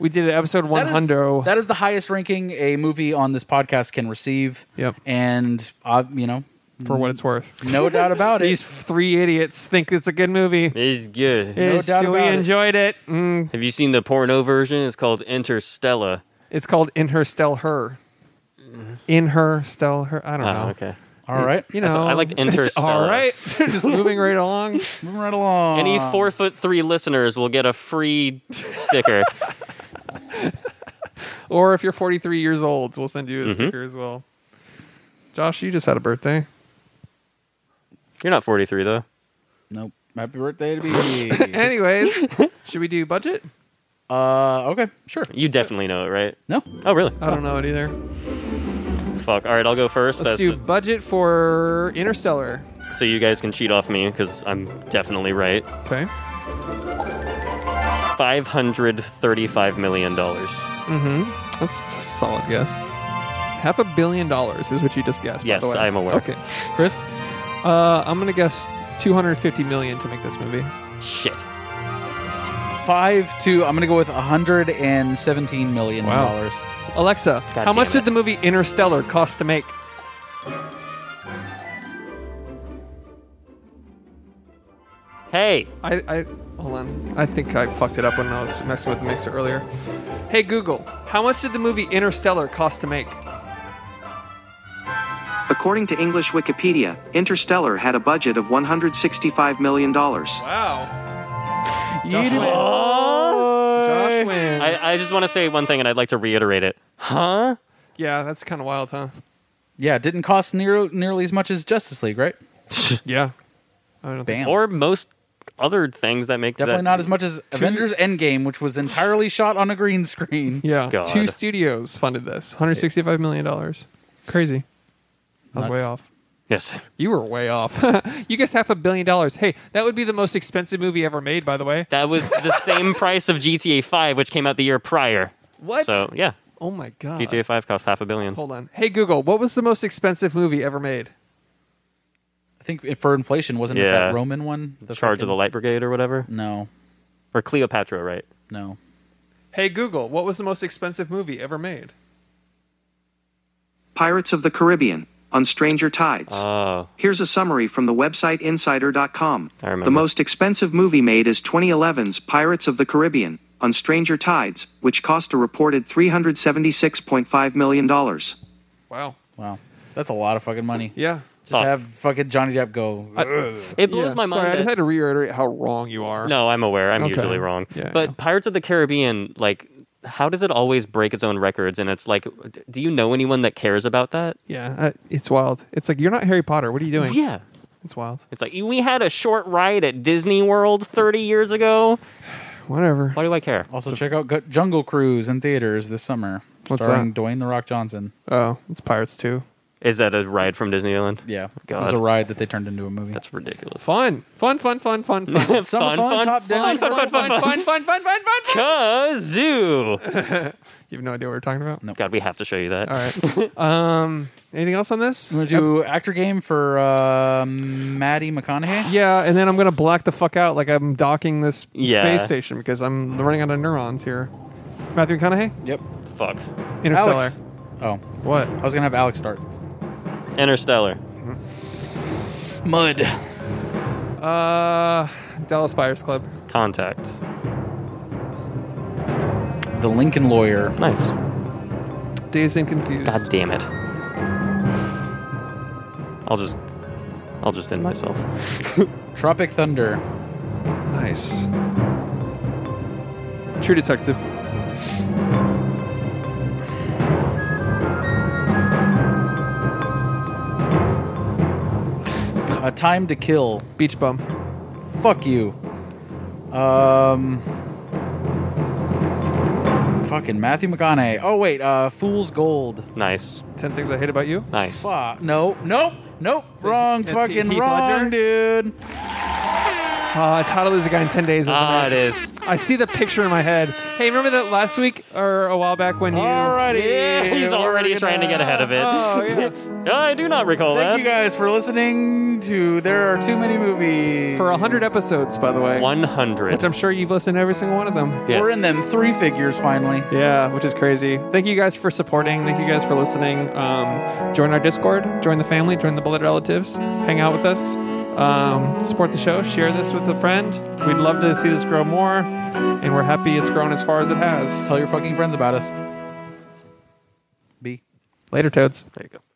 Speaker 1: We did it episode
Speaker 3: That is-
Speaker 1: 100.
Speaker 3: That is the highest ranking a movie on this podcast can receive.
Speaker 1: Yep.
Speaker 3: And uh, you know,
Speaker 1: for what it's worth.
Speaker 3: no doubt about
Speaker 1: These
Speaker 3: it.
Speaker 1: three idiots think it's a good movie.
Speaker 2: It's good.
Speaker 1: Yes,
Speaker 3: doubt
Speaker 1: we
Speaker 3: about it.
Speaker 1: enjoyed it. Mm.
Speaker 2: Have you seen the porno version? It's called Interstella.
Speaker 1: It's called In Her Stell Her.
Speaker 3: Mm-hmm.
Speaker 1: In Her Stell Her. I don't
Speaker 3: Ah,
Speaker 2: Oh,
Speaker 1: know.
Speaker 2: okay.
Speaker 3: All right,
Speaker 1: You know.
Speaker 2: I liked Interstellar.
Speaker 1: All right. Just moving right along.
Speaker 3: moving right along.
Speaker 2: Any four foot three listeners will get a free sticker.
Speaker 1: Or if you're 43 years old, we'll send
Speaker 3: Mm-hmm.
Speaker 1: you a sticker as well. Josh, you just had a birthday.
Speaker 2: You're not 43 though.
Speaker 3: Nope. Happy birthday to me.
Speaker 1: Anyways, should we do budget?
Speaker 3: uh, okay, sure.
Speaker 2: You definitely know it, right?
Speaker 3: No,
Speaker 2: Oh, really?
Speaker 1: I don't know it either.
Speaker 2: Fuck. All right, I'll go 1st
Speaker 1: Let's do budget for Interstellar.
Speaker 2: so you guys can cheat off me because I'm definitely right.
Speaker 1: Okay.
Speaker 2: Five hundred thirty-five million dollars.
Speaker 1: That's a solid guess. Half a billion dollars is what you just guessed.
Speaker 2: Yes,
Speaker 1: by the way.
Speaker 2: I'm aware.
Speaker 1: Okay.
Speaker 3: Chris.
Speaker 1: Uh, I'm going to guess 250 million to make this movie.
Speaker 2: Shit.
Speaker 3: Five to I'm gonna go with 117 million
Speaker 1: Wow.
Speaker 3: dollars.
Speaker 1: Alexa, how
Speaker 2: damn
Speaker 1: much
Speaker 2: it.
Speaker 1: did the movie Interstellar cost to make?
Speaker 2: Hey,
Speaker 1: I, I hold on. I think I fucked it up when I was messing with the mixer earlier. Hey Google, how much did the movie Interstellar cost to make?
Speaker 6: According to English Wikipedia, Interstellar had a budget of $165 million.
Speaker 1: Wow.
Speaker 3: You
Speaker 1: Josh
Speaker 3: did-
Speaker 1: wins.
Speaker 2: I,
Speaker 1: Josh wins.
Speaker 2: I just want to say one thing, and I'd like to reiterate it. Huh?
Speaker 1: Yeah, that's kind of wild, huh?
Speaker 3: Yeah, it didn't cost near, nearly as much as Justice League, right?
Speaker 1: Yeah. I don't think
Speaker 3: Bam.
Speaker 2: or most other things that make
Speaker 3: Definitely
Speaker 2: that,
Speaker 3: not as much as Avengers Endgame, which was entirely shot on a green screen.
Speaker 1: Yeah.
Speaker 2: God.
Speaker 1: Two studios funded this. $165 million. Crazy. I was way
Speaker 3: Nuts.
Speaker 1: off.
Speaker 2: Yes,
Speaker 1: You were way off. you guessed half a billion dollars. Hey, that would be the most expensive movie ever made, by the way.
Speaker 2: that was the same price of GTA Five, which came out the year prior.
Speaker 1: What?
Speaker 2: So yeah,
Speaker 1: oh my god.
Speaker 2: GTA Five cost half a billion.
Speaker 1: Hold on. Hey Google, what was the most expensive movie ever made?
Speaker 3: I think for inflation, wasn't it
Speaker 2: Yeah.
Speaker 3: that Roman one? The
Speaker 2: Charge of
Speaker 3: fucking-
Speaker 2: the Light Brigade or whatever,
Speaker 3: No,
Speaker 2: or Cleopatra, right?
Speaker 3: no.
Speaker 1: Hey Google, what was the most expensive movie ever made?
Speaker 6: Pirates of the Caribbean on Stranger Tides.
Speaker 2: Oh,
Speaker 6: Here's a summary from the website insider.com.
Speaker 2: I remember.
Speaker 6: The most expensive movie made is 2011's Pirates of the Caribbean on Stranger Tides, which cost a reported $376.5 million.
Speaker 1: Wow.
Speaker 3: Wow, that's a lot of fucking money.
Speaker 1: Yeah.
Speaker 3: Just
Speaker 2: Oh.
Speaker 3: to have fucking Johnny Depp go.
Speaker 2: it blows
Speaker 1: Yeah.
Speaker 2: my mind.
Speaker 1: Sorry, I
Speaker 2: that-
Speaker 1: just had to reiterate how wrong you are.
Speaker 2: No, I'm aware. I'm
Speaker 1: Okay.
Speaker 2: usually wrong.
Speaker 1: Yeah, I
Speaker 2: but
Speaker 1: know.
Speaker 2: Pirates of the Caribbean, like, how does it always break its own records? And it's like, d- do you know anyone that cares about that?
Speaker 1: Yeah, uh, it's wild. It's like you're not Harry Potter. What are you doing?
Speaker 2: Yeah.
Speaker 1: It's wild.
Speaker 2: It's like, we had a short ride at Disney World 30 years ago.
Speaker 1: Whatever.
Speaker 2: Why do I care?
Speaker 3: also, check out Gu- Jungle Cruise in theaters this summer,
Speaker 1: What's
Speaker 3: starring
Speaker 1: that?
Speaker 3: Dwayne the Rock Johnson.
Speaker 1: Oh, it's Pirates 2.
Speaker 2: Is that a ride from Disneyland?
Speaker 3: Yeah,
Speaker 2: Oh God.
Speaker 3: it was a ride that they turned into a movie.
Speaker 2: That's ridiculous.
Speaker 1: Fun. Fun, fun, fun, fun, fun.
Speaker 3: Summer fun, top
Speaker 2: fun,
Speaker 3: down.
Speaker 2: fun, fun, fun, fun,
Speaker 1: fun, fun, fun, fun.
Speaker 2: Kazoo!
Speaker 1: You have no idea what we're talking about? No.
Speaker 2: God, we have to show you that.
Speaker 1: All right. um, anything else on this?
Speaker 3: You want to do actor game for uh, Maddie McConaughey?
Speaker 1: Yeah, and then I'm gonna black the fuck out like I'm docking this
Speaker 2: Yeah.
Speaker 1: space station because I'm running out of neurons here. Matthew McConaughey,
Speaker 3: Yep.
Speaker 2: Fuck.
Speaker 1: Interstellar.
Speaker 3: Alex. Oh,
Speaker 1: What?
Speaker 3: I was gonna have Alex start.
Speaker 2: Interstellar.
Speaker 3: Mud.
Speaker 1: Uh, Dallas Buyers Club.
Speaker 2: Contact.
Speaker 3: The Lincoln Lawyer.
Speaker 2: Nice.
Speaker 1: Dazed and Confused.
Speaker 2: God damn it. I'll just. I'll just end myself.
Speaker 3: Tropic Thunder.
Speaker 1: Nice. True Detective.
Speaker 3: A Time to Kill.
Speaker 1: Beach Bum.
Speaker 3: Fuck you. Um. Fucking Matthew McConaughey. Oh wait, uh, Fool's Gold.
Speaker 2: Nice.
Speaker 1: Ten Things I Hate About You.
Speaker 2: Nice.
Speaker 3: Fuck. No. Nope. Nope. Wrong.
Speaker 1: that's
Speaker 3: fucking
Speaker 1: Heath
Speaker 3: wrong,
Speaker 1: Ledger?
Speaker 3: dude.
Speaker 1: Uh, it's How to Lose a Guy in Ten Days, isn't
Speaker 2: Ah,
Speaker 1: it?
Speaker 2: it is.
Speaker 1: I see the picture in my head. Hey, remember that last week or a while back when you?
Speaker 3: Alrighty.
Speaker 2: Yeah, he's
Speaker 3: we're
Speaker 2: already
Speaker 3: gonna-
Speaker 2: trying to get ahead of it.
Speaker 1: Oh yeah.
Speaker 2: I do not recall
Speaker 3: Thank you
Speaker 2: that.
Speaker 3: guys for listening to There Are Too Many Movies.
Speaker 1: For hundred episodes, by the way.
Speaker 2: 100.
Speaker 1: Which I'm sure you've listened to every single one of them.
Speaker 2: Yes.
Speaker 3: We're in them three figures finally.
Speaker 1: Yeah, which is crazy. Thank you guys for supporting. Thank you guys for listening. Um, join our Discord. Join the family. Join the blood relatives. Hang out with us. Um, support the show. Share this with a friend. We'd love to see this grow more, and we're happy it's grown as far as it has.
Speaker 3: Tell your fucking friends about us. B.
Speaker 1: Later, toads.
Speaker 2: there you go.